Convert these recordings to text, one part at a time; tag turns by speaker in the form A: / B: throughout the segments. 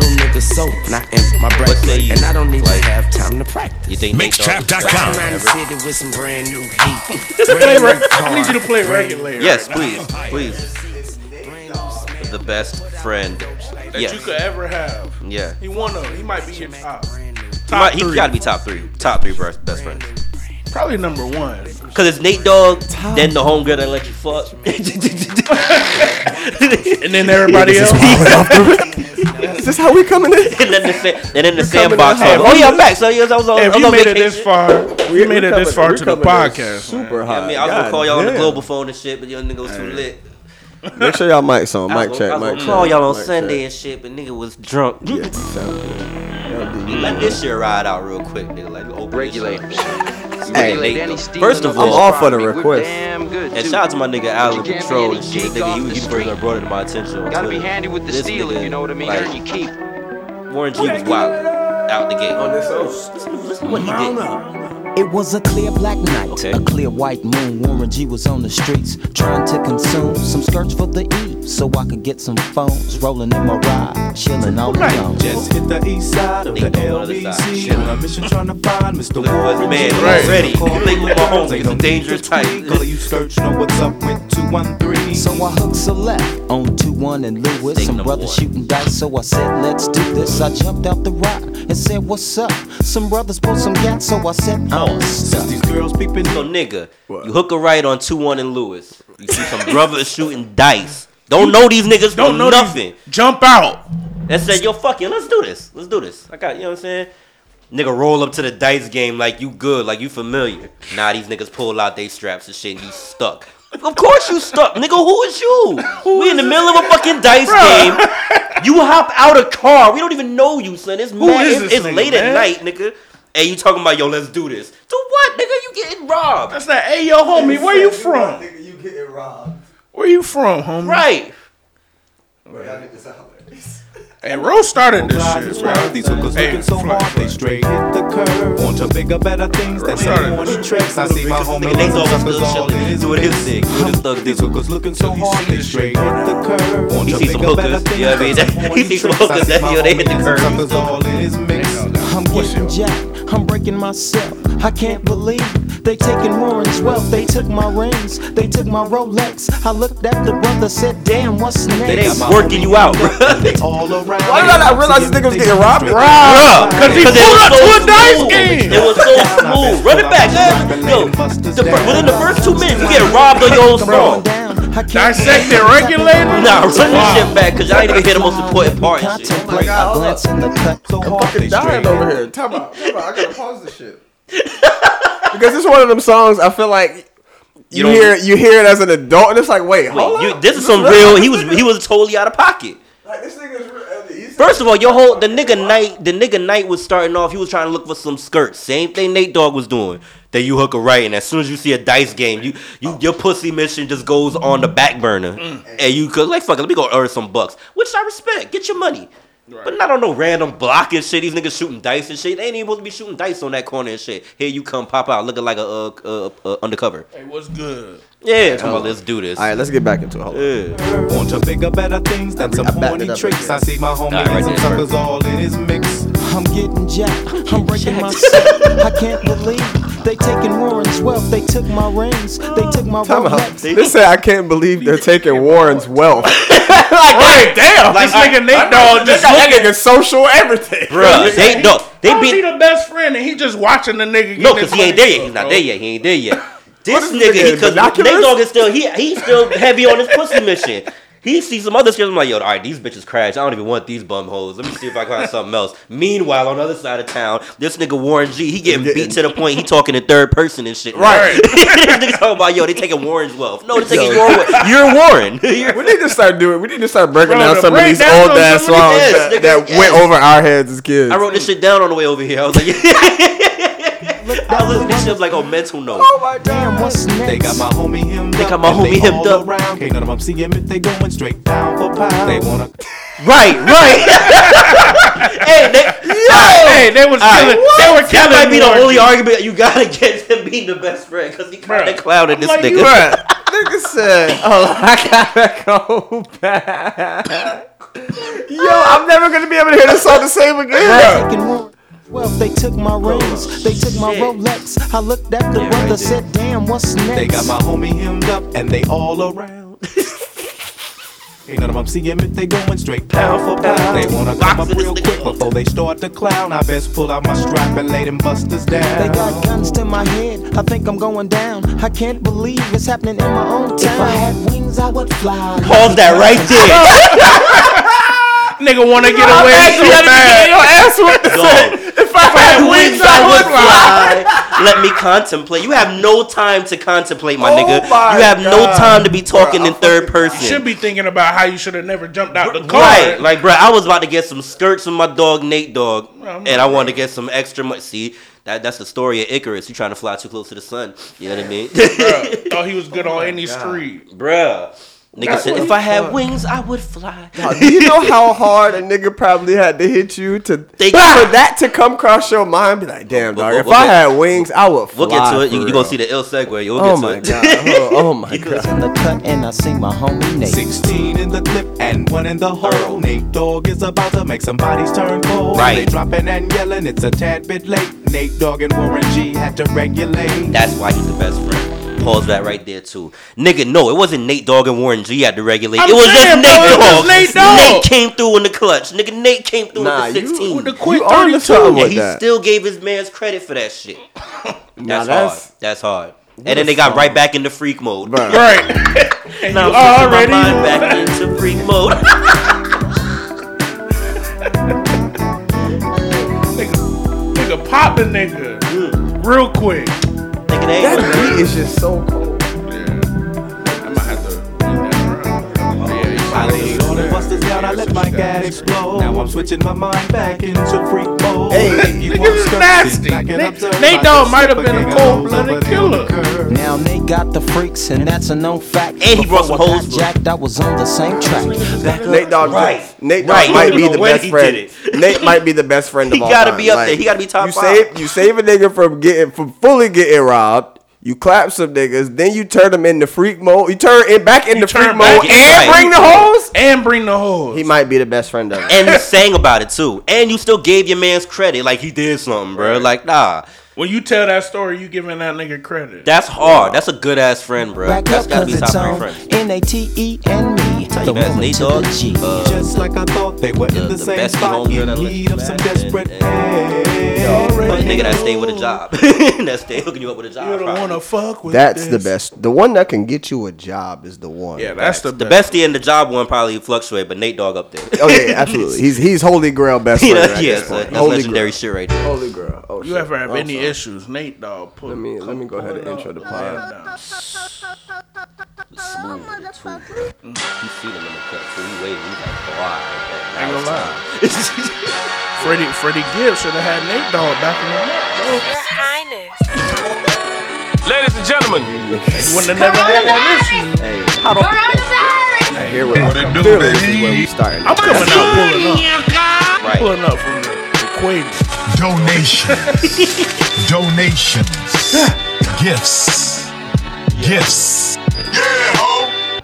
A: flow, not in my breath.
B: What they
A: And I don't even
B: like-
A: have time to practice.
B: You think they thought-
A: Riding
C: Mixtrap.com.
A: around the city with some brand new heat. Brand new
D: I need you to play regularly.
B: Yes, please, please. The best friend.
D: That you
B: Yes.
D: could ever have.
B: Yeah.
D: He one of. He might be your top.
B: He might-
D: Top
B: He
D: three.
B: got to be top three. Top three best best friends.
D: Probably number one.
B: Cause it's Nate Dogg, then the homegirl that let you fuck.
D: And then everybody else.
E: Is this how we coming in?
B: and then the, sa- and then the
D: coming
B: sandbox.
D: in hot.
B: on, Oh yeah, I'm back. So yeah, I was on. I
D: If
B: was
D: you
B: on
D: made it
B: vacation.
D: this far, we made it this far to the podcast. man.
E: Super hot.
B: I mean, I was gonna call y'all on the
E: damn.
B: global phone and shit, but y'all niggas too lit.
E: Make sure y'all mics on.
B: I
E: Mic
B: was,
E: check.
B: I was
E: mic
B: gonna
E: check,
B: call y'all on
E: mic
B: Sunday
E: check.
B: and shit, but nigga was drunk.
E: Yeah, sound good. Y'all do you.
B: Let this shit ride out real quick, nigga. Like open regulate.
F: Regulators.
E: Hey,
F: Regulate
B: Nate,
F: any
B: though.
F: stealing
E: First of
F: this
E: all, I'm all for the
F: property. We're
E: request.
F: damn good,
B: And
F: too.
B: shout out to my nigga Al with
F: You can't
B: Patrol
F: be
B: and
F: any
B: shit.
F: geek off
B: Nigga,
F: the
B: you you brought it
F: street.
B: brought it to my attention. on
F: Gotta be
B: Twitter.
F: handy with the
B: This
F: stealing,
B: nigga,
F: you know what I mean? Earn
B: Like,
F: your keep.
B: Warren G was wild out the gate. On this listen what he did.
G: It was a clear black night,
B: Okay.
G: a clear white moon. Warren G was on the streets trying to consume some skirts for the E, so I could get some phones. Rolling in my ride, chilling on my own.
H: Just hit the east side of
B: They
H: the
B: go on the other side.
H: LBC.
B: Shit.
H: On a mission trying to find Mr.
B: Look at
H: Warren
B: this man
H: G.
B: already.
H: Call
B: You think with my homies,
H: They
B: he's a
H: don't need
B: dangerous
H: to
B: type.
H: tweak. All of you search know what's up with 213.
G: So I hooked select on 2 1 and Lewis.
B: Thing
G: some
B: number
G: brothers
B: one.
G: shooting dice, so I said, let's do this. I jumped out the rock and said, what's up? Some brothers bought some gas, so I said, I'm
H: Since
G: stuck.
H: these girls peeping,
B: So nigga, you hook a right on two one and Lewis. You see some brothers shooting dice. Don't know these niggas
D: Don't
B: don't
D: know
B: nothing.
D: nothing. Jump out.
B: That said, yo, fuck it, let's do this. Let's do this. I got, you know what I'm saying? Nigga roll up to the dice game like you good, like you familiar. Nah, these niggas pull out they straps and shit and you stuck. Of course you stuck, nigga. Who is you? we in the middle of a fucking dice game. You hop out a car. We don't even know you, son. It's mad.
D: is
B: it's-
D: this
B: it's
D: nigga,
B: late
D: man?
B: at night, nigga. And you talking about yo, let's do this. To what, nigga? You getting robbed?
D: That's that. Hey, yo, homie, where you from?
E: You getting robbed.
D: Where you from, homie?
B: Right.
D: Hey, Rose started this
H: flies and
D: shit, bro.
H: swerve. These hookers
D: Hey,
H: looking so
D: fly,
H: hard, they straight hit the curve. Want to bigger, better things than
D: Sorry.
H: any horny tricks. I see my homie
B: Nigga, they
H: little
B: always
H: suckers
B: still
H: all in
B: chilling,
H: his
B: doing his
H: mix.
B: thing, doing his thug
H: These
B: thing.
H: hookers looking so hard, they straight hit the curve. Want
B: He
H: to
B: see some
H: bigger, better
B: hookers, you know what I mean?
H: things than any
B: He
H: horny
B: see some
H: tricks. I
B: hookers,
H: see
B: that-
H: my
B: yo, they hit the
H: homie
B: curve.
H: little suckers all in his mix.
G: I'm getting jacked, I'm breaking myself. I can't believe they taking Warren's wealth. They took my rings, they took my Rolex. I looked at the brother, said, damn, what's
B: They
G: next?
B: ain't working you out, bro.
H: All around.
E: Why did I not realize this nigga was getting robbed?
D: Because he
B: Because it
D: pulled
B: was
D: up
B: so
D: to a dice
B: smooth.
D: game.
B: It was so smooth. Run it back, man. Yo, the fir- within the first two minutes, you get robbed of your own
G: Going
B: song.
G: down, I can't
D: Dissect it, regulate it.
B: Nah, run
D: Wow.
B: this shit back, cause y'all ain't even hear the most important part and shit.
G: Contemplate, I glance in the cut.
E: fucking dying over here. Time out. Time out. I gotta pause this shit. because it's one of them songs I feel like you,
B: don't-
E: hear you hear it as an adult and it's like, wait, hold
B: Wait, you,
E: up.
B: this is some real. He was he was totally out of pocket.
E: Like, this nigga's real.
B: First of all, your whole the nigga night the nigga night was starting off. He was trying to look for some skirts. Same thing Nate Dogg was doing. That you hook a right, and as soon as you see a dice game, you
E: Oh.
B: you your pussy mission just goes on the back burner, and you could like fuck. it, Let me go earn some bucks, which I respect. Get your money. But not on no random block and shit. These niggas shooting dice and shit. They ain't even supposed to be shooting dice on that corner and shit. Here you come, pop out, looking like a uh, uh, uh, undercover.
D: Hey, what's good?
B: Yeah, come on, let's do this.
E: All right, let's get back into it. Hold on.
B: Yeah.
H: Want to bigger, better things than some
E: I backed
H: horny
E: it up
H: tricks.
E: again.
H: I see my homie
B: Alright, right
H: and some
B: there.
H: suckers all in his mix.
G: I'm getting jacked. I'm breaking myself. I can't believe they taking Warren's wealth. They took my rings. They took my
B: Oh,
E: Time out.
G: Rolex.
E: This say I can't believe they're taking Warren's wealth.
D: Right, damn. This nigga Nate Dogg
E: This
D: just
E: nigga social everything.
B: Bruh, they no, they
D: How is
B: beat
D: he the best friend and he just watching the nigga?
B: No,
D: getting his
B: because he ain't
D: money
B: there yet.
D: up,
B: He's not
D: bro?
B: there yet. He ain't there yet. This
E: is this nigga,
B: nigga, because
E: binoculars?
B: Nate Dogg is still he he's still heavy on his pussy mission. He sees some other shit. I'm like, yo, all right, these bitches crash. I don't even want these bum hoes. Let me see if I can find something else. Meanwhile, on the other side of town, this nigga Warren G, he getting beat to the point he talking in third person and shit.
D: Right.
B: this nigga talking about yo, they taking Warren's wealth. No, they taking your wealth. You're Warren. You're-
E: We need to start doing. We need to start breaking
D: Bro,
E: down
D: the
E: some of these
D: breakdown
E: old
D: on
E: ass
D: some of
E: songs
B: this,
E: that,
B: nigga,
E: that
B: yes.
E: went over our heads as kids.
B: I wrote this shit down on the way over here. I was like, I was listening to this shit I was like, oh, mental note.
G: Damn, what's next?
H: They got my homie him. They
B: got my homie hemmed
H: all
B: up.
H: Around. Can't none of them see him if they going straight down for pound. They wanna
B: Right, right. hey, they,
D: Hey, they was
B: All
D: killing.
B: right. What?
D: They were
B: That
D: killing.
B: might be the
D: Warren.
B: only argument you got against him being the best friend because he kind
D: Bruh.
B: of clouded this
D: like,
B: nigga.
D: you-
E: Bruh, nigga said, "Oh, I gotta go back." Yo, I'm never gonna be able to hear this song the same again.
G: Taking room. Well, they took my rings, they took my
B: shit.
G: Rolex. I looked at the
H: Yeah,
G: brother,
H: right there.
G: said, "Damn, what's next?"
H: They got my homie hemmed up and they all around. Ain't none of them see him if they going straight pound for pound. They wanna come up
B: Boxing this
H: real
B: nigga
H: quick
B: up.
H: before they start to clown. I best pull out my strap and lay them busters down.
G: They got guns to my head. I think I'm going down. I can't believe it's happening in my own town. If I had wings, I would fly.
B: Pause that right there.
D: Nigga want to get away so bad.
E: Your ass went to
B: Dog.
E: If I had wings, I would fly.
B: fly. Let me contemplate. You have no time to contemplate, my
E: Oh
B: nigga.
E: my
B: you have no
E: God.
B: time to be talking
E: Bruh,
B: in
E: I
B: third
E: fucking-
B: person.
D: You should be thinking about how you should have never jumped out the car.
B: Right, like bro, I was about to get some skirts from my dog Nate Dog,
D: I'm-
B: and I wanted to get some extra money. See, that that's the story of Icarus. You trying to fly too close to the sun? You know what I mean,
D: Bruh, thought he was good on any street.
B: Bruh. Nigga said,
E: what
B: if
E: he
B: I had
E: thought.
B: wings, I would fly.
E: Do you know how hard a nigga probably had to hit you to
B: They-
E: for that to come across your mind? Be like, damn,
B: We'll-
E: dog.
B: we'll-
E: If
B: we'll
E: I
B: get-
E: had wings, I would fly.
B: We'll get to it.
E: for
B: You, you
E: real.
B: gonna see the ill segue. We'll
E: Oh
B: get to
E: my
B: it.
E: god. Oh, oh my god.
G: in the cut, and I see my homie Nate.
H: 16 in the clip and one in the hole. Nate Dogg is about to make some bodies turn cold.
B: Right.
H: They dropping and yelling, it's a tad bit late. Nate Dogg and Warren G had to regulate.
B: That's why he's the best friend. Pause that right there too, nigga. No, it wasn't Nate Dogg and Warren G had to regulate.
D: I'm
B: it was just
D: saying,
B: Nate
D: bro, it was
B: Dogg.
D: Nate Dogg.
B: came through in the clutch, nigga. Nate came through
E: Nah,
B: with the
E: you-
B: 16,
D: With the quick
E: You on
D: 32.
E: to something
B: and
E: with
B: he
E: that.
B: still gave his man's credit for that shit. That's,
E: that's-
B: hard. That's hard. And then they got right back into freak mode.
E: Bruh.
D: Right. and
B: Now
D: you
B: I'm putting
D: already
B: my mind
D: knew
B: back into freak mode.
D: Nigga, nigga pop the nigga real quick.
B: Nigga, they ain't
E: That beat is just so cold.
D: I might have to. Yeah,
H: I laid all the busters down, I let my gas explode. Now I'm switching my mind back into freak mode.
E: Hey,
H: If you
D: niggas
H: want
D: is
H: skirt, sit
D: nasty.
H: back and
D: Nate-
H: observe.
D: Nate
H: I
D: Dogg
H: just
D: might have
H: slip
D: been a
H: gang of
D: cold-blooded
H: hoes over there on the
D: killer.
H: curb.
G: Now they got the freaks, and that's a known fact.
B: he brought some
G: I
B: hoes
G: got
B: with-
G: jacked, I was on the same track. Back up.
E: Nate Dogg.
B: Right.
E: Nate Dogg
B: Right.
E: might
B: You
E: be
B: know
E: the
B: when
E: best
B: he
E: friend.
B: did it.
E: Nate might be the best friend of
B: He
E: all
B: gotta
E: time.
B: be up there. He gotta be top
E: you
B: five.
E: Save, you save a nigga from getting from fully getting robbed. You clap some niggas, then you turn them into freak mode. You turn it back into
D: turn
E: freak
D: back
E: mode and
D: in-
B: right.
E: bring the hoes.
D: And bring the hoes.
E: He might be the best friend of.
B: and you sang about it too. And you still gave your man's credit. Like he did something, bro. Like, nah.
D: When you tell that story, you giving that nigga credit.
B: That's hard. That's a good ass friend, bro.
G: Back
B: That's
G: up,
B: gotta be
G: cause
B: top
G: it's
B: three
G: on
B: friends.
G: N-A-T-E E and me. The
B: That's
G: woman
B: Nate
G: to
B: Dogg,
G: the G.
B: uh,
H: Just like I thought they were in
B: the
H: the same
B: best
H: spot
B: homegirl that
H: in
B: let
H: need
B: you
H: of some
B: back in
H: desperate
B: and-
H: help.
B: But nigga that stay with a job. that stay hooking you up with a job.
D: you don't
B: probably.
D: want to fuck with
E: That's the
D: this.
E: best. The one that can get you a job is the one.
D: Yeah, that's the,
B: The
D: best.
B: bestie and the job one probably fluctuate, but Nate Dog up there.
E: Oh yeah, absolutely. He's he's holy grail best
B: You
E: friend.
B: know,
E: at
B: yeah,
E: this
B: so
E: point.
B: uh, that's
E: holy
B: legendary shit right there.
E: Grail. Holy grail. Oh,
D: You
E: shit.
D: ever have
E: I'm
D: any
E: sorry.
D: issues, Nate Dog? Put,
E: Let me let me go ahead and intro the pod.
B: He seen him in the cut, so he waited. He was like, why?
D: Ain't gonna lie. Freddie Freddie Gibbs should have had Nate Dogg back in the night.
C: Ladies and gentlemen,
D: He wouldn't have never had that issue.
E: I hear what I'm doing. This is where we starting.
D: I'm coming out pulling up.
B: Right.
D: Pulling up from the equator.
F: Donations. Donations. Gifts. Gifts.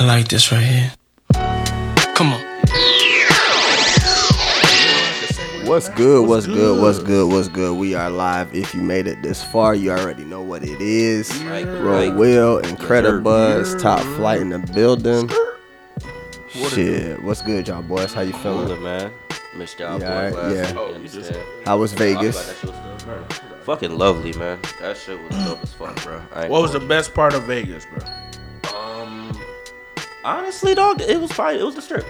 I: I like this right here. Come on.
E: What's good? What's good? What's good? What's good? We are live. If you made it this far, you already know what it is.
B: Right,
E: Roll
B: right.
E: Will,
B: sir.
E: Incredibuzz, Top Flight in the building. Shit, what's good, y'all boys? How you feeling?
B: Look, man. Missed y'all
E: Yeah, alright,
B: boys last
E: yeah.
B: week, Oh, you understand?
E: How was
B: I
E: Vegas?
B: feel like that shit was dope, bro. Fucking lovely, man. That shit was dope as fuck, bro. I ain't
D: What was the
B: gonna-
D: best part of Vegas, bro?
B: Honestly, dog, it was probably it was the strip.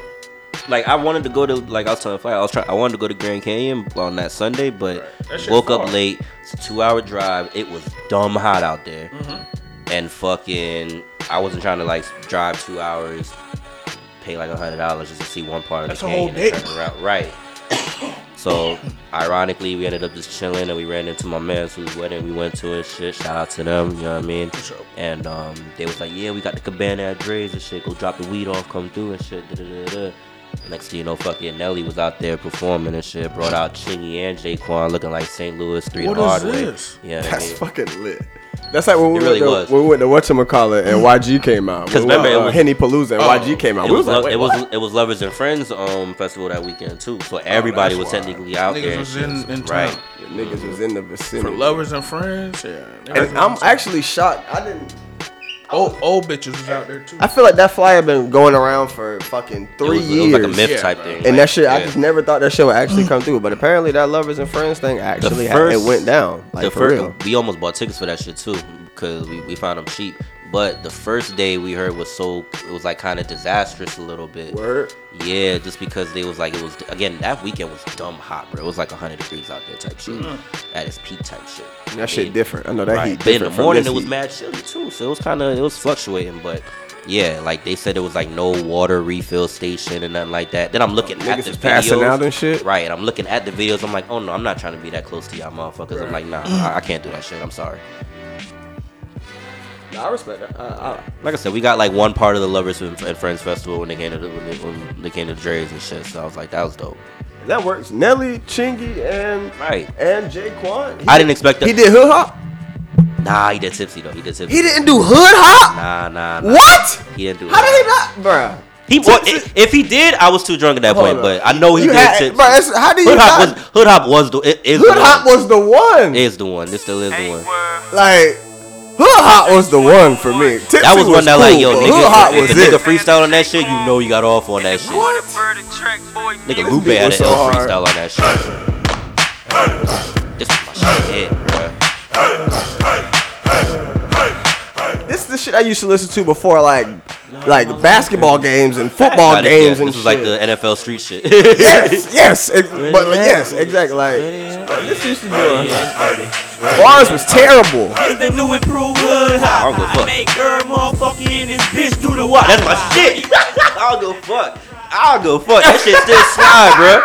B: Like I wanted to go to like I was telling Fly, I was trying I wanted to go to Grand Canyon on that Sunday, but
D: That shit
B: woke
D: far.
B: up late. It's a two hour drive. It was dumb hot out there,
D: Mm-hmm.
B: and fucking I wasn't trying to like drive two hours, pay like a hundred dollars just to see one part of
D: That's
B: the
D: a whole
B: canyon and
D: day.
B: turn around. Right. So ironically, we ended up just chilling, and we ran into my man's whose wedding we went to and shit. Shout out to them, you know what I mean?
D: sure.
B: And um, they was like, "Yeah, we got the cabana at Dre's and shit. Go drop the weed off, come through and shit." Da-da-da-da. Next thing you know, fucking Nelly was out there performing and shit. Brought out Chingy and Jaquan, looking like St. Louis three
D: What
B: the
D: is
B: hard way.
D: this?
B: Yeah,
E: That's fucking lit. That's like when we,
B: It really
E: went
B: was.
E: to, when we went to whatchamacallit and YG came out.
B: 'Cause
E: When
B: remember
E: we,
B: it
E: went, uh,
B: was- Oh,
E: Henny Palooza and YG came out.
B: It
E: we
B: was,
E: was like,
B: lo-
E: wait,
B: it
E: what?
B: was it was lovers and friends um festival that weekend too. So everybody was technically out
D: Niggas
B: there.
D: was in- in
B: right.
D: town.
E: niggas was in the vicinity.
D: For lovers and friends, yeah.
E: And I'm actually shocked. I didn't.
D: old, old bitches was out there too.
E: I feel like that flyer been going around for fucking three
B: it was,
E: years.
B: It was like a myth
D: Yeah,
B: type
D: bro.
B: thing.
E: And
B: like,
E: that shit, I
B: yeah.
E: just never thought that shit would actually come through. But apparently, that lovers and friends thing actually ha-
B: first-
E: it went down. Like
B: the
E: for
B: first,
E: real.
B: we almost bought tickets for that shit too because we, we found them cheap. But the first day we heard was so it was like kind of disastrous a little bit.
E: Word.
B: Yeah, just because they was like it was again that weekend was dumb hot, bro. It was like hundred degrees out there type shit at its peak type shit.
E: Mm. That shit
B: Yeah.
E: different. I know that
B: Right.
E: heat.
B: But in the
E: different from
B: morning
E: this
B: it was
E: heat.
B: mad chilly too, so it was kind of it was fluctuating, but. Yeah, like they said, there was like no water refill station and nothing like that. Then I'm looking at
E: Niggas
B: the
E: is passing
B: videos,
E: out and shit?
B: Right, and I'm looking at the videos. I'm like, oh no, I'm not trying to be that close to y'all motherfuckers. I'm like, nah, I, I can't do that shit. I'm sorry.
E: I respect that. I,
B: Like I said, we got like one part of the Lovers and and Friends Festival when they came to the, when, they, when they came to the Dre's and shit. So I was like, that was dope.
E: I, that works. Nelly, Chingy, and
B: Right.
E: and Jaquan. He,
B: I didn't expect that.
E: he did hood hop.
B: Nah, he did Tipsy though. He did Tipsy.
E: He didn't do hood hop.
B: Nah, nah, nah.
E: What?
B: He didn't do it.
E: How did he not, bruh?
B: He well, i- if he did, I was too drunk at that
E: Hold
B: point.
E: up.
B: But I know he
E: You
B: did
E: had-
B: Tipsy.
E: bruh, it's- how do you
B: Hood Hop
E: not-
B: was Hood Hop was the it is
E: Hood
B: the
E: hop
B: one.
E: was the one.
B: is the one. This still is the one.
E: Like, hood hop was the one for me. Tipsy
B: That was one that
E: cool,
B: like yo
E: but
B: nigga.
E: Hood hop
B: if
E: was
B: a nigga
E: it.
B: freestyle on that shit, you know you got off on that shit. Nigga Lupe
E: beat
B: had
E: was
B: an L
E: so hard.
B: freestyle on that shit. This is my shit, bruh.
E: This is the shit I used to listen to before, like, like basketball games and football
B: Nah, this-
E: games
B: yeah,
E: and
B: this was
E: shit.
B: like the NFL street shit.
E: yes, yes, ex- but like, yes, exactly. Like, uh, this used to be. Bars was terrible.
B: I don't give a fuck. Make her motherfucking this bitch do the what? That's my shit. I don't give a fuck. I don't give a fuck. That shit still slide, bro.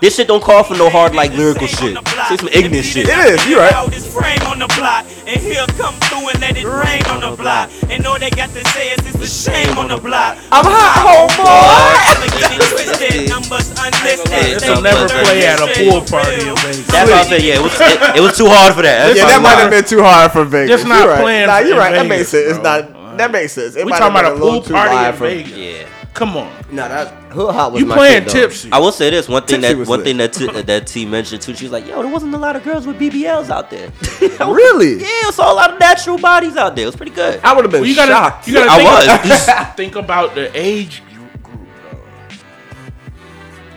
B: This shit don't call for no hard like lyrical shit. It's some ignorant shit.
E: It is. You right.
J: This frame on the block, and he'll come through and let it rain on the block. And all they got to say is it's a shame on the block.
E: I'm Oh, hot,
J: Getting twisted, numbers unlisted.
B: It's a
D: never
B: But-
D: play at a pool party in Vegas.
B: That's what I'm saying. Yeah, it was it, it was too hard for that. That's
E: Yeah,
B: why
E: that
B: we
E: might
B: lied.
E: have been too hard for Vegas.
D: Just not
E: you right.
D: playing
E: Nah, you're
D: in
E: right. that
D: Vegas,
E: makes sense. It's
D: bro.
E: not. That makes sense. It
D: We
E: might
D: talking
E: have
D: about a
E: been little
D: pool
E: too
D: party
E: live
D: in
E: for-
D: Vegas.
B: Yeah.
D: Come on.
E: Nah, that hood hop was
D: You
E: my
D: playing
E: shit, though.
D: tipsy.
B: I will say this one thing
E: Tipsy
B: that
E: was
B: one
E: lit.
B: thing that t- that T mentioned too. She was like, "Yo, there wasn't a lot of girls with BBLs out there. yeah,
E: Really?
B: it was all a lot of natural bodies out there. It was pretty good.
E: I would have been
D: Well, you gotta,
E: shocked.
D: you gotta
B: I
D: think,
B: was.
D: about- think about the age group, group though.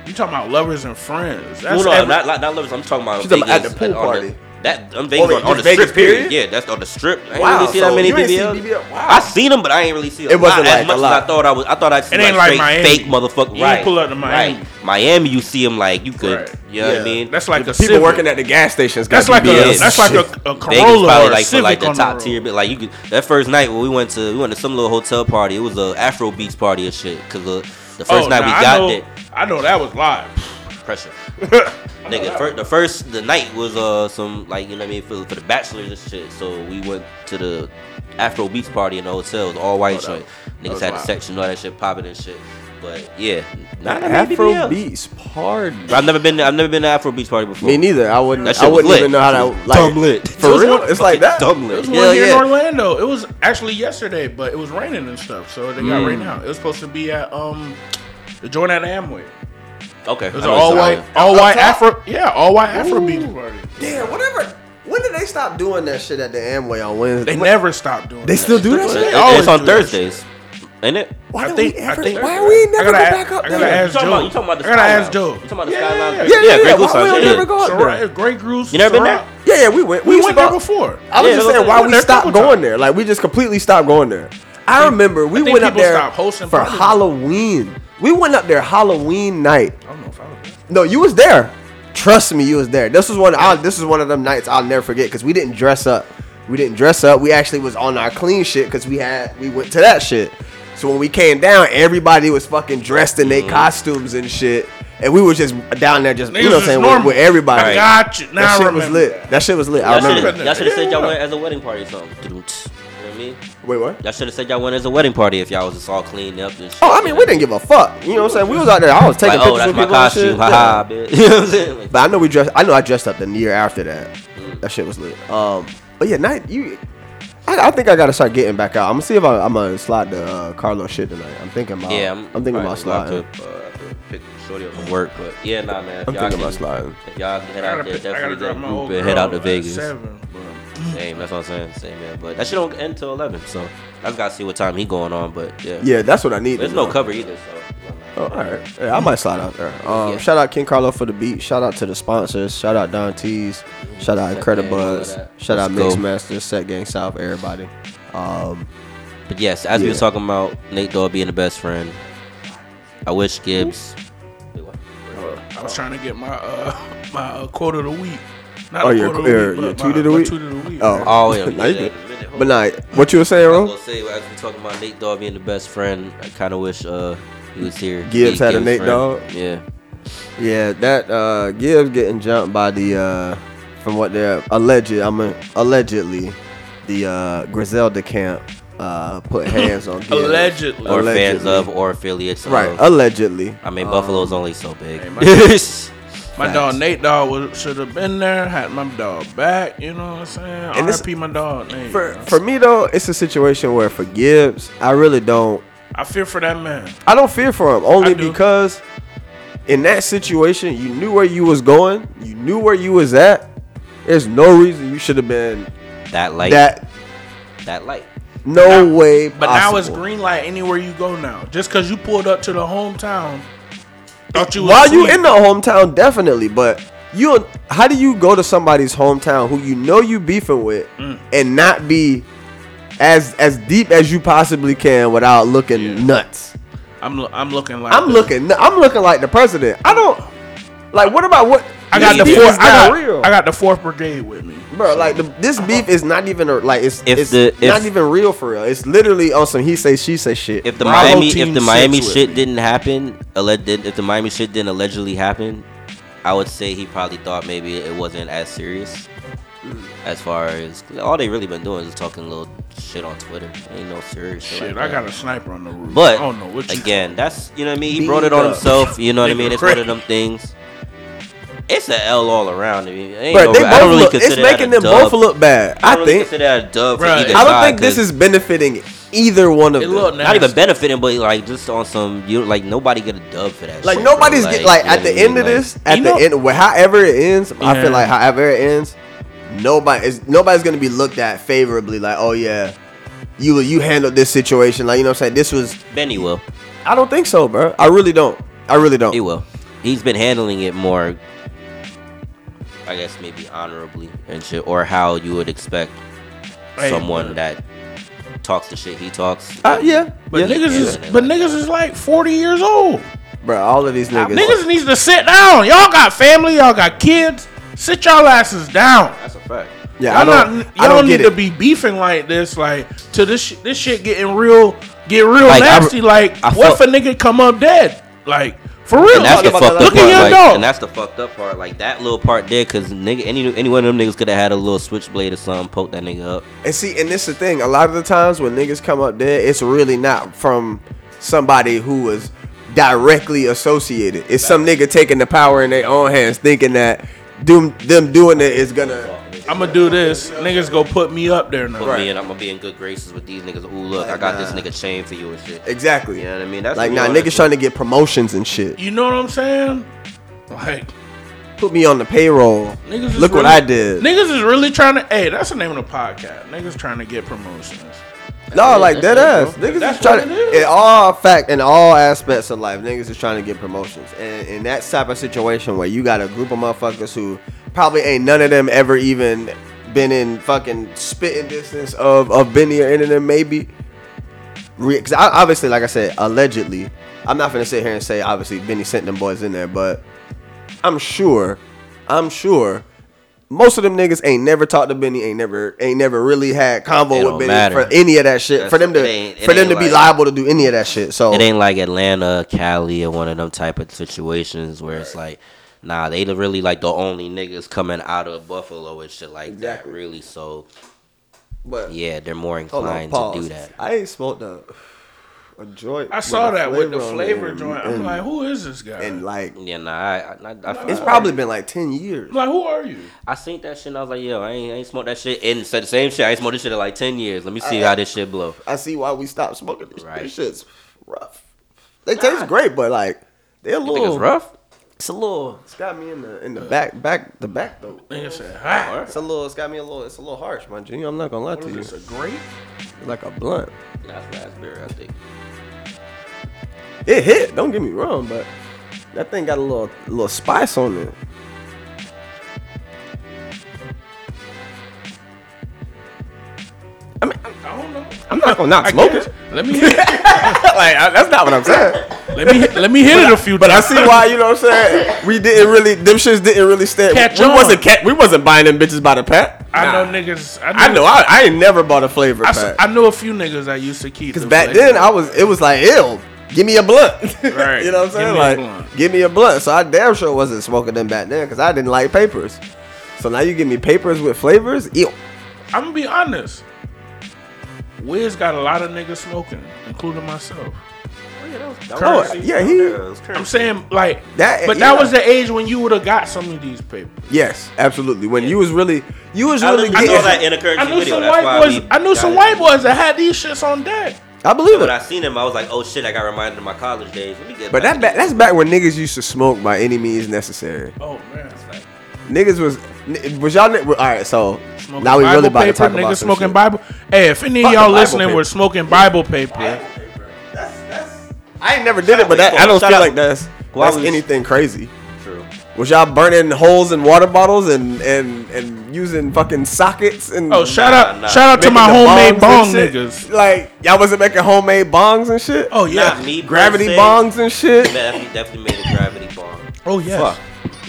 D: You talking about lovers and friends? That's
B: Hold on,
D: every-
B: not, not, not lovers. I'm talking about
E: She's talking
B: Vegas
E: about at the pool
B: on
E: party.
B: that I'm Vegas
E: Oh,
B: on, on the
E: just Vegas
B: strip period.
E: period?
B: Yeah, that's on the strip. I ain't
E: Wow,
B: really see that
E: so
B: many
E: you ain't seen
B: BBLs.
E: BBL? Wow.
B: I seen them, but I ain't really see them.
E: It wasn't
B: Not
E: like
B: as much
E: a lot.
B: as I thought I was. I thought I'd see
D: It ain't
B: like
D: like
B: straight
D: Miami.
B: fake motherfucker.
D: You ain't
B: right,
D: pull up to Miami.
B: Right. Miami, you see them like you could.
D: Right.
B: You know what I
E: Yeah.
B: mean?
D: that's like a
E: People
D: Civic.
E: working at the gas stations. Got
D: That's like a
E: BBLs.
D: that's like a, a
B: Vegas
D: Corolla
B: probably
D: or a
B: like for
D: Civic
B: like the
D: on
B: top
D: road.
B: tier, but like you could, that first night when we went to we went to some little hotel party, it was a Afro beats party and shit. Cause the, the first
D: Oh,
B: night we
D: nah, I
B: got
D: know,
B: there,
D: I know that was live.
B: pressure. Nigga, fir- the first the night was uh some like you know what I mean for, for the bachelors and shit. So we went to the Afro Beats party in the hotel. It was all
D: Oh,
B: white joint. Niggas had a section, all that shit popping and shit. But yeah, not that many
E: Afro
B: BBLs.
E: beats party.
B: But I've never been. I've never been to Afro Beats party before.
E: Me neither. I wouldn't.
B: That shit
E: I
B: was
E: wouldn't
B: lit.
E: even know how
B: It
E: that.
B: was
E: like,
B: dumb lit. It
E: For
B: was
E: real,
B: one-
E: it's like that.
B: Dumb
D: There
B: lit.
D: was one
B: Yeah,
D: here in
B: yeah.
D: Orlando. It was actually yesterday, but it was raining and stuff, so they got
B: Hmm.
D: rained out. It was supposed to be at um the joint at Amway.
B: Okay.
D: It was an all white, all white Afro, yeah, all white Afro beat party.
E: Damn. Whatever. When did they stop doing that shit at the Amway on Wednesday?
D: They never stopped doing.
E: They
D: that.
E: still do that
B: It,
E: shit.
D: always
B: it's on
D: do that
B: Thursdays, ain't it?
E: Why
D: I
E: do
D: think-
E: we
D: I
E: ever?
D: think-
E: why we
D: I
E: never go
D: gotta
E: back
D: ask-
E: up
D: I
E: there?
D: gotta ask-
B: You talking about
D: Joe.
B: you talking about the
D: I gotta
B: Sky
D: ask Joe.
B: Lounge. You talking about the
D: Yeah,
B: Sky
D: yeah,
B: Lounge?
D: yeah.
E: Yeah, yeah,
B: Grey
E: why
B: Goose
E: we
B: Lounge,
E: don't
B: yeah.
E: ever go up
D: Soraya,
E: there?
D: Grey Goose.
B: You never been
D: Soraya.
B: there?
E: Yeah, yeah, we went.
D: We,
E: used
D: went
E: to
D: there
E: go-
D: before.
E: I was
B: Yeah, it
E: just
B: was-
E: saying
B: we
E: why
D: went
E: we
D: there a
E: stopped
D: couple
E: going
D: times.
E: there. Like we just completely stopped going there. I remember we
D: think
E: went up
D: people
E: there
D: stopped hosting
E: for
D: parties.
E: Halloween. We went up there Halloween night.
D: I don't know if I was there.
E: No, you was there. Trust me, you was there. This was one. I, this is one of them nights I'll never forget because we didn't dress up. We didn't dress up. We actually was on our clean shit because we had we went to that shit. So when we came down, everybody was fucking dressed in their costumes and shit, and we were just down there just
D: Niggas
E: you know what
D: was
E: I'm saying with,
D: normal.
E: with everybody.
D: I got you. Now
E: that
D: I
E: shit was
D: remember
E: lit.
D: that.
E: That shit was lit. I
B: Y'all should
E: remember.
B: have
D: that.
B: said y'all
D: Yeah.
B: went as a wedding party or something. You know what I mean?
E: Wait, what?
B: Y'all should have said y'all went as a wedding party if y'all was just all cleaned up and shit.
E: Oh, I mean, we didn't give a fuck. You know what I'm saying? We was out there. I was taking
B: like, oh,
E: pictures
B: that's my costume.
E: with people and shit.
B: Ha ha,
E: Yeah.
B: bitch. You know what I'm saying? Like,
E: But I know we dressed. I know I dressed up the year after that. That shit was lit. Um, But yeah, night you. I, I think I gotta start getting back out. I'm gonna see if I, I'm gonna slide the uh, Carlos shit tonight. I'm thinking about.
B: Yeah,
E: I'm, thinking
B: probably
E: about
B: gonna
E: sliding.
B: have to, uh, have to pick shorty up from work, but yeah, nah, man.
E: I'm
B: Y'all can-
E: thinking about sliding.
B: Y'all can head
D: I
B: out
D: gotta
B: there,
D: pick- I
B: definitely
D: gotta drop
B: that
D: my
B: group
D: old
B: and head out to
D: girl at
B: Vegas.
D: seven, but-
B: Same, that's what I'm saying. Same, man. But that shit don't end till eleven, so I gotta see what time he going on. But yeah,
E: Yeah, that's what I need.
B: There's
E: to
B: no
E: know.
B: cover either, so.
E: Oh, all right. Yeah, I might slide out there. Um, Shout out King Carlo for the beat. Shout out to the sponsors. Shout out Don Tees. Shout out
B: Set
E: Incredibuzz.
B: Gang, all that.
E: Shout out
B: Let's go.
E: Mixmaster. Set Gang South. Everybody. Um,
B: But yes, as we
E: Yeah.
B: were talking about Nate Dogg being the best friend, I wish Gibbs.
D: I was trying to get my uh, my uh, quote of the week. Not
E: oh,
D: a
E: your,
D: quote of the
E: your,
D: week,
E: your
D: but
E: tweet
D: my-
E: of the
D: my
E: week.
D: tweet of the week.
E: Oh,
B: Oh, yeah,
E: Nah,
B: yeah,
E: you
B: yeah.
E: good. But nah, what you were saying,
B: I was
E: Ron?
B: gonna say as we talking about Nate Dogg being the best friend, I kind of wish uh he was here.
E: Gibbs
B: He-
E: had a Nate
B: friend.
E: Dogg?
B: Yeah.
E: Yeah, that uh, Gibbs getting jumped by the uh, from what they're alleged. I'm a, allegedly the uh, Griselda camp uh, put hands on Gibbs.
D: Allegedly.
B: Or fans
E: Allegedly.
B: of or affiliates of.
E: Right, allegedly.
B: I mean,
E: Um,
B: Buffalo's only so big.
D: my- My dog Nate dog was, should have been there. Had my dog back. You know what I'm saying?
E: And this-
D: RIP my dog Nate.
E: For,
D: bro.
E: for me though, it's a situation where for Gibbs, I really don't.
D: I fear for that man.
E: I don't fear for him only
D: I do.
E: because in that situation, you knew where you was going, you knew where you was at. There's no reason you should have been
B: that light. That,
E: that.
B: light.
E: No way.
D: But now it's
E: possible.
D: green light anywhere you go now. Just because you pulled up to the hometown, thought you was
E: While you
D: sweet.
E: in the hometown, definitely. But you, how do you go to somebody's hometown who you know you beefing with
D: Mm.
E: and not be as as deep as you possibly can without looking nuts?
D: I'm lo- I'm looking like
E: I'm
D: the-
E: looking. I'm looking like the president. I don't. Like, what about what?
D: I got the
E: this beef
D: fourth.
E: is
D: I got,
E: not real,
D: I got the fourth brigade with me.
E: bro. Like, the, this beef is not even a, like it's
B: If
E: it's
B: the- if-
E: not even real for real. It's literally on some he say she say shit.
B: If the
D: Bravo
B: Miami,
D: team
B: if the Miami
D: sits with
B: shit
D: me.
B: didn't happen, alle- did- if the Miami shit didn't allegedly happen, I would say he probably thought maybe it wasn't as serious. As far as all they really been doing is talking little shit on Twitter. Ain't no serious shit.
D: Shit,
B: like
D: I
B: that.
D: got a sniper on the roof.
B: But
D: I don't know what you
B: again, that's you know what I mean. He
E: Beat
B: brought it
E: up.
B: on himself. You know what I
D: Nigga
B: mean. It's one of
D: crazy.
B: them things. It's an L all around. I mean, ain't
E: Bro,
B: no-
E: they
B: I
E: both
B: don't really
E: look, it's
B: consider that
E: making
B: a
E: them
B: dub.
E: both look bad.
B: I
E: I
B: don't really
E: think.
B: consider that a dub for
D: Bruh,
B: either
E: I don't
B: side,
E: think this
B: 'cause
E: is benefiting either one of
D: It
E: them.
D: look
B: not even
D: nasty.
B: benefiting, but like just on some you like nobody get a dub for that.
E: Like
B: shit, bro.
E: nobody's get like
B: you know
E: at the
B: what I mean?
E: end of
B: Like,
E: this, at
D: You
E: the
D: know-
E: end, wh- however it ends, I
D: Yeah.
E: feel like however it ends, nobody is nobody's gonna be looked at favorably. Like, oh yeah, you you handled this situation. Like you know what I'm saying. This was
B: Benny will,
E: I don't think so, bro. I really don't. I really don't.
B: he will. He's been handling it more, I guess maybe honorably and shit, or how you would expect
D: Hey,
B: someone
D: but-
B: that talks the shit he talks.
E: Uh, yeah,
D: But
E: yeah.
D: niggas
B: Yeah.
D: is but niggas is like 40 years old.
E: bro. All of these niggas.
D: Niggas needs to sit down. Y'all got family. Y'all got kids. Sit y'all asses down.
B: That's a fact.
E: yeah,
D: Y'all
E: I don't.
D: not, y'all
E: I don't
D: need
E: get
D: to
E: it.
D: be beefing like this. Like to this sh- this shit getting real, get real
B: Like, I-
D: nasty. like
B: I
D: what
B: felt-
D: if a nigga come up dead? Like for real.
B: And that's the
E: Talking about
B: fucked
E: that
B: up
D: last
B: part.
D: part.
B: Like,
D: dog.
B: and that's the fucked up part. Like that little part there, because nigga, any any one of them niggas could have had a little switchblade or something, poke that nigga up.
E: And see, and this the thing. A lot of the times when niggas come up dead, it's really not from somebody who was directly associated. It's some nigga taking the power in their own hands, thinking that them them doing it is gonna.
D: I'm gonna do this. Niggas go put me up there now.
B: Put me in, I'm gonna be in good graces with these niggas. Ooh, look, I
E: Like,
B: got
E: nah.
B: this nigga chained for you and shit.
E: Exactly.
B: You know what I mean? That's
E: Like
B: what
E: now,
B: we
E: niggas
B: wanna
E: trying to get promotions and shit.
D: You know what I'm saying? Like
E: Put me on the payroll.
D: niggas. Is
E: Look what
D: really-
E: I did.
D: Niggas is really trying to. Hey, that's the name of the podcast. Niggas trying to get promotions.
E: No, like dead ass.
D: bro.
E: Niggas
D: That's
E: is trying
D: what
E: to,
D: it is.
E: in all fact, in all aspects of life, niggas is trying to get promotions. And in that type of situation where you got a group of motherfuckers who probably ain't none of them ever even been in fucking spitting distance of, of Benny or any of them, maybe. Because obviously, like I said, allegedly, I'm not going to sit here and say, obviously, Benny sent them boys in there, but I'm sure, I'm sure. Most of them niggas ain't never talked to Benny, ain't never, ain't never really had
B: It
E: convo with
B: don't
E: Benny
B: matter.
E: for any of that shit.
B: That's-
E: for them
B: it
E: to,
B: ain't- it
E: for
B: ain't
E: them to be
B: like-
E: liable to do any of that shit. So
B: It ain't like Atlanta, Cali, or one of them type of situations where it's like, nah, they the really like the only niggas coming out of Buffalo and shit like
E: Exactly.
B: that. Really, so
E: but
B: yeah, they're more
E: hold on,
B: inclined
E: pause.
B: to do that.
E: I ain't smoked a, a joint.
D: I saw
E: a
D: that with the
E: on
D: flavor
E: it and-
D: joint. I'm
E: and-
D: like, who is this guy?
E: and like
B: Yeah, nah, I, I, I- I feel
E: it's
B: that.
E: probably been like ten years.
D: I'm like, who are you?
B: I seen that shit and I was like, yo, I ain't, I ain't smoked that shit. And said the same shit. I ain't smoked this shit in like 10 years. Let me see how this shit blow.
E: I see why we stopped smoking. This,
B: Right.
E: this shit's rough. They taste great, but like they're a
B: You
E: little.
B: think it's rough? Uh.
E: It's a little. It's got me in the in the back back the back though.
D: Nigga said, ah,
E: It's a little. It's got me a little. It's a little harsh, my G. I'm not gonna lie
D: what
E: to
D: is
E: you.
D: this, a grape?
E: Like a blunt.
B: That's raspberry, I think.
E: It hit. Don't get me wrong, but that thing got a little a little spice on it.
D: I don't know.
E: I'm not gonna not
D: I
E: smoke
D: guess.
E: it.
D: Let me hit,
E: like I, that's not what I'm saying.
D: let me hit- let me hit it a few.
E: But I
D: times.
E: see why you know what I'm saying. We didn't really them shits didn't really stand.
D: Catch
E: we
D: on.
E: wasn't ca- we wasn't buying them bitches by the pack.
D: I
E: Nah.
D: know niggas. I know.
E: I know. I, I ain't never bought a flavor
D: I, s-
E: pack.
D: I know a few niggas that used to keep.
E: Cause
D: the
E: back
D: flavor.
E: then I was it was like ill. Give me a blunt.
D: Right.
E: you know
D: Give
E: what I'm saying?
D: me a
E: like
D: blunt.
E: give me a blunt. So I damn sure wasn't smoking them back then because I didn't like papers. So now you give me papers with flavors? Ew.
D: I'm gonna be honest. Wiz got a lot of niggas smoking, including myself.
E: Oh, yeah, he
D: I'm saying like
E: That-
D: but that
E: yeah.
D: was the age when you would have got some of these papers.
E: Yes, absolutely. When you was really you was
B: I,
E: really
B: look- I saw
E: getting-
B: that in a currency
D: I knew
B: video.
D: some
B: That's why
D: white boys.
B: we
D: I knew some
B: got
D: white
B: it.
D: boys that had these shits on deck.
E: I believe
B: When I
E: it.
B: seen him, I was like, oh shit, I got reminded of my college days. Let me get
E: But
B: back
E: that back,
B: in this.
E: that's back when niggas used to smoke by any means necessary.
D: Oh man,
E: Niggas was n- was y'all ni- all right. So
D: smoking
E: now we
D: Bible
E: really about
D: paper,
E: to talk
D: niggas
E: about some
D: smoking
E: shit.
D: Bible. Hey, if any of
E: Fuck
D: y'all
E: the Bible
D: listening
E: paper.
D: were smoking Bible paper,
E: I ain't never did it, but that, I don't
B: Shout
E: feel
B: out.
E: like that's
B: Why
E: that's
B: was-
E: anything crazy.
B: True.
E: Was y'all burning holes in water bottles and and and using fucking sockets and
D: oh shout
B: Nah,
D: out
B: nah.
D: shout out to
E: making
D: my
E: the
D: homemade bong
E: bongs and shit?
D: niggas.
E: Like y'all wasn't making homemade bongs and shit.
D: Oh yeah,
B: Not me. per
E: gravity
B: se.
E: bongs and shit.
B: Yeah, we definitely made a gravity bomb.
D: oh yes.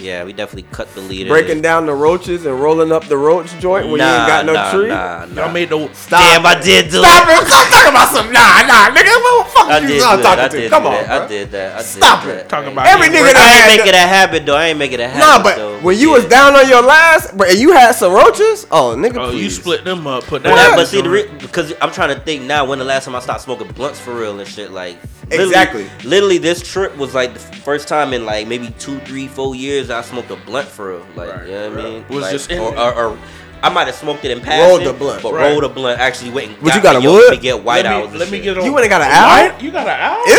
B: Yeah, we definitely cut the leader.
E: Breaking down the roaches and rolling up the roach joint when you ain't got no
B: nah,
E: tree.
B: Nah, nah.
D: Y'all made the
E: Stop.
B: Damn, I did do
E: Stop
B: it.
E: it. Stop talking about some. Nah, nah, nigga. What the fuck
B: I
E: you
B: did do it.
E: not
B: I
E: talking
B: did
E: to?
B: do
E: Come on.
B: that. I
E: bruh.
B: did that. I did
E: Stop
B: that.
E: it.
D: Talking about
E: Every
D: it.
E: nigga
B: I
E: that
B: ain't
E: had
B: make it a habit though. I ain't make it a habit.
E: Nah, but
B: though.
E: when you was
B: Yeah.
E: down on your last, but and you had some roaches. Oh, nigga,
D: Oh,
E: please.
D: you split them up. Put
B: But,
D: that.
B: I- but see, the re- because I'm trying to think now when the last time I stopped smoking blunts for real and shit. Like literally-
E: Exactly.
B: Literally, this trip was like the first time in like maybe two, three, four years I smoked a blunt for real. Like you know what I mean?
D: Was
B: Like,
D: just in
B: or,
D: there.
B: or, or I might have smoked it in passing.
E: the blunt,
B: but
D: right.
B: rolled a blunt. Actually went. And
E: But you got a
B: me, yo,
E: wood?
B: Let me get white
D: let me,
B: out.
D: let me get on.
E: You wouldn't got an
D: Why?
E: owl.
D: You got an owl?
E: Ew.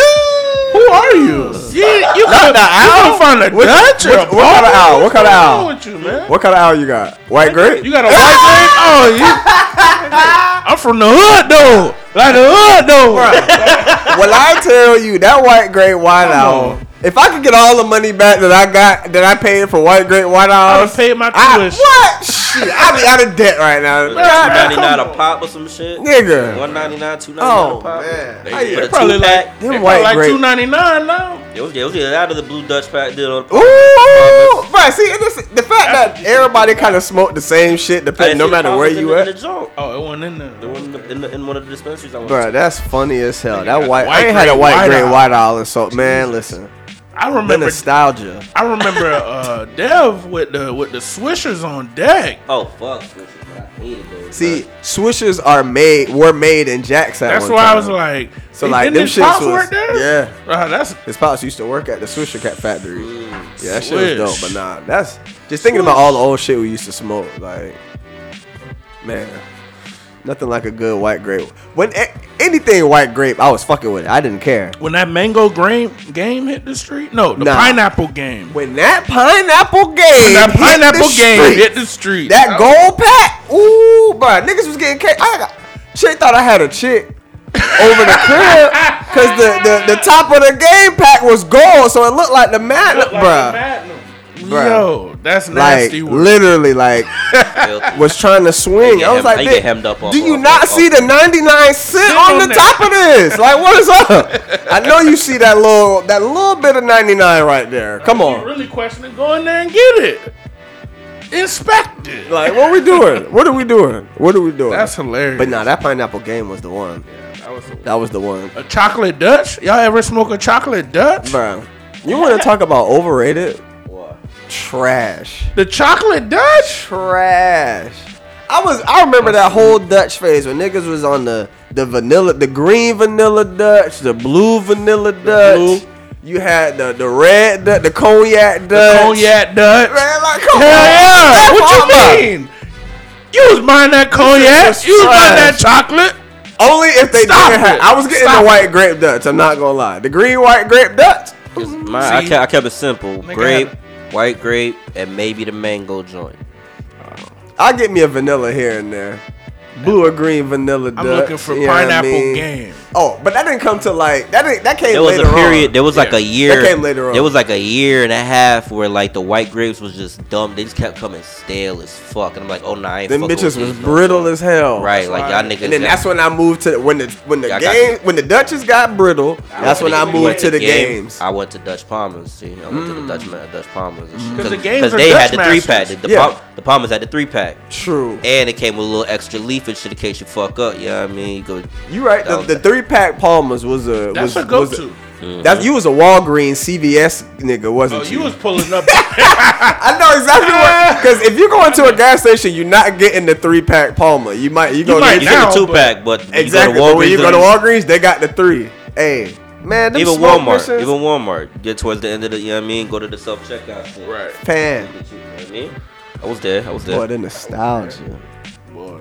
D: Who are you? Yeah, you
E: Not
D: could
E: the
D: you
E: owl.
D: could find a
E: What-
D: Dutch or a
E: what- what kind of
D: Barbie.
E: owl? What
D: What's
E: kind of
D: going
E: owl?
D: on With you, man?
E: What kind of owl you got? White grape. Ah!
D: You got a Oh, white man? Oh, you. I'm from the hood though. Like the hood though.
E: Well, I tell you, that white grape white owl. If I could get all the money back that I got, that I paid for white grape white
D: I
E: owls,
D: done paid my
E: I-
D: tuition.
E: what? Shit, I'd be out of debt right now.
B: Two ninety nine a pop or some shit.
E: Nigga.
B: One ninety nine, two ninety nine
E: Oh
B: a pop.
E: man,
B: They
E: I-
B: did. But
D: Probably
B: two
D: like,
B: pack.
D: they
E: Them
D: probably
E: white
D: like
E: grape.
D: two ninety nine now.
B: It was, it was either that or the blue Dutch pack did on.
E: Ooh, bro. See, and this, the fact that everybody kind of smoked the same shit, depending no matter where you
B: were.
E: at.
B: In the joint.
D: Oh, it wasn't in there.
B: The one in, the, in, the, in one of the dispensaries I went
E: Bro,
B: to.
E: that's funny as hell.
D: got
E: That
D: the
E: white,
D: white
E: I ain't had a
D: grape
E: white
D: white
E: grape
D: eye.
E: white island salt. Man, listen,
D: I
E: the
D: remember.
E: nostalgia.
D: I remember uh, Dev with the with the swishers on deck.
B: Oh fuck, Swishers, man. I hated those.
E: See, swishers are made, were made in Jack's. At
D: That's
E: one
D: why I
E: time.
D: was like,
E: So,
D: they
E: like,
D: did
E: them
D: this
E: shits
D: pop
E: was-
D: work there?
E: yeah.
D: Uh, that's
E: his pops used to work at the Swisher Cat Factory. Yeah, that shit was dope.
D: Swish.
E: But nah, that's just thinking about all the old shit we used to smoke. Like, man, nothing like a good white grape. When a- anything white grape, I was fucking with it. I didn't care.
D: when that mango grain game hit the street. No, the
E: Nah.
D: pineapple game.
E: When that pineapple game,
D: When that pineapple game
E: streets,
D: hit the street.
E: That gold pack, ooh, bruh, niggas was getting cake. I got, chick thought I had a chick over the crib because the, the the top of the game pack was gold, so it looked like the mat, bruh. Bruh.
D: Yo, that's
E: Like
D: nasty. work.
E: literally, like
B: Filthy.
E: was trying to swing.
B: You
E: I was
B: get hem-
E: like,
B: you get
E: "Bitch,
B: hemmed up off-
E: do you
B: off-
E: not
B: off-
E: see the 99 cent on,
D: on
E: the
D: that.
E: top of this? Like, what is up? I know you see that little that little bit of 99 right there. Come
D: You
E: on,
D: really questioning? Go in there and get it. Inspect it.
E: like what we doing? What are we doing? What are we doing?
D: That's hilarious.
E: But nah, that pineapple game was the one.
D: that was a,
E: That was the one,
D: a chocolate Dutch. Y'all ever smoke a chocolate Dutch?
E: bro. You want to talk about overrated? Trash.
D: The chocolate Dutch.
E: trash. I was I remember that whole Dutch phase when niggas was on the the vanilla, the green vanilla Dutch, the blue vanilla Dutch. You had the the red, Dutch, the cognac Dutch.
D: Cognac Dutch.
E: Man, like, come
D: Hell
E: on.
D: yeah!
E: That's
D: What
E: all
D: you mean? You was buying that cognac.
E: This is
D: You was buying that
E: trash.
D: chocolate.
E: Only if they
D: Stop
E: didn't have.
D: it.
E: I was getting
D: Stop
E: the
D: it.
E: white grape Dutch. I'm not gonna lie. The green white grape Dutch.
B: My, I,
D: Mm-hmm. See?
B: kept, I kept it simple.
D: Make it
B: grape,
D: happen.
B: white grape, and maybe the mango joint.
E: I get me a vanilla here and there. Blue or green vanilla Dutch.
D: I'm looking for
E: you know what I
D: pineapple
E: mean?
D: game.
E: Oh, but that didn't come to like that. Didn't, that came
B: There was
E: later
B: a period.
E: on.
B: There was like
D: Yeah.
B: a year.
E: That came later on.
B: There was like a year and a half where like the white grapes was just dumb. They just kept coming stale as fuck. And I'm like, oh nah, I ain't
E: Them
B: fucking with
E: bitches was
B: these no
E: brittle
B: more.
E: as hell.
B: Right, like y'all niggas.
E: And then that's when I moved to when the when the
B: I got
E: game when the Dutchess got brittle. That's when I
B: went
E: moved to the games.
B: I went to Dutch Palmers. See, I went to the Dutch Ma- Dutch Palmers. Because
D: Mm. the games are
B: they had
D: Dutch
B: the three pack.
D: masters.
B: The, the,
E: Yeah.
B: Pal- the Palmers had the three pack.
E: True.
B: And it came with a little extra leaf and shit in case you fuck up. You know what I mean? You go,
E: You right.
B: That
E: The,
B: was-
E: the three pack Palmers was a
D: That's
E: was,
D: a
E: was
D: go-to.
B: Mm-hmm.
E: That's you was a Walgreens CVS nigga, wasn't
D: Oh,
E: you?
D: you was pulling up.
E: I know exactly what. Because if you're going to a gas station, you're not getting the three pack Palmer. You might you go
D: might
B: you
E: get
D: now,
B: get a two
D: but-
B: pack, but when
E: exactly.
B: You
E: but when you go to
B: Walgreens,
E: Walgreens, they got the three. Hey, man, them
B: even
E: smoke
B: Walmart,
E: machines-
B: even Walmart. Get towards the end of the, you know what I mean? Go to the self checkout. shit.
D: right.
E: pan.
B: You know what I mean? I was there. I was there.
E: Boy, the nostalgia.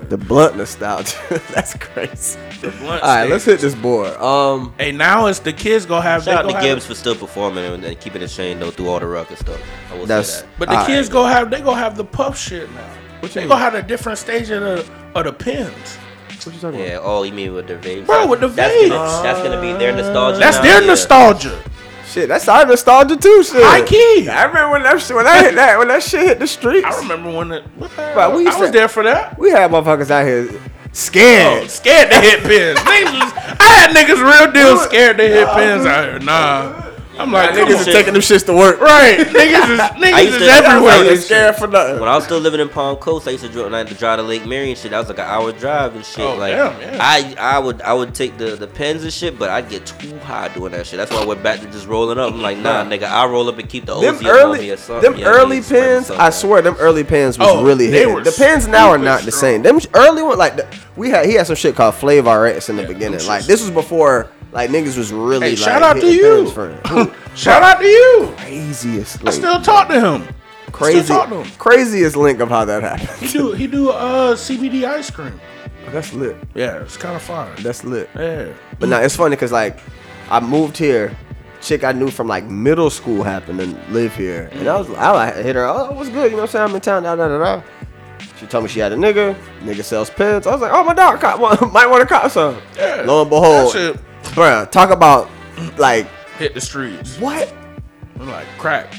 E: The blunt nostalgia. That's crazy.
D: blunt
E: All right, let's hit this board. Um,
D: Hey, now it's the kids gonna have.
B: Shout out
D: they
B: to
D: gonna have
B: Gibbs for still performing and, and keeping it chain though through all the ruckus stuff. I will
E: That's-
B: say that.
D: But the
E: All right.
D: kids gonna have. They gonna have the puff shit now.
E: What you
D: They
E: mean?
D: gonna have a different stage of the of the pins.
E: what you talking
B: Yeah. Oh, you mean with the vapes?
D: Bro, with the
B: That's
D: vapes.
B: gonna, that's gonna be their nostalgia.
D: That's
B: now,
D: their
B: yeah.
D: nostalgia.
E: Shit, that's our nostalgia too. Shit,
D: High key.
E: I remember when that shit, when I hit that when that shit hit the streets.
D: I remember when it. What the
E: Bro, we
D: I
E: used
D: was
E: to-
D: there for that.
E: We had motherfuckers out here
D: Oh,
E: scared.
D: scared to hit pins. niggas, was- I had niggas real deal scared to hit pins out here. Nah, I'm like
E: niggas
D: niggas
E: is
B: shit.
E: taking them shits to work.
D: Oh, right. Niggas is niggas
B: used
D: is
B: to-
E: Everywhere.
B: I
D: everywhere.
B: used
E: They
B: This
E: scared for nothing.
B: When I was still living in Palm Coast, I used to drive, like, to drive to Lake Mary and shit. That was like an hour drive and shit.
D: Oh,
B: like
D: damn, yeah.
B: I, I would, I would take the the pens and shit, but I'd get too high doing that shit. That's why I went back to just rolling up. I'm like, nah, nigga, I roll up and keep the
E: Them
B: OZ on
E: early,
B: me or something.
E: them
B: you know what I mean?
E: early
B: Spread
E: pins,
B: myself
E: I
B: out.
E: swear, them early pins was
D: Oh,
E: really
D: they
E: hitting.
D: were
E: The pins now are
D: super
E: not the
D: strong.
E: same. Them early one, like the, we had, he had some shit called Flavor X in the beginning. Like this was before, like niggas was
D: Hey,
E: really. like,
D: shout out to
E: hitting
D: you.
E: pins for it.
D: Shout out to you.
E: Craziest,
D: I
E: link.
D: still talk to him.
E: crazy,
D: talk to him.
E: craziest link of how that happened.
D: He do he do uh CBD ice cream.
E: That's lit.
D: Yeah, it's kind of fun.
E: That's lit.
D: Yeah.
E: But now it's funny because like I moved here. Chick I knew from like middle school happened to live here, and I was I like, hit her. Oh, what's good? You know what I'm saying? I'm in town. Da da da da. She told me she had a nigga. Nigga sells pins. I was like, oh my dog, cop one, might want to cop some.
D: Yeah,
E: Lo and
D: that shit.
E: behold, bruh, talk about like
D: Hit the streets.
E: what?
D: I'm like crack.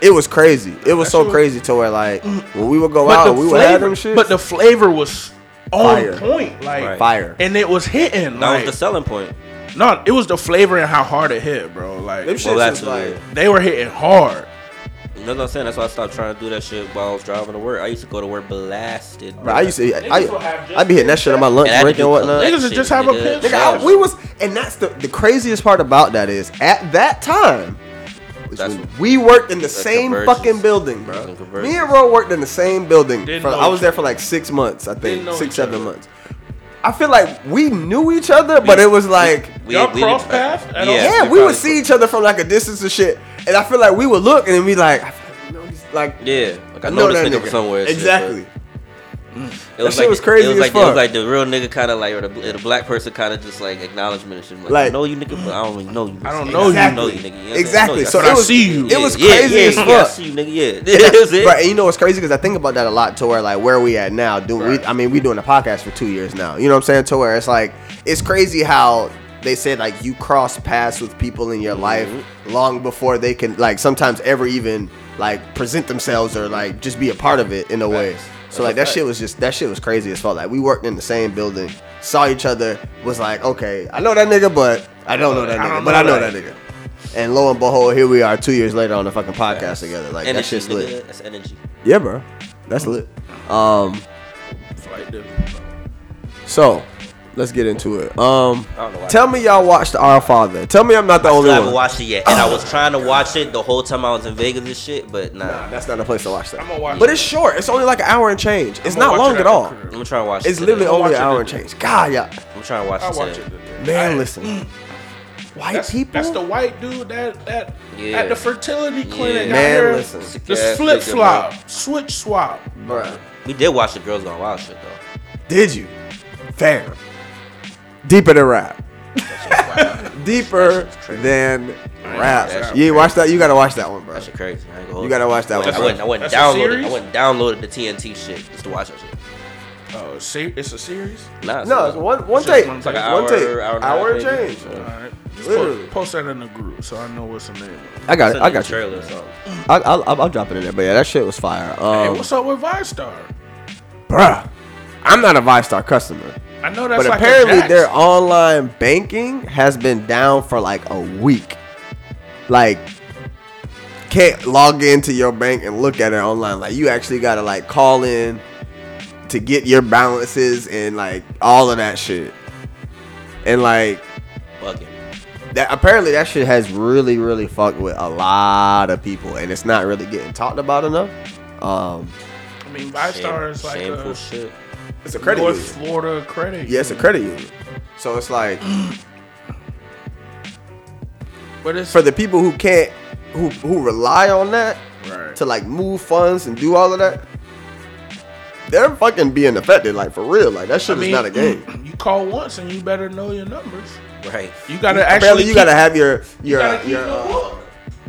E: It was crazy. It was so crazy to where like when we would go
D: Mm. But
E: out,
D: the
E: Oh, we would have
D: flavor,
E: them shit.
D: but the flavor was on
E: Fire.
D: point, like
B: Right.
E: fire.
D: and it was hitting.
B: That
D: Like,
B: was the selling point.
D: no, it was the flavor and how hard it hit, bro. Like
E: Them shits
B: Oh, that's
E: is like
B: what-
D: they were hitting hard.
B: You know what I'm saying? That's why I stopped trying to do that shit while I was driving to work. I used to go to work blasted.
E: bruh, I used to
D: will have
E: I
D: just
E: I be hitting that shit on my lunch
B: And I had to
E: break
B: do
E: and whatnot.
B: collection
D: Niggas would just have a
B: nigga.
D: pin.
E: Nigga, I- we was, and that's the the craziest part about that is at that time. was
B: That's
E: when
B: what-
E: we worked in the
B: the
E: same
B: convergence.
E: fucking building,
B: It
E: bro.
B: was a convergence.
E: Me and Ro worked in the same building.
D: Didn't
E: For,
D: know
E: I was
D: each
E: there for like six months, I
D: Didn't
E: think,
D: know
E: six
D: each
E: seven
D: other.
E: months. I feel like we knew each other, but it was like,
B: We,
D: Y'all
B: we
D: cross
B: didn't-
D: paths at all?
E: yeah, we,
B: probably-
E: would see each other from like a distance and shit, and I feel like we would look and then be like, I feel like, we know these- like
B: Yeah, like I, know this
E: that
B: nigga from somewhere. and shit,
E: Exactly.
B: but- It was
E: shit
B: like
E: was crazy
B: It was
E: as
B: like it
E: fuck.
B: was like the real nigga kind of like or the, the black person kind of just like acknowledgement and shit. Like, I
E: Like-
B: know you nigga, but I don't really know you.
D: I don't
B: nigga.
D: know you.
B: I don't know you, nigga. You know what I'm saying?
E: Exactly.
B: I
E: So
B: know you.
E: it
D: I
E: was,
D: see you.
E: It was
B: Yeah, yeah,
E: crazy
B: yeah,
E: as
B: Yeah, I
E: fuck.
B: see you, nigga. Yeah, That's it.
E: Right, and you know what's crazy because I think about that a lot to where like where we at now. Do we? I mean, we doing a podcast for two years now. You know what I'm saying? To where it's like it's crazy how they said like you cross paths with people in your life long before they can like sometimes ever even like present themselves or like just be a part of it in a way. So like that shit was just that shit was crazy as fuck. Like we worked in the same building, saw each other, was like, okay, I know that nigga, but I don't know that
D: I don't
E: nigga,
D: know
E: but I know
D: that
E: that nigga. And lo and behold, here we are two years later on the fucking podcast together. Like that
B: Energy,
E: shit's lit.
B: nigga. That's energy.
E: Yeah, bro. That's lit. Um,
D: Like, the-
E: so Let's get into it. Um,
B: I don't know why.
E: tell me y'all watched Our Father. Tell me I'm not the only
B: Still haven't
E: one.
B: watched it yet, and I was trying to watch it the whole time I was in Vegas and shit, but nah.
E: That's not a place to watch that.
D: gonna watch
E: But it's short. It's only like an hour and change. It's
D: gonna
E: not
D: watch
E: long
D: it
E: at
D: after
E: all.
B: I'm gonna try to watch it.
E: It's
B: today.
E: literally only
D: watch
E: an
D: it
E: hour and
D: today.
E: change. God, yeah.
B: I'm trying to watch
D: I
B: it.
D: watch
B: today.
D: it. today.
E: Man, listen. White
D: That's,
E: people.
D: that's the white dude that that
B: Yeah.
D: at the fertility clinic.
E: Man,
D: out here.
E: listen. Sick
D: Just
B: ass
D: flip
B: nigga,
D: flop, switch swap.
E: Bruh.
B: We did watch the Girls Gone Wild shit though.
E: Did you? Fair. Deeper than rap. Deeper than
B: that
E: rap.
B: shit
E: You ain't watch that? You gotta watch that one, bro.
B: That shit crazy. I ain't gonna hold
E: You gotta watch that
B: I went. I
E: one.
B: went. I
E: bro.
B: went
D: That's a
B: downloaded. I
D: series?
B: went downloaded the TNT shit just to watch that shit.
D: Oh, se- it's a series.
B: Nah,
E: No, it's one one take.
D: It's
B: like an
E: One
B: hour,
E: take.
B: hour and a
E: Hour and
B: half, maybe.
E: change.
D: All right, just
E: Literally.
D: post, post that in the group so I know what's the name. Of it.
E: I got it. I
B: the
E: got you.
B: trailer. Or something.
E: I, I, I'll, I'll drop it in there. But yeah, that shit was fire.
D: Hey,
E: Um,
D: what's up with Vistar?
E: bruh, I'm not a Vistar customer.
D: I know that's
E: but
D: like a
E: apparently
D: Jax.
E: their online banking has been down for like a week. Like can't log into your bank and look at it online. Like you actually gotta like call in to get your balances and like all of that shit. And like
B: Bugging.
E: that apparently that shit has really, really fucked with a lot of people and it's not really getting talked about enough. Um
D: I mean, Vistar is like uh,
B: Shameful
D: a
B: shit.
E: it's a
D: North Florida credit.
E: Yeah, it's a
D: union.
E: credit union. So it's like
D: But it's
E: for the people who can't who who rely on that
D: Right.
E: to like move funds and do all of that they're fucking being affected like for real like that shit
D: I mean,
E: is not a game
D: You call once and you better know your numbers.
B: Right.
D: You gotta actually.
E: apparently you
D: keep-
E: gotta have your
D: you
E: your
D: gotta keep
E: your
D: your
E: uh,
D: book.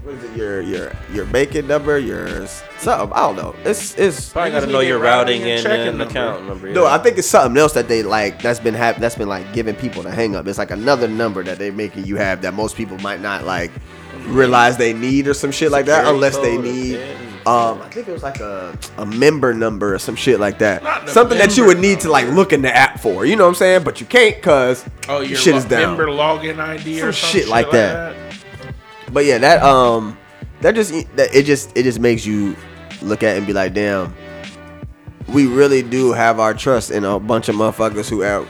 E: what is it your your your banking number your s- something I don't know it's it's
B: Probably gotta
D: Niggas
B: know
D: need
B: your
D: their routing
B: routing and,
D: and
B: uh,
D: checking
B: and
D: number.
B: account number.
E: no
B: yeah.
E: I think it's something else that they like that's been hap- that's been like giving people the hang up it's like another number that they making you have that most people might not like realize they need or some shit like that
B: Security
E: unless they
B: code or
E: need
B: PIN.
E: um I think it was like a, a member number or some shit like that.
D: Not the
E: Something that you would
D: member
E: need to like look in the app for. You know what I'm saying? But you can't cause
D: Oh,
E: your
D: your
E: shit
D: lo-
E: is down.
D: Member login ID or
E: Some
D: some
E: shit like that. But yeah, that um that just that it just it just makes you look at it and be like, damn, we really do have our trust in a bunch of motherfuckers who have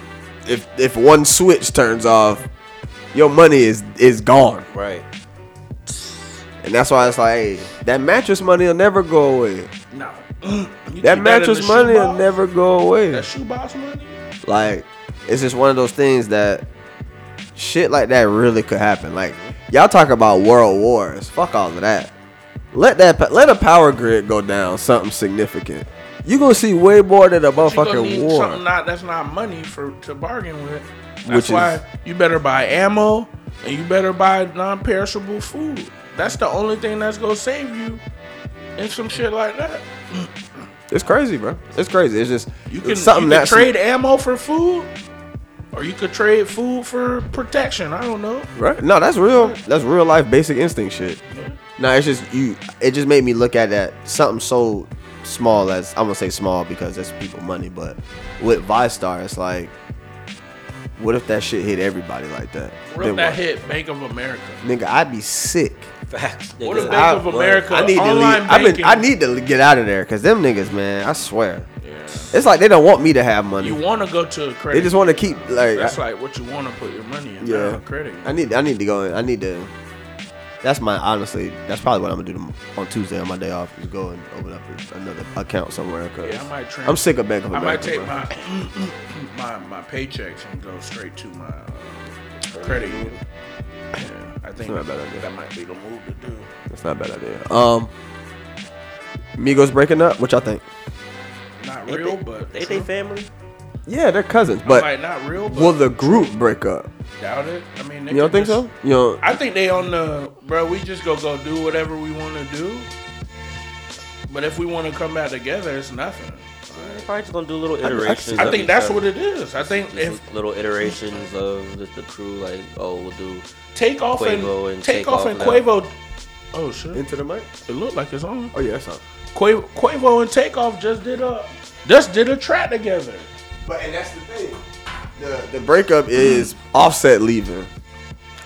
E: if if one switch turns off, your money is is gone.
B: Right.
E: And that's why it's like, hey, that mattress money'll never go away.
D: No.
E: That mattress money'll
D: money'll
E: never go away.
D: That shoebox money.
E: Like, it's just one of those things that shit like that really could happen. Like, y'all talk about world wars. Fuck all of that. Let that pa- let a power grid go down something significant. You gonna see way more than a
D: But you gonna
E: motherfucking
D: need
E: war.
D: Something not, that's not money for to bargain with. That's
E: Which is-
D: why you better buy ammo and you better buy non-perishable food. That's the only thing that's gonna save you in some shit like that.
E: it's crazy, bro. It's crazy. It's just
D: You can,
E: it's something
D: you can
E: that's
D: trade ammo for food, or you could trade food for protection. I don't know.
E: Right? No, that's real. That's real life basic instinct shit. No, it's just you. It just made me look at that something so small as I'm gonna say small because that's people money, but with Vistar, it's like, what if that shit hit everybody like that?
D: What if
E: Then
D: that
E: what?
D: hit Bank of America?
E: nigga, I'd be sick.
B: Facts.
D: What if
B: nigga.
D: Bank
E: I-
D: of America
E: I need to
D: online
E: leave. I've been,
D: banking?
E: I need to get out of there because them niggas, man. I swear,
D: Yeah.
E: it's like they don't want me to have money.
D: You want to go to a credit?
E: they just want to keep like.
D: That's
E: I-
D: like what you want to put your money in. Yeah,
E: Yeah.
D: credit.
E: I need I need to go in. I need to that's my honestly that's probably what I'm gonna do tom- on Tuesday on my day off is go and open up another account somewhere because
D: Yeah, I might trans-
E: I'm sick of Bank of
D: I might
E: America.
D: take
E: bro.
D: my my my paychecks and go straight to my uh, credit union. Yeah, I think
E: not a bad idea.
D: that might be the move to do.
E: That's not a bad idea. Um Migos breaking up, what y'all think?
D: Not
B: Ain't
D: real,
B: they-
D: but
B: ain't they
D: true.
B: family.
E: Yeah, they're cousins,
D: I'm
E: but
D: like, not real, but
E: will the group break up?
D: doubt it. I mean, they
E: You don't
D: could
E: think
D: just-
E: so? You know,
D: I think they on the bro. We just go go do whatever we want to do. But if we want to come back together, it's nothing.
B: They're probably just gonna do little
E: I
B: iterations.
E: see-
D: I think that's what it is. I think if
B: Just little iterations of the, the crew, like oh, we'll do.
D: take off and,
B: Quavo and
D: take,
B: Take
D: off
B: Off
D: and
B: now.
D: Quavo. Oh shit!
E: into the mic?
D: It looked like it's on.
E: Oh yeah, that's not.
D: Quavo, Quavo and Takeoff just did a just did a track together.
E: But and that's the thing. The, the breakup is offset leaving.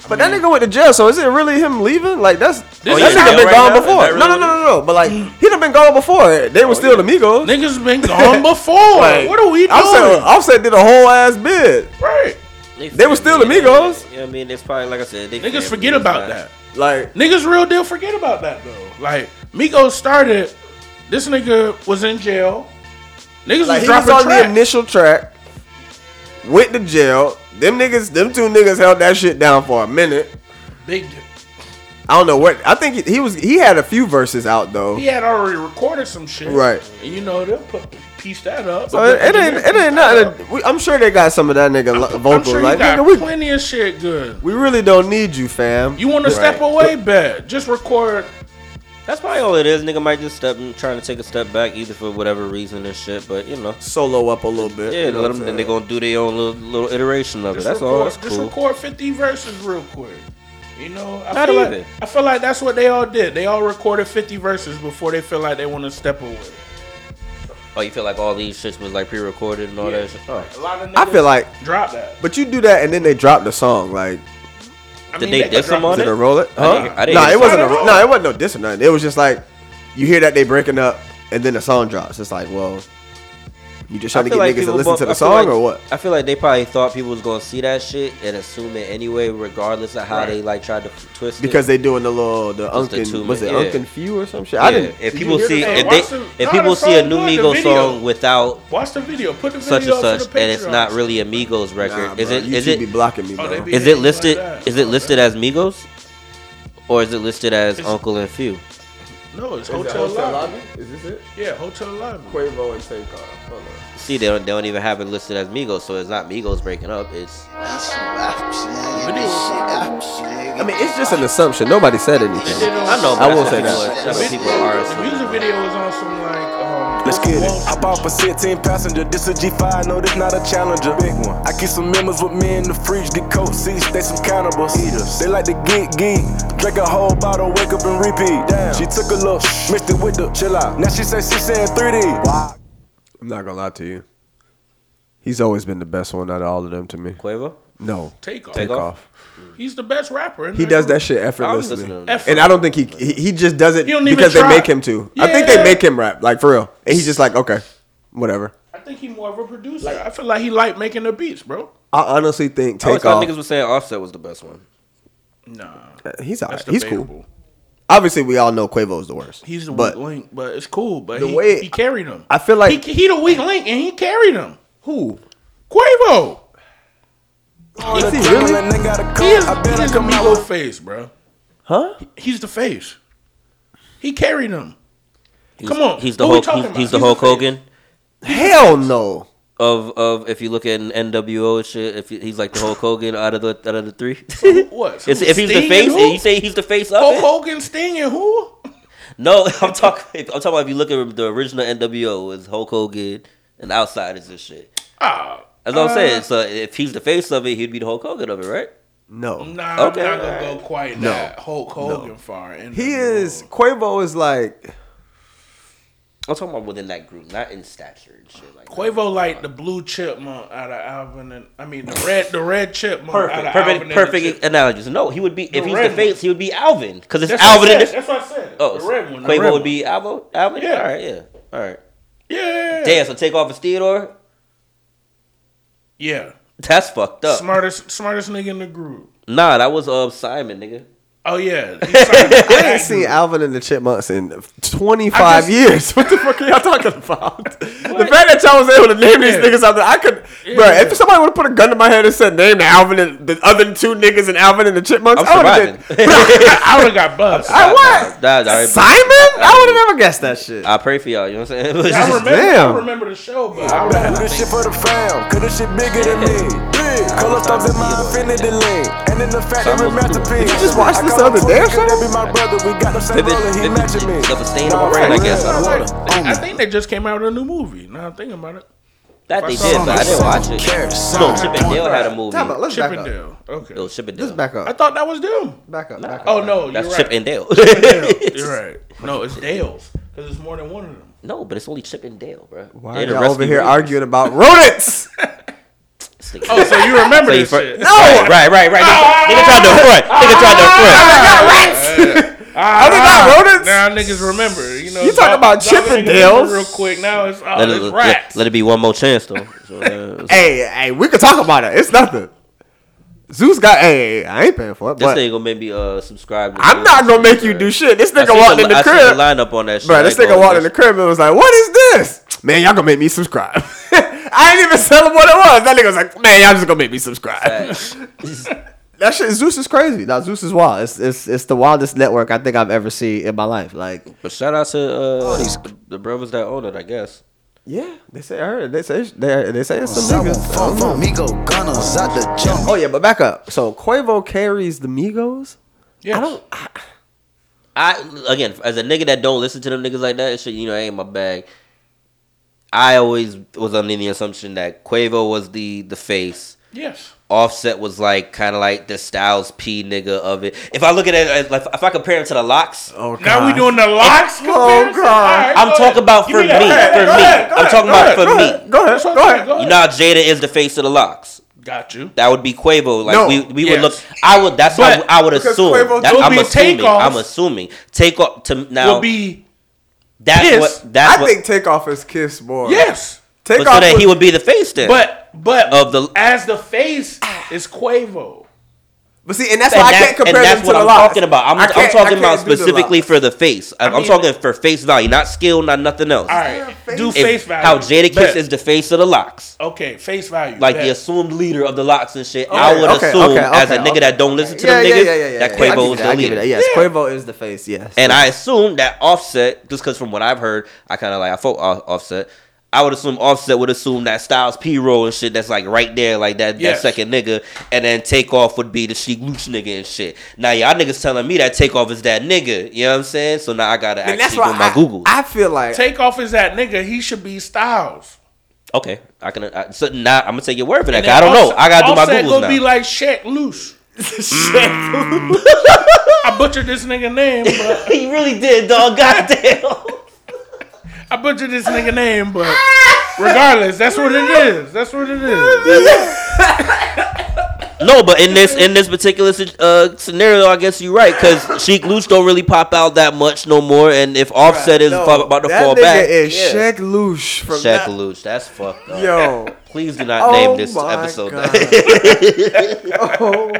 E: But that nigga went to jail, so is it really him leaving? Like that's
D: This
E: that
D: is
E: nigga
D: him
E: been
B: right
E: gone
B: now? Is
E: before.
B: that
E: No, no,
B: really-
E: no, no, no. But like he done nigga been gone before. They were still the Migos.
D: Niggas been gone before. What are we doing?
E: Offset, Offset did a whole ass bid.
D: Right.
B: They
E: were still Amigos.
B: You know what I mean? It's probably like I said. They
D: Niggas forget about that.
E: Like
D: Niggas real deal forget about that though. Like Migos started. This nigga was in jail. Niggas
E: Like
D: was
E: he was
D: dropping
E: on
D: tracks.
E: the initial track, went to jail. Them niggas, them two niggas held that shit down for a minute.
D: Big.
E: I don't know what. I think he, he was. He had a few verses out though.
D: He had already recorded some shit.
E: Right.
D: And you know they'll put, piece that up.
E: So it, it ain't. It ain't nothing. We, I'm sure they got some of that nigga lo-
D: I'm
E: vocal.
D: sure you
E: like
D: got
E: nigga, we,
D: plenty of shit good.
E: we really don't need you, fam.
D: You want to step away, bet. Just record.
B: That's probably all it is. Nigga might just step and trying to take a step back, either for whatever reason and shit. But you know,
E: solo up a little bit.
B: yeah,
E: you know
B: let
E: what
B: them.
E: I'm
B: Then they
E: saying?
B: gonna do their own little, little iteration of it.
D: Just
B: That's
D: record,
B: all. That's
D: just
B: cool.
D: record 50 verses real quick. You know, I
B: Not
D: feel
B: even.
D: like I feel like that's what they all did. They all recorded 50 verses before they feel like they want to step away.
B: Oh, you feel like all these shits was like pre-recorded and all that shit. Oh.
D: A lot of
E: I feel
D: niggas
E: like,
D: drop that.
E: but you do that and then they drop the song. Like,
D: I
B: Did they
D: could
B: diss
D: drop
B: him on
E: did
B: it?
E: they roll it?
B: I
E: Huh?
B: didn't- I didn't
E: nah,
B: hear
E: it
B: the
E: wasn't. A,
D: song.
E: nah, it wasn't no diss or nothing. It was just like, you hear that they breaking up and then the song drops. It's like, well, you just trying
B: I
E: to
B: feel
E: get
B: like
E: niggas to
B: people
E: listen
B: bump-
E: to the
B: I feel
E: song
B: like-
E: or what?
B: I feel like they probably thought people was gonna see that shit and assume it anyway, regardless of how they like tried to f- twist
E: Because
B: it.
E: they doing the little the
B: Just the
E: unkin
B: two
E: was it
B: min- yeah.
E: unkin few or some shit. I
B: Yeah,
E: didn't.
B: if
E: did you
B: people
E: hear
B: see
E: that?
D: Hey,
B: if
D: watch
B: they
D: the-
B: if
D: nah,
B: people
D: the
B: see a
D: song
B: new
D: good, the
B: Migos
D: video.
B: song without
D: Watch the video. Put the
B: such
D: video
B: and
D: up for
B: such,
D: the
B: and it's
D: Patreon.
B: not really a Migos record,
E: Nah,
B: is
E: bro,
B: it?
E: YouTube
B: Is it?
E: be blocking me,
D: Oh,
E: bro.
D: they be-
B: Is it
D: like
B: listed?
D: that.
B: Is it listed as Migos, or is it listed as
D: It's-
B: Uncle and Few?
D: No, it's Hotel Lobby.
E: Is this it?
D: Yeah, Hotel Lobby.
E: Quavo and Takeoff.
B: See, they don't, they don't even have it listed as Migos, so it's not Migos breaking up. It's
E: I mean, it's just an assumption. Nobody said anything.
B: I know.
E: I
B: but
E: will
B: that's
E: say
B: what
E: that.
B: people are- that's what people are.
D: The
B: assuming.
D: music video is on some like. Um,
G: Let's get it.
D: Wall
G: I bought for 16 passenger. This a G5, no, this not a challenger. Big one. I keep some members with me in the fridge. Get coat seats, they some cannibals. Eaters. They like to geek geek. Drink a whole bottle, wake up and repeat. Damn. She took a look, mixed it with the chill out. Now she say she saying 3D. Wow.
E: I'm not gonna lie to you. He's always been the best one out of all of them to me.
B: Quavo.
E: No,
D: Take off.
E: take off.
D: He's the best rapper. In
E: He does that shit effortlessly,
B: listening to
D: that.
E: and I don't think he he, he just does it
D: He don't even
E: because they
D: try.
E: make him to. I think they
D: Yeah.
E: make him rap like for real, and he's just like okay, whatever.
D: I think he's more of a producer. I feel like he like making the beats, bro.
E: I honestly think
B: I always
E: take
B: thought
E: off.
B: niggas was saying Offset was the best one.
D: Nah,
E: He's
D: that's
E: alright. He's
D: debatable.
E: cool. Obviously, we all know Quavo's the worst.
D: He's the
E: but
D: weak link, but it's cool. But
E: The
D: he,
E: way-
D: he carried him.
E: I feel like-
D: he, he the weak link, and he carried him.
E: who?
D: Quavo.
E: Is he really?
D: He is, he is the Migos face, bro.
E: Huh?
D: He's the face. He carried him.
B: He's-
D: Come on,
B: He's the
D: who we
B: Hulk.
D: talking
B: He's,
D: about?
B: he's the
D: He's the
B: Hulk
D: face.
B: Hogan
E: Hell no.
B: of of if you look at NWO and shit. If you- he's like the Hulk Hogan out of the out of the three.
D: What?
B: Is- if he's the
D: Sting
B: face,
D: and who?
B: you say he's the face of
D: Hulk
B: it?
D: Hogan, Sting, and who?
B: No, I'm talking. I'm talking about if you look at the original NWO, is Hulk Hogan and Outsiders and shit.
D: Ah,
B: That's what I'm saying. So if he's the face of it, he'd be the Hulk Hogan of it, right?
E: No.
D: Nah,
B: Okay.
D: I'm not gonna go quite
E: No.
D: that Hulk Hogan far. In the
E: He is
D: world.
E: Quavo is like
B: I'm talking about within that group, not in stature and shit. Like
D: Quavo like the blue chipmunk out of Alvin and I mean the red the red chipmunk out
B: perfect,
D: of Alvin
B: perfect,
D: and the
B: perfect
D: Chip-
B: analogies. No, he would be if
D: The
B: he's the
D: red
B: face, he would be Alvin because it's
D: That's
B: Alvin.
D: What I
B: and
D: said.
B: the-
D: That's what I said.
B: oh,
D: the red one. the
B: Quavo
D: red
B: would be Alvin. Alvin.
D: Yeah.
B: All right. Yeah. All right.
D: one. yeah
B: Damn. So take off his Theodore.
D: yeah
B: That's fucked up.
D: smartest smartest nigga in the group.
B: Nah, that was uh Simon, nigga.
D: Oh yeah, He's signed by
E: I ain't
D: that
E: seen
D: dude.
E: Alvin and the Chipmunks in
D: I
E: 25
D: just-
E: years. What the fuck are y'all talking about? The fact that y'all was able to name these
D: Yeah.
E: niggas out there, I could, bro.
D: Yeah.
E: If somebody would have put a gun to my head and said, "Name the Alvin and the other two niggas and Alvin and the Chipmunks,"
B: I'm
E: I would
B: surviving.
E: have been.
D: I
E: I
D: would have
E: would've
D: got buzzed.
E: I- what?
B: Nah, nah, nah,
E: Simon? I would have never guessed that shit.
B: I pray for y'all. You know what I'm saying?
D: I remember,
E: Damn.
D: I remember the show, but I don't know.
G: This shit for the fam, cause this shit bigger than me. Big color thumbs in my infinity lane, and in the factory masterpiece.
E: Did you just watch
G: I
E: this
G: call him
E: other day or
G: Twin,
E: something?
G: 'cause That be my brother, we got the same
B: Vivid-
G: brother, he
B: vivid
G: matching me.
B: of a stain on my
G: Nah,
B: brain, I
G: for
B: guess.
G: real.
B: I don't
D: Like,
B: know.
D: they- I think they just came out with a new movie. Now I'm thinking about it.
B: That they
D: If I
B: did,
D: saw
B: but I didn't watch it.
F: Cares.
B: No, Chip and Dale had a movie.
E: Time out, let's
D: Chip
E: back
D: and
E: up.
D: Dale. Okay.
B: Yo, Chip and Dale.
E: Let's back
D: I
E: up.
D: thought that was them.
E: Back up. Back up.
D: Oh no,
B: That's
D: you're
B: Chip
D: right.
B: and Dale.
D: You're right. No, it's Dale's because there's more than one of them.
B: no, but it's only Chip and Dale, bro.
E: Why are y'all over here arguing about rodents?
D: Oh, Ah, so you remember this
B: fir-
D: shit?
B: Right, right, right. Nigga, nigga tried to front. Nigga tried to front.
E: I got rats. Are they not rodents?
D: Now niggas remember. You know,
E: You talking about
D: Dog- Dog niggas
E: Chippendales?
D: remember Real quick, now it's oh,
B: Let
D: it's
B: it, let,
D: rats.
B: let it be one more chance though. So, uh,
E: Hey, hey, we could talk about it. It's nothing. Zeus got. Hey, I ain't paying for it.
B: this
E: But
B: nigga gonna make me uh, subscribe. To
E: I'm not gonna make you do shit. This nigga walked in the
B: I seen
E: crib.
B: the oh, lineup on that shit.
E: Bro, this
B: I ain't
E: nigga
B: gonna
E: walked in the crib and was like, "What is this?" Man, y'all gonna make me subscribe. I ain't even tell him what it was. That nigga was like, "Man, y'all just gonna make me subscribe." that shit, Zeus is crazy. Now Zeus is wild. It's, it's it's the wildest network I think I've ever seen in my life. Like,
B: But shout out to uh, the, the brothers that own it, I guess.
E: yeah, they say I heard. They say they, they say it's some niggas.
K: Fun from Migo Gunners out the jungle.
E: Oh yeah, but back up. So Quavo carries the Migos. I don't.
B: I again, as a nigga that don't listen to them niggas like that, it shit, you know, ain't my bag. I always was under the assumption that Quavo was the the face.
D: Yes.
B: Offset was like kind of like the Styles P nigga of it. If I look at it, as- like, if I compare him to the Locks,
E: Oh god.
D: Now we doing the locks.
E: Oh god.
B: I'm talking about for me, for me. I'm talking about for me.
E: Go ahead. Go ahead.
B: You know, how Jada is the face of the Locks.
D: Got you.
B: That would be Quavo. Like
E: No.
B: we, we
D: Yes.
B: would look. I would. That's
D: But-
B: what I would
E: because
B: assume.
E: Quavo
B: That,
D: will
B: I'm
D: be
B: assuming.
D: Takeoff.
B: I'm assuming. Take off to now.
D: Will be
B: that's
D: Kiss.
B: what. That's
E: I
B: what.
E: think Takeoff is Kiss more.
D: yes,
B: but
E: Takeoff.
B: so that
E: was-
B: he would be the face then.
D: but but
B: Of the-
D: as the face is Quavo.
E: But see, and that's
B: And
E: why I
B: that's-
E: can't compare
B: and
E: them
B: that's
E: to
B: what
E: the
B: I'm
E: Locks.
B: talking about. I'm,
E: I
B: I'm
E: can't- I
B: talking about
E: can't do the
B: specifically
E: Locks.
B: for the face. I'm, I'm
D: mean-
B: talking for face value, not skill, not nothing else.
D: All right, do
B: If-
D: face value.
B: How Jada Kiss
D: Bet.
B: is the face of the locks,
D: okay. Face value.
B: like
D: Bet.
B: the assumed leader of the locks and shit. I
E: Okay,
B: would
E: okay,
B: assume
E: okay,
B: as a
E: okay,
B: nigga
E: okay.
B: that don't listen to
E: yeah,
B: them
E: yeah,
B: niggas,
E: yeah, yeah, yeah,
B: that
E: yeah. I give
B: Quavo
E: you
B: is
E: that, I
B: the
E: give you
B: leader.
E: that. Yes, Quavo is the face. Yes.
B: And I assume that Offset, just because from what I've heard, I kind of like I fought Offset. I would assume Offset would assume that Styles P roll and shit that's like right there, like that,
D: Yes.
B: that second nigga, and then Takeoff would be the Sheik Luch nigga and shit. Now y'all niggas telling me that Takeoff is that nigga, you know what I'm saying? So now I gotta
E: and that's
B: actually
E: why
B: do my
E: I,
B: Google.
E: I feel like
D: Takeoff is that nigga. He should be Styles.
B: okay, I can. I, so now I'm gonna take your word for that. 'cause I
D: And
B: don't know.
D: Offset-
B: I gotta do my
D: Offset
B: Googles
D: gonna
B: now.
D: be like Shaq Loose.
E: Mm.
D: I butchered this nigga name, but
B: he really did, dog. Goddamn.
D: I butchered this nigga name, but regardless, that's what it is. That's what it is.
B: No, but in this in this particular si- uh, scenario, I guess you're right because Sheik Luch don't really pop out that much no more, and if Offset is
E: No,
B: fa- about to
E: that
B: fall
E: nigga
B: back,
E: is Shaq Lush from
B: Shaq
E: that-
B: Luch, that's fucked up.
E: Yo.
B: Please do not name this
E: my
B: episode.
E: God.
B: that.
E: oh.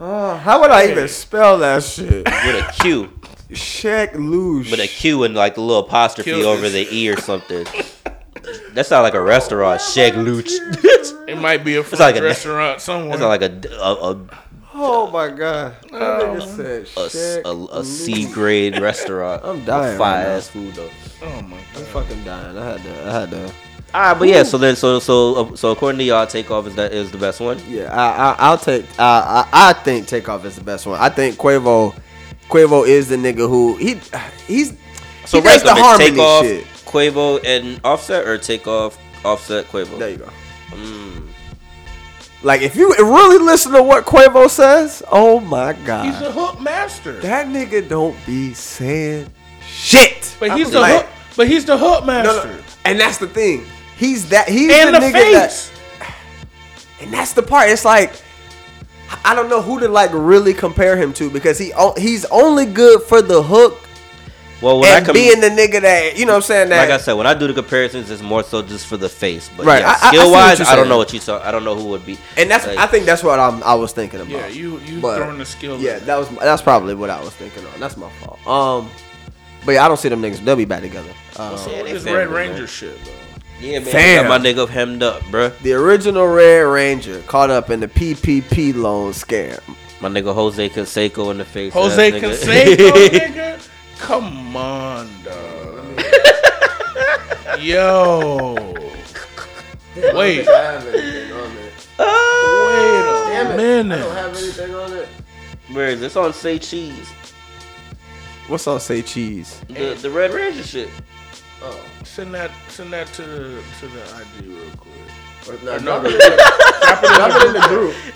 E: Oh, how would I even spell that
B: with
E: shit?
B: a Q,
E: Shaq Lush.
B: with a Q and like a little apostrophe
D: Q.
B: over the E or something. That sounds like a restaurant, Shaq Luch. that
D: It might be a French
B: like a-
D: restaurant somewhere.
B: sounds like a a,
E: Oh my god. That
B: Oh.
E: nigga said
B: a, a, s-
E: Shaq
B: a- a
E: Lush.
B: C grade restaurant.
E: I'm dying right
B: Fire
E: now.
B: ass food though.
D: oh my
E: I'm fucking dying. I had to. I had to.
B: All right, but yeah. So then, so so uh, so according to y'all, takeoff is that is the best one.
E: Yeah, I, I, I'll take. I, I, I think Takeoff is the best one. I think Quavo, Quavo is the nigga who he, he's.
B: So
E: he
B: rank
E: does the
B: them. It's
E: harmony
B: Takeoff,
E: shit.
B: Quavo, and Offset, or Takeoff, Offset, Quavo.
E: There you go.
B: Mm.
E: Like if you really listen to what Quavo says, oh my
D: god. He's
E: god,
D: a hook master.
E: that nigga don't be saying shit.
D: but he's
E: I'm
D: the
E: like-
D: hook but he's the hook
E: No,
D: master.
E: no, and that's the thing. He's that. He's
D: And
E: the,
D: the,
E: nigga that.
D: face.
E: And that's the part. It's like I don't know who to like really compare him to because he o- he's only good for the hook
B: Well, when
E: and
B: I come,
E: being the nigga that you know what I'm saying that
B: like I said, when I do the comparisons, it's more so just for the face. But
E: Right, I- I-
B: yeah,
E: I see
B: skill wise,
E: what
B: I,
E: you're
B: don't
E: saying.
B: know what you saw. I don't know who would be.
E: and that's
B: like,
E: I think that's what I'm I was thinking about.
D: Yeah, you you
E: But-
D: throwing the skill.
E: Yeah, that was that's probably what I was thinking on. That's my fault. Um, but yeah, I don't see them niggas. They'll be back together. Um,
B: Yeah, they
D: this
B: family,
D: Red
B: man.
D: Ranger shit though.
B: Yeah, man,
E: Fam.
B: got my nigga hemmed up, bruh.
E: the original Red Ranger caught up in the PPP loan scam.
B: My nigga Jose Canseco in the face.
D: Jose
B: ass
D: Canseco, nigga. Come on, dog. Yo. Wait. Wait a minute.
B: Where is it? It's on Say Cheese,
E: What's all say cheese?
B: the the Red Ranger shit.
D: Send that send that to the to the ID real quick.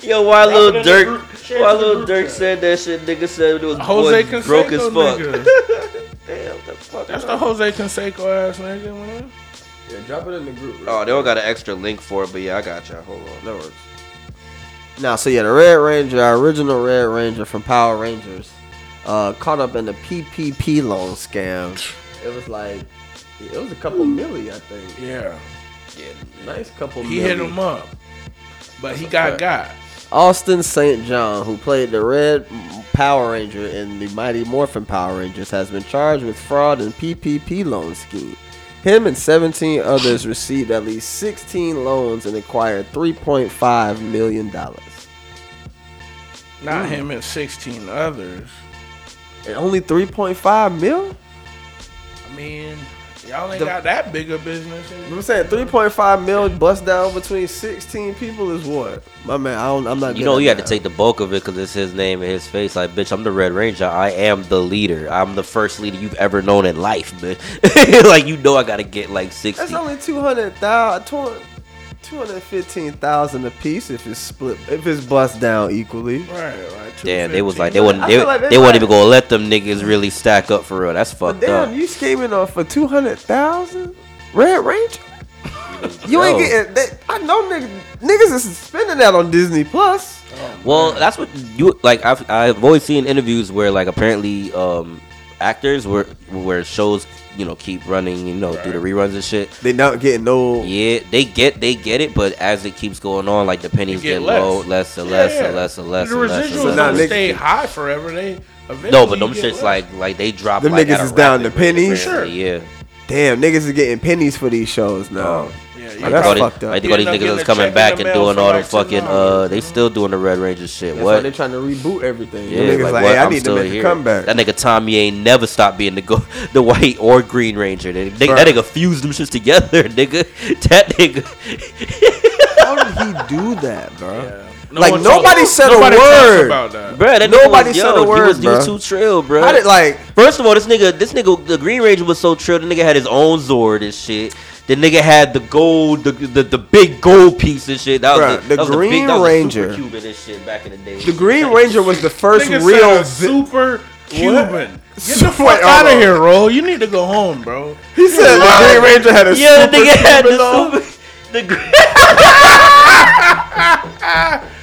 B: Yo, why little Dirk? Why little Dirk said that shit? Nigga said it was
D: Jose
B: was broke as
D: Canseco,
B: fuck.
D: nigga.
B: Damn, the fuck.
D: That's the Jose Canseco ass nigga, man.
E: Uh,
B: Oh, they don't got an extra link for it, but yeah, I got y'all. Hold on.
E: That works. Now, so yeah, the Red Ranger, our original Red Ranger from Power Rangers, uh, caught up in the PPP loan scam. It was like it was a couple milli, I think.
D: Yeah.
E: Yeah, nice couple.
D: He hit
E: milli.
D: him up, but he
E: a
D: got
E: fact.
D: got.
E: Austin St. John, who played the Red Power Ranger in the Mighty Morphin Power Rangers, has been charged with fraud and PPP loan scheme. Him and 17 others received at least 16 loans and acquired 3.5 million dollars.
D: Not
E: Mm.
D: him and sixteen others.
E: And only 3.5 mil?
D: I mean, y'all ain't
E: The-
D: got that big a business.
E: I'm saying 3.5 mil bust down between 16 people is what? My man, I don't, I'm not.
B: You know,
E: good
B: you
E: at
B: had to take the bulk of it because it's his name and his face. Like, bitch, I'm the Red Ranger. I am the leader. I'm the first leader you've ever known in life, bitch. like, you know, I gotta get like
E: math. That's
B: 60.
E: only 200,000, 215,000 a piece if it's split, if it's bust down equally.
D: Right, right.
B: Damn, they was like, they
E: 215.
B: wouldn't,
E: I
B: they,
E: feel like
B: they,
E: they
B: wouldn't
E: like-
B: even gonna let them niggas really stack up for real. That's fucked
E: Damn,
B: up.
E: you scheming on for two hundred thousand Red Ranger? You
B: Yo.
E: ain't getting that. I know niggas, niggas is spending that on Disney Plus.
B: Well, that's what you like. I've I've always seen interviews where like apparently um actors where where shows you know keep running you know do the reruns and shit.
E: They not getting no.
B: Yeah, they get they get it, but as it keeps going on, like the pennies
D: get
B: get, low,
D: less.
B: less and
D: Yeah,
B: less
D: yeah.
B: and less and less.
D: The
B: and less and
D: residuals
B: less.
E: Nah,
D: don't
E: nigga.
D: stay high forever. They eventually
B: No, but them
D: get
B: shits
D: less.
B: like like they drop.
E: Them
B: like,
E: niggas
B: at a
E: is down to
B: rapid rate,
E: pennies? Oh,
B: apparently, Yeah.
E: Damn, niggas is getting pennies for these shows now.
D: yeah,
E: Like,
B: Like
E: that's
B: all these,
E: fucked up.
B: like all these
D: You're not
B: niggas
D: getting
B: that's
D: a check
B: coming
D: in
B: back
D: the
B: and
D: mail
B: doing
D: for
B: all the
D: like two
B: fucking
D: dollars.
B: uh they still doing the Red Ranger shit.
E: That's why
B: what?
E: they trying to reboot everything.
B: Yeah,
E: Them niggas
B: like,
E: like,
B: what?
E: hey, I
B: I'm
E: need to
B: still
E: make
B: here.
E: a comeback.
B: That nigga Tommy ain't never stopped being the go- the white or green ranger. That nigga, that
E: Bruh.
B: nigga fused them shits together, nigga. That nigga.
E: How did he do that, bro?
D: No
E: like
D: one
E: nobody
D: talks-
E: said
D: nobody
E: a
D: talks
E: word.
D: about that.
B: Bruh, that nigga
E: Nobody
B: was, yo,
E: said a
B: He
E: word,
B: was, he was
E: bruh.
B: too trill, bro.
E: How did like
B: First of all, this nigga, this nigga, the Green Ranger was so trill. The nigga had his own Zord and shit. The nigga had the gold, the the, the big gold piece and shit. That was
E: Bruh,
B: the,
E: the
B: that was
E: Green
B: big, that was the
E: Ranger.
B: super Cuban and shit back in the day.
E: the Green Ranger was the first
D: Nigga
E: real
D: said a super Cuban. Get the
E: Wait,
D: fuck
E: hold
D: out of
E: on.
D: here, Roll. You need to go home, bro.
E: He said the Green Ranger had a
B: yeah, the
E: super
B: nigga had
E: Cuban
B: the
E: on.
B: super. The, gr-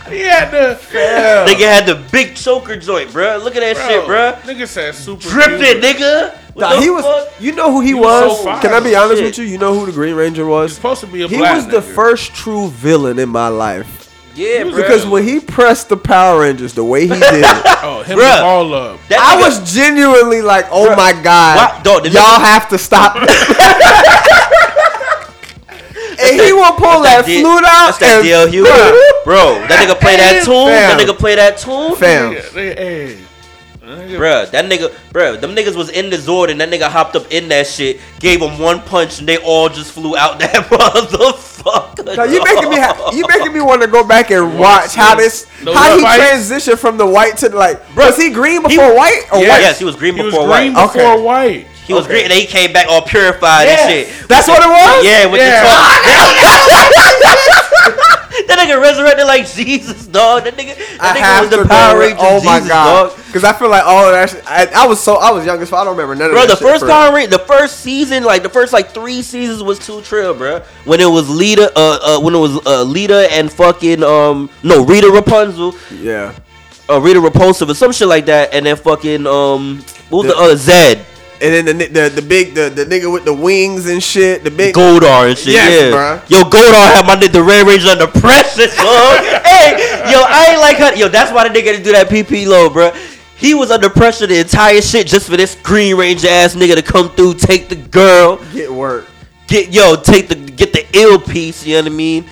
D: He had the
B: nigga had the big choker joint, bruh. Look at that shit, bruh.
D: Nigga said super.
B: Dripped it,
D: Cuban.
B: nigga. What
E: Nah,
B: the
E: he was.
B: fuck?
E: You know who he,
D: was
E: was?
D: so fire.
E: Can I be honest
B: Shit.
E: with you? You know who the Green Ranger was?
D: Supposed to be a
E: He
D: black.
E: was the
D: nigga.
E: first true villain in my life
B: Yeah, bruh.
E: because when he pressed the Power Rangers the way he did,
D: Oh, him
B: Bruh.
D: and all up.
B: That
E: I
B: nigga-
E: was genuinely like, "Oh my
B: Why-
E: god,
B: dog, the
E: y'all
B: nigga-
E: have to stop!" and he will pull that,
B: D-
E: flute out
B: That's that
E: and
B: DL Hughes, bro. That nigga play that tune. That
E: Fam.
B: nigga play that tune.
E: fam.
D: Nigga, they- hey. Nigga,
B: Bruh, that nigga, bruh, them niggas was in the Zord and that nigga hopped up in that shit, gave him one punch, and they all just flew out that motherfucker.
E: Now you making me ha- you making me want to go back and watch how this
D: The
E: how he
D: white-
E: transitioned from the white to the, like was he green before white or
B: Yeah,
E: white?
B: yes, he was green
D: He was
B: before
D: green
B: white.
E: Okay.
D: before white.
B: He was green, and he came back all purified
D: Yes.
B: and shit.
E: That's what it was.
B: Yeah, with
D: Yeah.
B: the talk. that nigga resurrected like Jesus, dog. That nigga, that
E: I
B: nigga
E: have
B: was
E: to
B: the Power
E: go with-
B: Ranger
E: Oh
B: Jesus,
E: my god!
B: dog.
E: Because I feel like all of that. Shit, I, I was so I was young as fuck. I don't remember none of
B: Bro,
E: that.
B: the
E: shit
B: first
E: for-
B: Power Ranger, the first season, like the first like three seasons was too trill, bro. When it was Lita, uh, uh when it was uh, Lita and fucking um, no Rita Rapunzel,
E: Yeah,
B: uh, Rita Repulsive or some shit like that, and then fucking um, what was the other Zed
E: and then the ni- the, the big the, the nigga with the wings and shit. The big
B: Goldar and shit.
E: Yes,
B: yeah,
E: bruh.
B: yo, Goldar had my nigga the Red Ranger under pressure, son. hey, yo, I ain't like her. Yo, that's why the nigga didn't do that PP low, bro. He was under pressure the entire shit just for this Green Ranger ass nigga to come through, take the girl.
E: get work.
B: get yo take the get the ill piece. You know what I mean?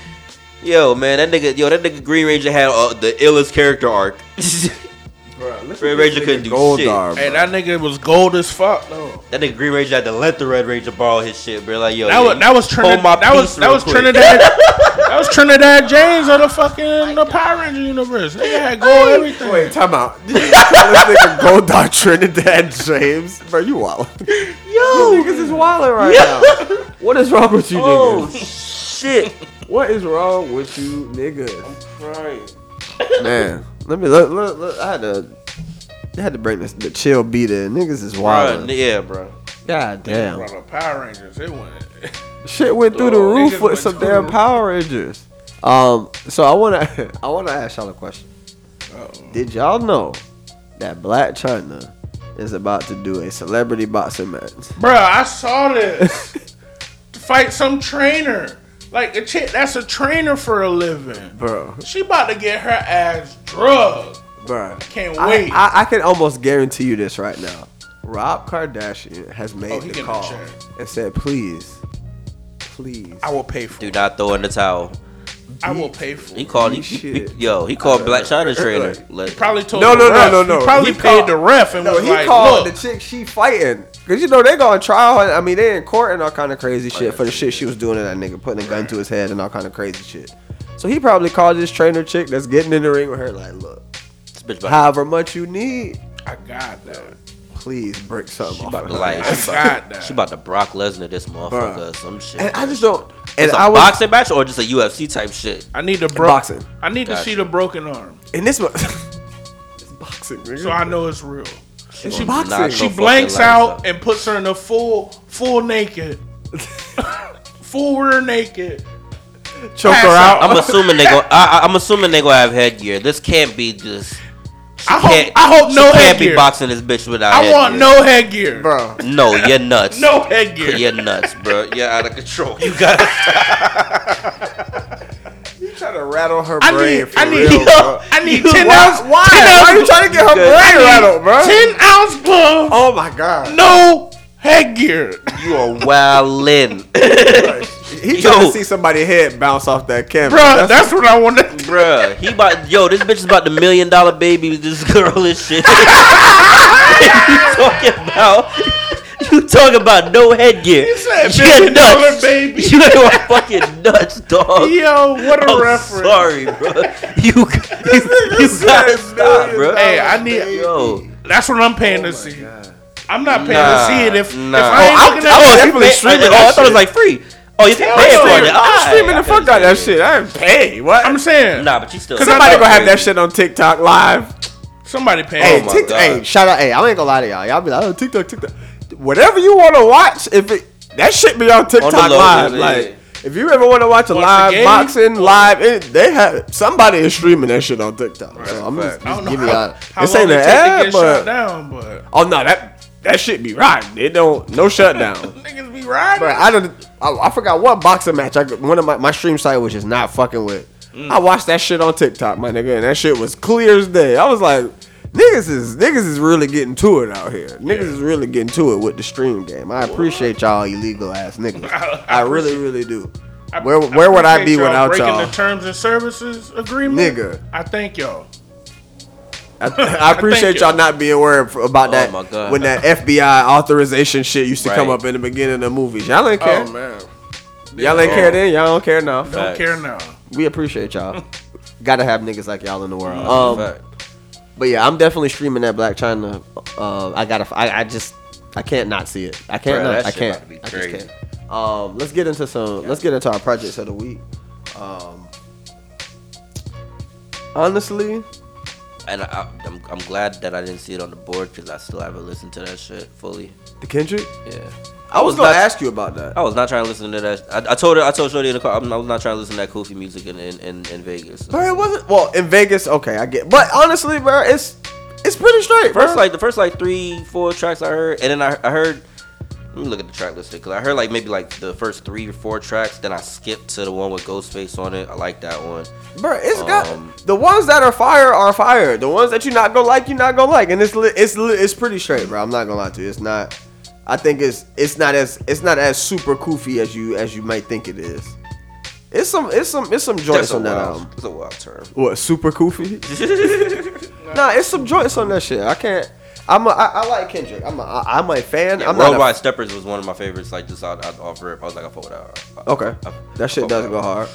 B: Yo, man, that nigga, yo, that nigga Green Ranger had uh, the illest character arc. Red Ranger couldn't do shit.
E: Goldar.
D: Hey, that nigga was gold as fuck though.
B: That nigga Green Ranger had to let the Red Ranger borrow his shit, bro. Like, yo,
D: That
B: yo,
D: was
B: you
D: that was
B: hold
D: Trinidad.
B: my
D: That was
B: peace
D: that
B: real
D: was
B: quick.
D: Trinidad. that was Trinidad James of the fucking the Power Ranger universe. Nigga had gold everything.
E: Wait, time out. Did you call this nigga Goldar Trinidad James? Bro, you wild. Yo, niggas is wilding right now. What is wrong with you,
B: Oh
E: niggas?
B: shit!
E: What is wrong with you, niggas? Man, let me look. Look, look I had to. I had to bring this the chill beat in. Niggas is
B: Bro,
E: wild.
B: yeah, bro.
E: God damn.
D: Brought up Power Rangers. It went.
E: Shit went through the
D: Oh,
E: roof
D: niggas
E: with
D: went
E: some
D: through the
E: damn
D: roof.
E: Power Rangers. Um, so I wanna I wanna ask y'all a question. Did y'all know that Black China is about to do a celebrity boxing match.
D: Bruh, I saw this. to fight some trainer. Like a chick that's a trainer for a living.
E: Bro.
D: She about to get her ass drugged.
E: Bruh.
D: Can't
E: I-
D: wait.
E: I, I, can almost guarantee you this right now. Rob Kardashian has made
D: Oh, he
E: the
D: getting
E: call
D: a check.
E: and said, please, please.
D: I will pay for
B: Do not throw in the towel.
D: I will pay for
B: He
D: it.
B: called he, he- yo. He called Black China trainer. Like,
D: Probably told
E: No,
D: the
E: no, no,
D: ref.
E: no, no.
D: He probably
E: He
D: paid the ref and
E: No,
D: was
E: he
D: like,
E: called
D: look.
E: the chick she fighting. Cause you know they going trial. and- I mean they in court and all kind of crazy
D: Oh,
E: shit for the shit she was doing to that nigga, putting a gun to his head and all kind of crazy shit. So he probably called this trainer chick that's getting in the ring with her like, look,
B: this bitch about
E: however much you need,
D: I got that.
E: please break something off.
B: to
E: of her."
B: like she
D: got
B: about,
D: that.
B: she about to Brock Lesnar this motherfucker
E: Bruh.
B: or some shit.
E: And I just don't. And
B: it's a
E: I was
B: boxing match or just a UFC type shit.
D: I need the bro-
E: Boxing.
D: I need to
B: Gotcha.
D: see the broken arm.
E: and this was it's boxing. Nigga.
D: So I know it's real. And she
E: boxing.
B: Knock
D: she
B: her
D: blanks
B: fucking lights
D: out and puts her in a full full naked. full rear naked.
E: choke
D: Pass
E: her
D: out.
E: out.
B: I'm assuming they go. I, I- I'm assuming they gonna have headgear. This can't be just. She
D: I hope-
B: can't,
D: I hope
B: she
D: no
B: can't be
D: headgear.
B: boxing this bitch without.
D: I want
B: headgear.
D: no headgear.
E: bro.
B: No, you're nuts.
D: No headgear.
B: you're nuts, bro. You're out of control. You got.
E: You trying to rattle her
D: I
E: brain
D: need
E: for
D: I need
E: real, bro.
D: I need ten
E: Why?
D: ounce
E: Why?
D: 10
E: Why
D: ounce-
E: are you trying to get her
D: I
E: brain
D: need
E: rattled, bro?
D: Ten ounce glove.
E: Oh my god.
D: No headgear.
B: You are wildin',
E: He trying
B: Yo.
E: to see somebody's head bounce off that camera.
D: Bro, that's what I want to
B: Bruh, He about yo. This bitch is about the million dollar baby. with This girl and shit. you talking about? You talking about no headgear? You
D: said
B: You're
D: million dollar
B: nuts.
D: baby.
B: You are fucking nuts, dog.
D: Yo, what a
E: Oh,
B: I'm
D: reference.
B: Oh, sorry, bro. You, you, you gotta stop, bro.
D: Hey, I need
B: yo.
D: that's what I'm paying to see. I'm not paying to
B: Nah,
D: see it if,
B: nah.
D: if I ain't
B: Oh,
D: looking
B: I
D: at
B: was
D: it.
E: definitely
B: pay-
E: streaming
B: I, oh, I
E: that
B: thought it was
E: shit.
B: like free. Oh, you can't
E: I'm
B: pay for
E: streaming,
B: it.
E: I'm
B: Alright, I
E: streaming the
B: feel
E: fuck out of
B: you.
E: that shit. I ain't pay. What?
D: I'm saying
B: Nah, but you still.
E: Somebody
D: I'm
E: gonna
D: not
E: have
D: paying.
E: that shit on TikTok live.
D: somebody paying.
E: Hey,
B: Oh my
E: Tik-
B: God.
E: hey, shout out. Hey, I ain't gonna lie to y'all. Y'all be like, oh, TikTok, TikTok. Whatever you want to watch, if it that shit be on TikTok
B: low,
E: live,
B: yeah,
E: like.
B: yeah.
E: If you ever want to watch a
D: Watch the
E: live
D: game?
E: boxing live, it, they have somebody is streaming that shit on TikTok. so I'm just,
D: I don't
E: just
D: know
E: giving
D: how,
E: y'all.
D: how
E: This
D: long
E: ain't
D: it
E: an
D: take to
E: ad,
D: get shot
E: but
D: down, but
E: oh no, that that shit be rocking. It don't no shutdown.
D: niggas be riding.
E: Bruh, I don't. I, I forgot what boxing match. I one of my, my stream site was just not fucking with.
D: Mm.
E: I watched that shit on TikTok, my nigga, and that shit was clear as day. I was like, niggas is niggas is really getting to it out here. Niggas is really getting to it with the stream game. I appreciate y'all illegal ass niggas.
D: I-
E: I,
D: I
E: really really do.
D: I-
E: where
D: I
E: where would I
D: appreciate
E: be without
D: breaking
E: y'all?
D: the terms and services agreement?
E: Nigga.
D: I thank y'all.
E: I, I
D: Thank
E: appreciate y'all
D: you.
E: not being worried f- about that
B: Oh my God.
E: when that FBI authorization shit used to come
B: Right.
E: up in the beginning of the movies. Y'all ain't care.
D: Oh man,
E: y'all ain't care then. Y'all don't care now.
D: don't
B: Facts.
D: care now.
E: we appreciate y'all. Gotta have niggas like y'all in the world. Um, but yeah, I'm definitely streaming that Black China. Uh, I gotta. I, I just. I can't not see it. I can't.
B: Bruh,
E: not,
B: that
E: I
B: shit
E: can't.
B: about to be
E: I just
B: crazy.
E: can't. Um, let's get into some. Let's get into our projects of the week. Um, honestly,
B: And I, I'm, I'm glad that I didn't see it on the board because I still haven't listened to that shit fully.
E: the Kendrick.
B: Yeah.
E: I was
B: was
E: gonna
B: not-
E: ask you about that.
B: I was not trying to listen to that. I, I told her. I told Shorty in the car. I'm, I was not trying to listen to that Kofi music in in, in, in Vegas.
E: Bro, it wasn't. Well, in Vegas, okay, I get. But honestly, bro, it's it's pretty straight, bro.
B: First, like the first like three, four tracks I heard, and then I, I heard. Let me look at the track list because I heard like maybe like the first three or four tracks. Then I skipped to the one with Ghostface on it. I like that one.
E: Bro, it's
B: Um,
E: got the ones that are fire are fire. The ones that you not gonna like, you not gonna like, and it's li- it's li- it's pretty straight, bro. I'm not gonna lie to you. It's not. I think it's it's not as it's not as super koofy as you as you might think it is. It's some it's some it's some joints
B: a
E: on that um,
B: wild,
E: album.
B: that's a wild term.
E: What super koofy? nah, it's some joints on that shit. I can't. I'm a, I, I like Kendrick. I'm a, I, I'm a fan.
B: Yeah,
E: I'm not.
B: Worldwide
E: A,
B: Steppers was one of my favorites. Like just out, out off rip, I was like, I fuck with that. I-
E: okay,
B: I- I
E: that shit
B: fuck
E: does
B: with that.
E: go hard.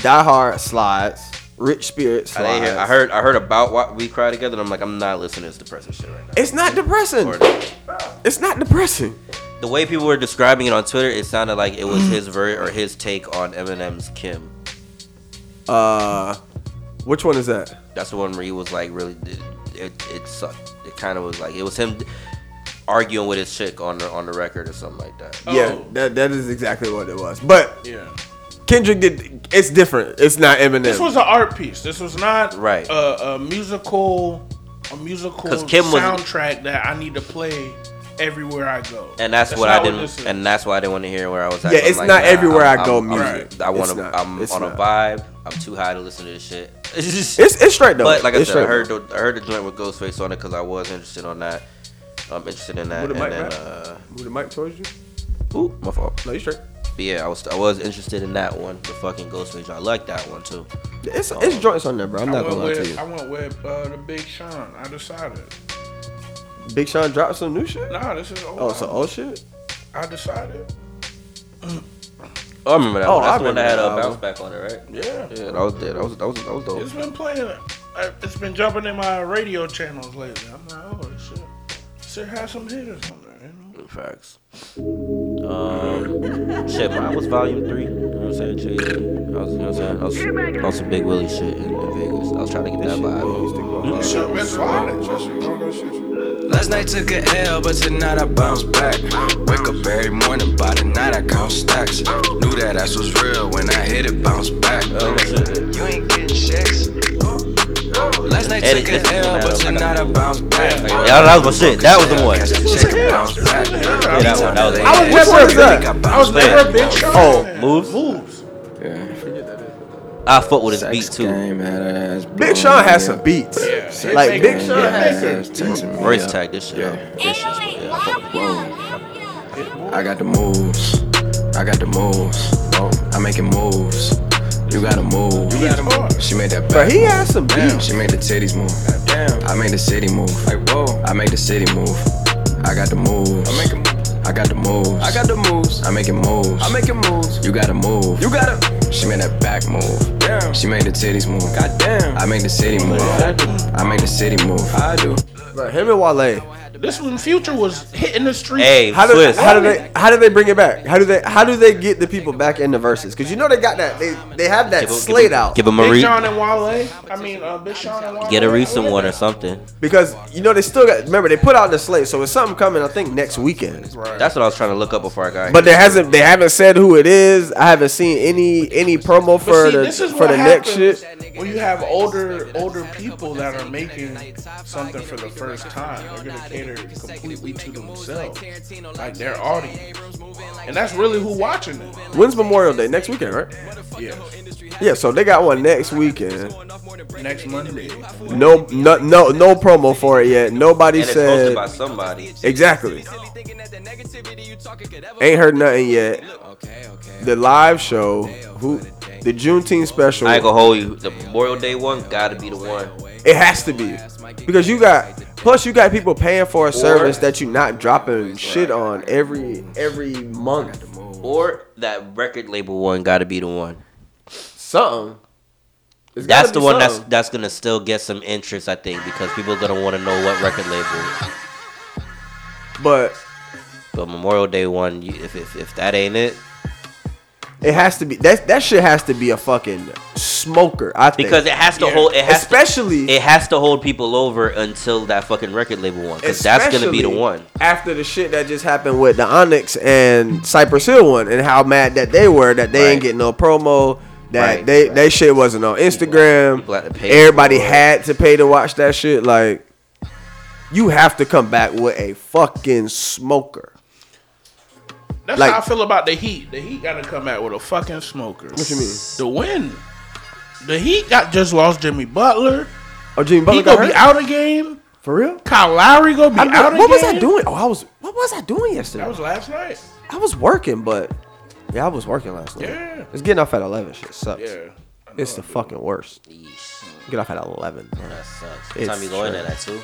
E: Die Hard slides. Rich Spirit
B: I,
E: slides.
B: didn't hear, I heard I heard about what we cry together, and I'm like, I'm not listening to this depressing shit right now.
E: It's not depressing.
B: Or-
E: It's not depressing.
B: the way people were describing it on Twitter, it sounded like it was his ver or his take on Eminem's Kim.
E: Uh, which one is that?
B: That's the one where he was like, really, it, it, it sucked. It kind of was like it was him arguing with his chick on the on the record or something like that.
E: Yeah, that that is exactly what it was. But
D: Yeah.
E: Kendrick did. It's different. It's not Eminem.
D: This was an art piece. This was not
B: Right.
D: a, a musical a musical
B: 'Cause Kim was-
D: soundtrack that I need to play everywhere I go.
B: And that's, what
D: not
B: I didn't,
D: this is.
B: and that's why I didn't want to hear where I was at.
E: Yeah,
B: I'm
E: it's not
B: nah,
E: everywhere I go
B: I'm-
E: music.
B: I want
E: It's
B: to.
E: not.
B: I'm
E: It's
B: on
E: not.
B: a vibe. I'm too high to listen to this shit. it's
E: it's straight though.
B: But like I
E: It's
B: said, I
E: straight
B: heard the, I heard the joint with Ghostface on it because I was interested on that. I'm interested in that.
E: Move the
B: and then,
E: mic back.
B: uh,
E: Move the mic towards you.
B: Ooh, my fault.
E: No, you straight.
B: But yeah, I was I was interested in that one, the fucking Ghostface. joint. I like that one too.
E: It's it's joints on there, bro. I'm
D: I
E: not
D: went
E: gonna lie to
D: with
E: you.
D: I went with uh, the Big Sean. I decided.
E: Big Sean dropped some new shit.
D: Nah, this is old.
E: Oh, so old shit.
D: I decided.
B: Oh, I remember that
E: Oh,
B: one. That's
E: I
B: the one that had
E: remember
B: a
E: that
B: bounce
E: album.
B: back on it, right?
D: Yeah.
B: Yeah, that was that was that was that was dope.
D: It's been playing. uh, It's been jumping in my radio channels lately. I'm like, oh shit, shit has some hitters on there. You know?
B: Facts. Um, shit, mine was volume three. You know what I'm saying? Jay Z. I was, you know what I'm saying? I was on some big Willie shit in, in Vegas. I was trying to get that vibe.
D: Shit been sliding. Trust me, don't go shit.
K: Last night took a L, but tonight I bounce back. Wake up every morning, by the night I count stacks. Knew that ass was real when I hit it, bounce back. You ain't getting checks. Last night
B: Edit
K: took a
B: this.
K: L, but tonight I bounce back.
B: Yeah, that was my shit. That was the one. Yeah, that one. That was
E: I was never was that. I was
B: Yeah.
E: never Big Sean.
B: Oh, moves.
D: Moves.
B: I fuck with his beat too.
E: Big Sean has some beats. Like Big Sean has some.
B: Race tag this shit. up. This shit's- yeah, I fuck with it.
L: I got the moves. I got the moves. Oh, I'm making moves. You gotta move. You gotta move. She made that back.
E: But he has some
L: Damn. She made the titties move. Damn. I made the city move. Like whoa. I make the city move. I got the moves. I make I got the moves. I got the moves. I'm making moves. I'm making moves. You gotta move. You gotta. She made that back move. Damn. She made the titties move. God damn. I make the city move. I make the city move. I do.
E: Bro, him and Wale.
D: This one, Future was hitting the street.
B: Hey,
E: How do,
B: Swiss.
E: how do they how do they bring it back? How do they how do they get the people back in the verses? Because you know they got that they they have
B: Give 'em-
E: that
B: give 'em-
E: slate out.
B: Give him a
D: Big
B: re-
D: Sean and Wale. I mean, uh, Big Sean and Wale.
B: get a recent one or something.
E: Because you know they still got remember they put out the slate, so it's something coming I think next weekend.
B: That's what I was trying to look up before I got.
E: But
B: here.
E: there hasn't they haven't said who it is. I haven't seen any any promo
D: But
E: for
D: see, this
E: the
D: is
E: for
D: what
E: the next
D: happens
E: shit.
D: When you have older older people that are making something for the first time, they're gonna cater completely to themselves, like their audience, and that's really who watching it.
E: When's Memorial Day? Next weekend, right?
D: Yeah,
E: Yeah, so they got one next weekend.
D: next Monday.
E: No no no no promo for it yet. Nobody
B: and it's hosted
E: said
B: by somebody.
E: Exactly. Ain't heard nothing yet. The live show, who the Juneteenth special,
B: I ain't gonna hold you. The Memorial Day one gotta be the one.
E: it has to be because you got. Plus, you got people paying for a service that you're not dropping shit on every every month.
B: Or that record label one gotta be the one.
E: Something. It's gotta
B: That's the
E: be
B: one that's
E: something.
B: that's gonna still get some interest, I think, because people are gonna want to know what record label.
E: But
B: But Memorial Day one, you- if if, if that ain't it,
E: it has to be that that shit has to be a fucking smoker. I think
B: because it has to hold, it has
E: especially
B: to, it has to hold people over until that fucking record label one, because that's gonna be the
E: Especially
B: one.
E: After the shit that just happened with the Onyx and Cypress Hill one, and how mad that they were that they ain't
B: Right.
E: getting no promo, that
B: Right,
E: they they shit wasn't on Instagram.
B: people had to pay
E: Everybody
B: for it.
E: had to pay to watch that shit. Like, you have to come back with a fucking smoker.
D: That's
E: Like-
D: how I feel about the Heat. The Heat gotta come out with a fucking smoker.
E: What you mean?
D: The win. The Heat got just lost Jimmy Butler.
E: Oh, Jimmy Butler
D: he gonna
E: got
D: be
E: hurt?
D: out of game.
E: for real.
D: Kyle Lowry gonna be
E: I know-
D: out of
E: what
D: game.
E: was I doing? Oh, I was. What was I doing yesterday?
D: That was last night.
E: I was working, but yeah, I was working last night.
D: Yeah.
E: it's getting off at eleven. Shit sucks.
D: Yeah.
E: It's the fucking worst. Get off at eleven. bro.
B: That sucks. What
E: It's
B: time you going in
E: trash.
B: at too?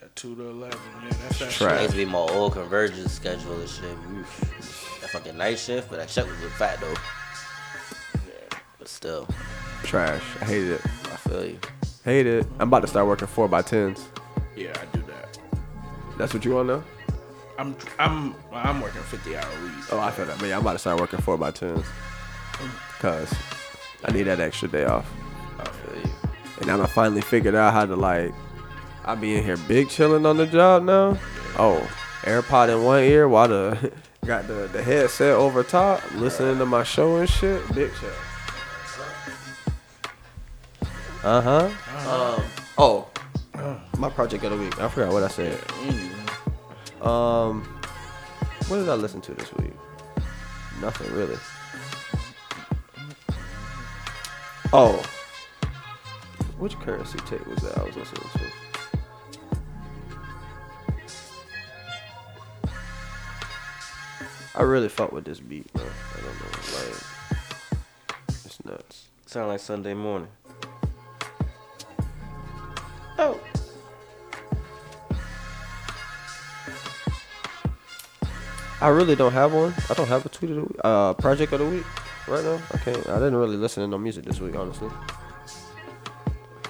D: That two to eleven. Yeah, that's that
E: Trash.
B: It
E: Right.
B: used to be my old convergence schedule and shit. Oof. That fucking night shift, but that shit was good fat though. But still,
E: Trash. I hate it.
B: I feel you.
E: Hate it. I'm about to start working four by tens.
D: shit. Yeah, I do that.
E: That's what you want to know?
D: I'm I'm I'm working fifty hour weeks.
E: Oh, I feel that. But yeah, I'm about to start working four by tens. Cause I need that extra day off. And I'm finally figured out how to like. I be in here big chilling on the job now. Oh, AirPod in one ear while the got the, the headset over top, listening to my show and shit. Big chill.
B: Uh huh. Um. Oh.
E: Uh-huh. my project of the week. I forgot what I said. Um, what did I listen to this week? Nothing really. Oh, which currency tape was that I was listening to? I really fuck with this beat, bro. I don't know, like, it's nuts.
B: Sound like Sunday morning.
E: Oh. I really don't have one. I don't have a tweet of the week, uh, project of the week right now. I can't. I didn't really listen to no music this week, honestly.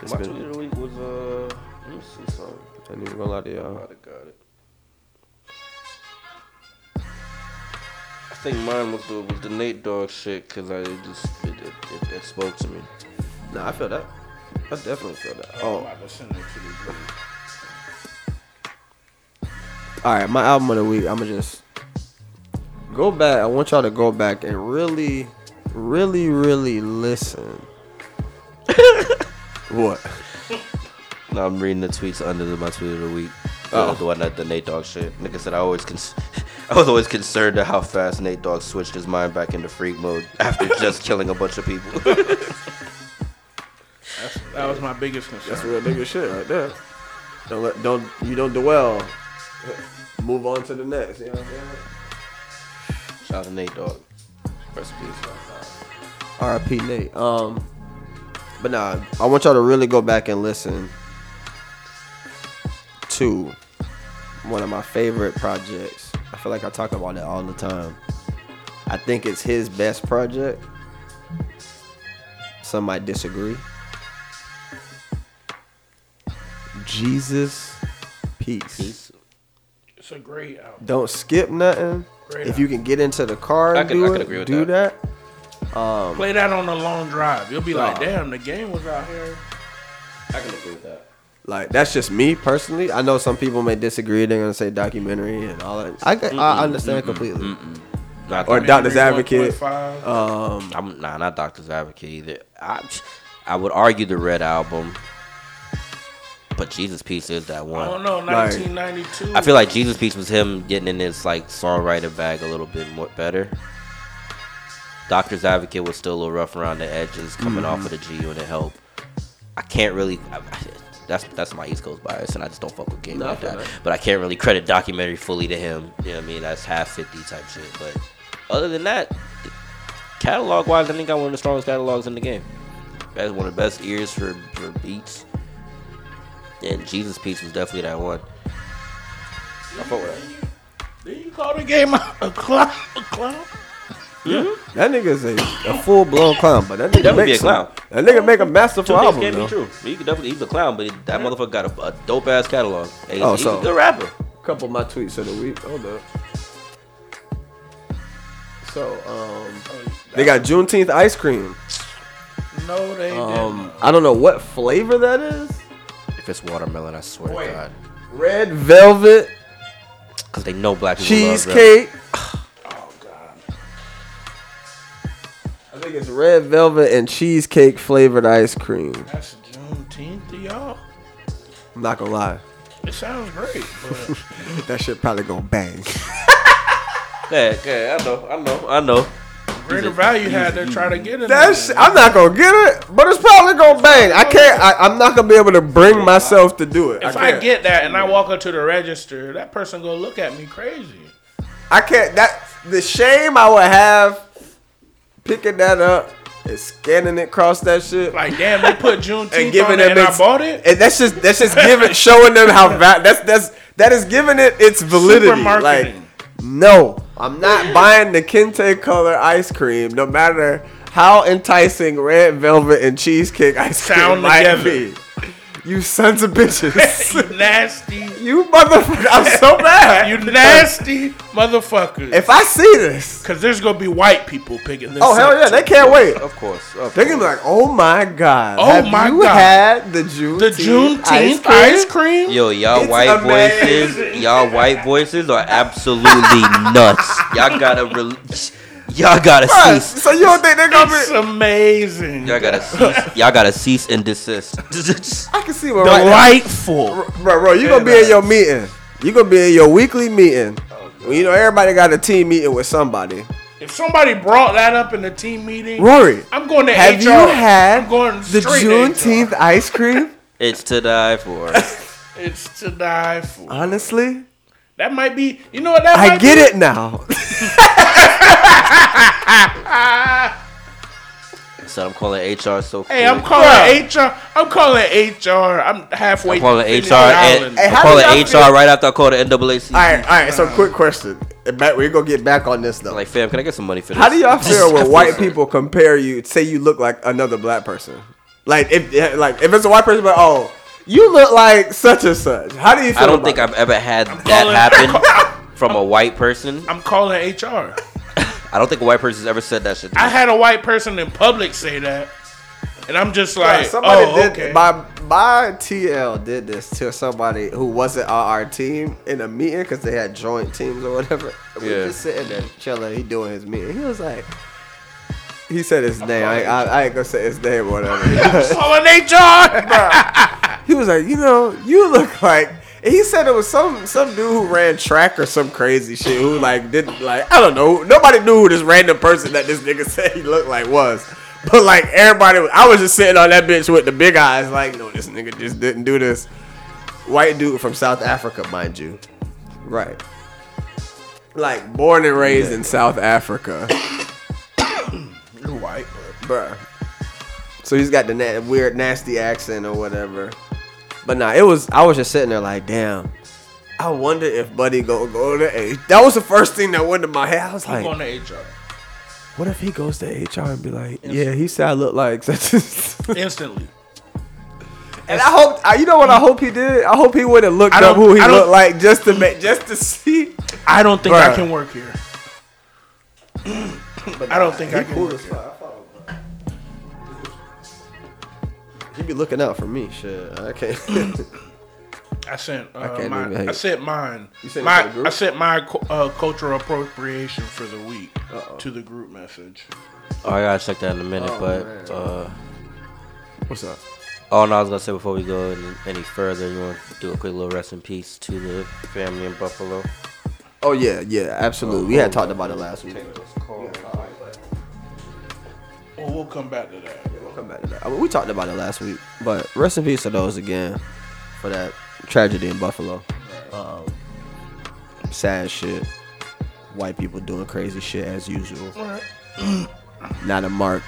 E: It's
B: My
E: been-
B: tweet of the week was uh, let me see something.
E: I ain't even gonna lie to y'all.
B: got it. I think mine was the was the Nate Dogg shit because I it just it, it, it, it spoke to me.
E: Nah, I feel that. I definitely feel that. Oh,
D: I'm about to send it to the group.
E: all right. My album of the week. I'ma just go back. I want y'all to go back and really, really, really listen. what?
B: No, I'm reading the tweets under the, my tweet of the week.
E: Oh.
B: The, the one that the Nate Dogg shit. Nigga said I always cons- I was always concerned at how fast Nate Dogg switched his mind back into freak mode after just killing a bunch of people.
D: That's, that was my biggest concern.
E: That's real nigga shit right there. Don't let don't you don't dwell. Move on to the next. You know what I'm saying?
B: Shout out to Nate Dogg. Rest in peace.
E: R.I.P. Nate. Um, but nah, I want y'all to really go back and listen to one of my favorite projects. I feel like I talk about it all the time. I think it's his best project. Some might disagree. Jesus, peace.
D: It's a great album.
E: Don't skip nothing.
D: Great
E: if you can get into the car and
D: I can-
E: do
D: I
E: it,
D: can agree with
E: do that. Um,
D: Play that on a long drive. You'll be like,
E: Nah.
D: damn, the game was out here.
B: I can agree with that.
E: Like that's just me personally. I know some people may disagree. They're gonna say documentary and all that. I can- I
B: Mm-mm,
E: understand
B: mm-mm,
E: completely.
B: mm-mm. Not
E: Or
B: documentary
E: Doctor's Advocate.
D: 1.5.
E: Um,
B: I'm nah, not Doctor's Advocate either. I, I would argue the Red album, but Jesus Peace is that one.
D: I don't know, 1992.
B: I feel like Jesus Peace was him getting in his like songwriter bag a little bit more better. Doctor's Advocate was still a little rough around the edges, coming off of the G Unit help. I can't really. I, I- that's that's my East Coast bias, and I just don't fuck with game
E: Nah, I
B: like
E: feel
B: that.
E: that.
B: But I can't really credit documentary fully to him. You know what I mean? That's half fifty type shit. But other than that, catalog wise, I think I one of the strongest catalogs in the game. That's one of the best ears for, for beats. And Jesus Peace was definitely that one. I fuck with that.
D: Did you call the game a, a clown? A clown?
E: that nigga's a, a full blown clown, but that nigga
B: That would be
E: makes
B: a clown.
E: Some, that nigga make a masterful
B: Two things
E: album.
B: can't
E: though.
B: be true. He could definitely he's a clown, but that motherfucker got a, dope ass catalog. And He's,
E: Oh,
B: he's
E: so-
B: a good rapper.
E: Couple of my tweets of the week. Hold up. So um, they got Juneteenth ice cream.
D: No, they
E: Um, I don't know what flavor that is.
B: If it's watermelon, I swear to God,
E: Red velvet
B: because they know black people love rap.
E: cheesecake. I think it's red velvet and cheesecake flavored ice cream.
D: didn't. That's Juneteenth to y'all.
E: I'm not gonna lie.
D: It sounds great, but
E: that shit probably gonna bang.
B: Yeah, yeah, I know, I know, I know.
D: greater value had to try to get in
E: That
D: there.
E: shit, I'm not gonna get it, but it's probably gonna bang. I can't. I, I'm not gonna be able to bring myself to do it.
D: If
E: I
D: I,
E: can't.
D: get that and I walk up to the register, that person gonna look at me crazy.
E: I can't. That the shame I would have picking that up and scanning it across that shit.
D: Like, damn, they put Juneteenth
E: and
D: and
E: giving
D: on
E: them
D: it and I
E: its-
D: bought it.
E: And that's just that's just giving showing them how va- that's that's that is giving it its validity.
D: Super
E: Like
D: marketing.
E: no, I'm not buying the kente color ice cream, no matter how enticing red velvet and cheesecake ice cream
D: Sound
E: might
D: together.
E: be. You sons of
D: you
E: bitches.
D: nasty.
E: you motherfucker, I'm so mad.
D: You nasty motherfuckers.
E: If I see this,
D: Cause there's gonna be white people picking this.
E: oh hell
D: up
E: yeah, they
D: too.
E: can't wait.
B: Of course, of
E: They're gonna be like, oh my god,
D: Oh
E: have
D: my
E: you
D: God.
E: had the Juneteenth,
D: The Juneteenth
E: ice
D: ice
E: cream?
D: cream.
B: Yo, y'all
E: It's
B: white
E: amazing.
B: voices, y'all white voices are absolutely nuts. Y'all gotta re- Y'all gotta
E: Bruh,
B: cease.
E: So you don't think they're gonna
D: It's
E: be?
D: amazing.
B: Y'all gotta cease. Y'all gotta cease and desist.
E: I can see
D: The
E: what right now-
D: Delightful.
E: bro, bro. You gonna be in your meeting. You gonna be in your weekly meeting. Well, you know everybody got a team meeting with somebody.
D: If somebody brought that up in the team meeting,
E: Rory,
D: I'm going to
E: Have
D: HR.
E: you had
D: I'm going
E: the
D: straight to
E: Juneteenth ice cream?
B: it's to die for.
D: HR. It's to die for.
E: Honestly,
D: That might be. You know what? That
E: I
D: might
E: get
D: be-
E: it now.
B: So I'm calling HR so
D: Hey, I'm
B: quick.
D: calling HR. I'm calling HR. I'm halfway.
B: I'm calling
D: finished
B: HR. And,
D: dialing.
B: I'm calling HR right after I call the NAACP.
E: All right, all right. So, quick question. And Back, we're gonna get back on this though.
B: Like, fam, can I get some money for this?
E: How do y'all feel when white people compare you? Say you look like another black person. Like if like if it's a white person, but oh, you look like such and such. How do you feel?
B: I don't
E: about
B: think
E: that?
B: I've ever had that happen from a white person.
D: I'm calling HR.
B: I don't think a white person's ever said that shit. to me.
D: I had a white person in public say that, and I'm just like,
E: Yeah, somebody
D: oh,
E: did
D: okay.
E: my my TL did this to somebody who wasn't on our team in a meeting because they had joint teams or whatever. We
B: Yeah.
E: just sitting there chilling. He doing his meeting. He was like, he said his name. I, I, I ain't gonna say his name or whatever.
D: calling HR.
E: he was like, you know, you look like. and He said it was some some dude who ran track or some crazy shit who like didn't like I don't know nobody knew who this random person that this nigga said he looked like was, but like everybody was, I was just sitting on that bitch with the big eyes like no this nigga just didn't do this, white dude from South Africa mind you, right, like born and raised in South Africa,
D: You're white, but
E: bruh. So he's got the na- weird nasty accent or whatever. But nah, it was I was just sitting there like, damn. I wonder if Buddy go go to H. That was the first thing that went to my head. I was
D: I'm
E: like,
D: going to HR
E: what if he goes to HR and be like, yeah, he said I look like such. and
D: instantly.
E: I hope I- you know what I hope he did. I hope he would have looked
D: I don't-
E: up who he
D: I don't-
E: looked like just to make just to see.
D: I don't think I
E: Bruh.
D: can work here. I don't think I can
E: cool
D: work
E: as fuck. I follow him. He be looking out for me. Shit, I can't.
D: I sent uh,
E: can't
D: my,
E: even-
D: I sent mine.
E: sent it
D: my,
E: to the group?
D: I sent my cu- uh, cultural appropriation for the week to the group message.
B: Oh, I gotta check that in a minute,
E: Oh,
B: but
E: man.
B: uh,
E: What's up?
B: all I was gonna say before we go any, any further, you want to do a quick little rest in peace to the family in Buffalo.
E: Oh yeah, yeah, absolutely. We had talked about it last week.
D: Well, we'll come back to that.
E: We'll come back to that. I mean, we talked about it last week, but rest in peace to those again for that tragedy in Buffalo. Um, sad shit. White people doing crazy shit as usual.
D: Alright.
E: Not a mark,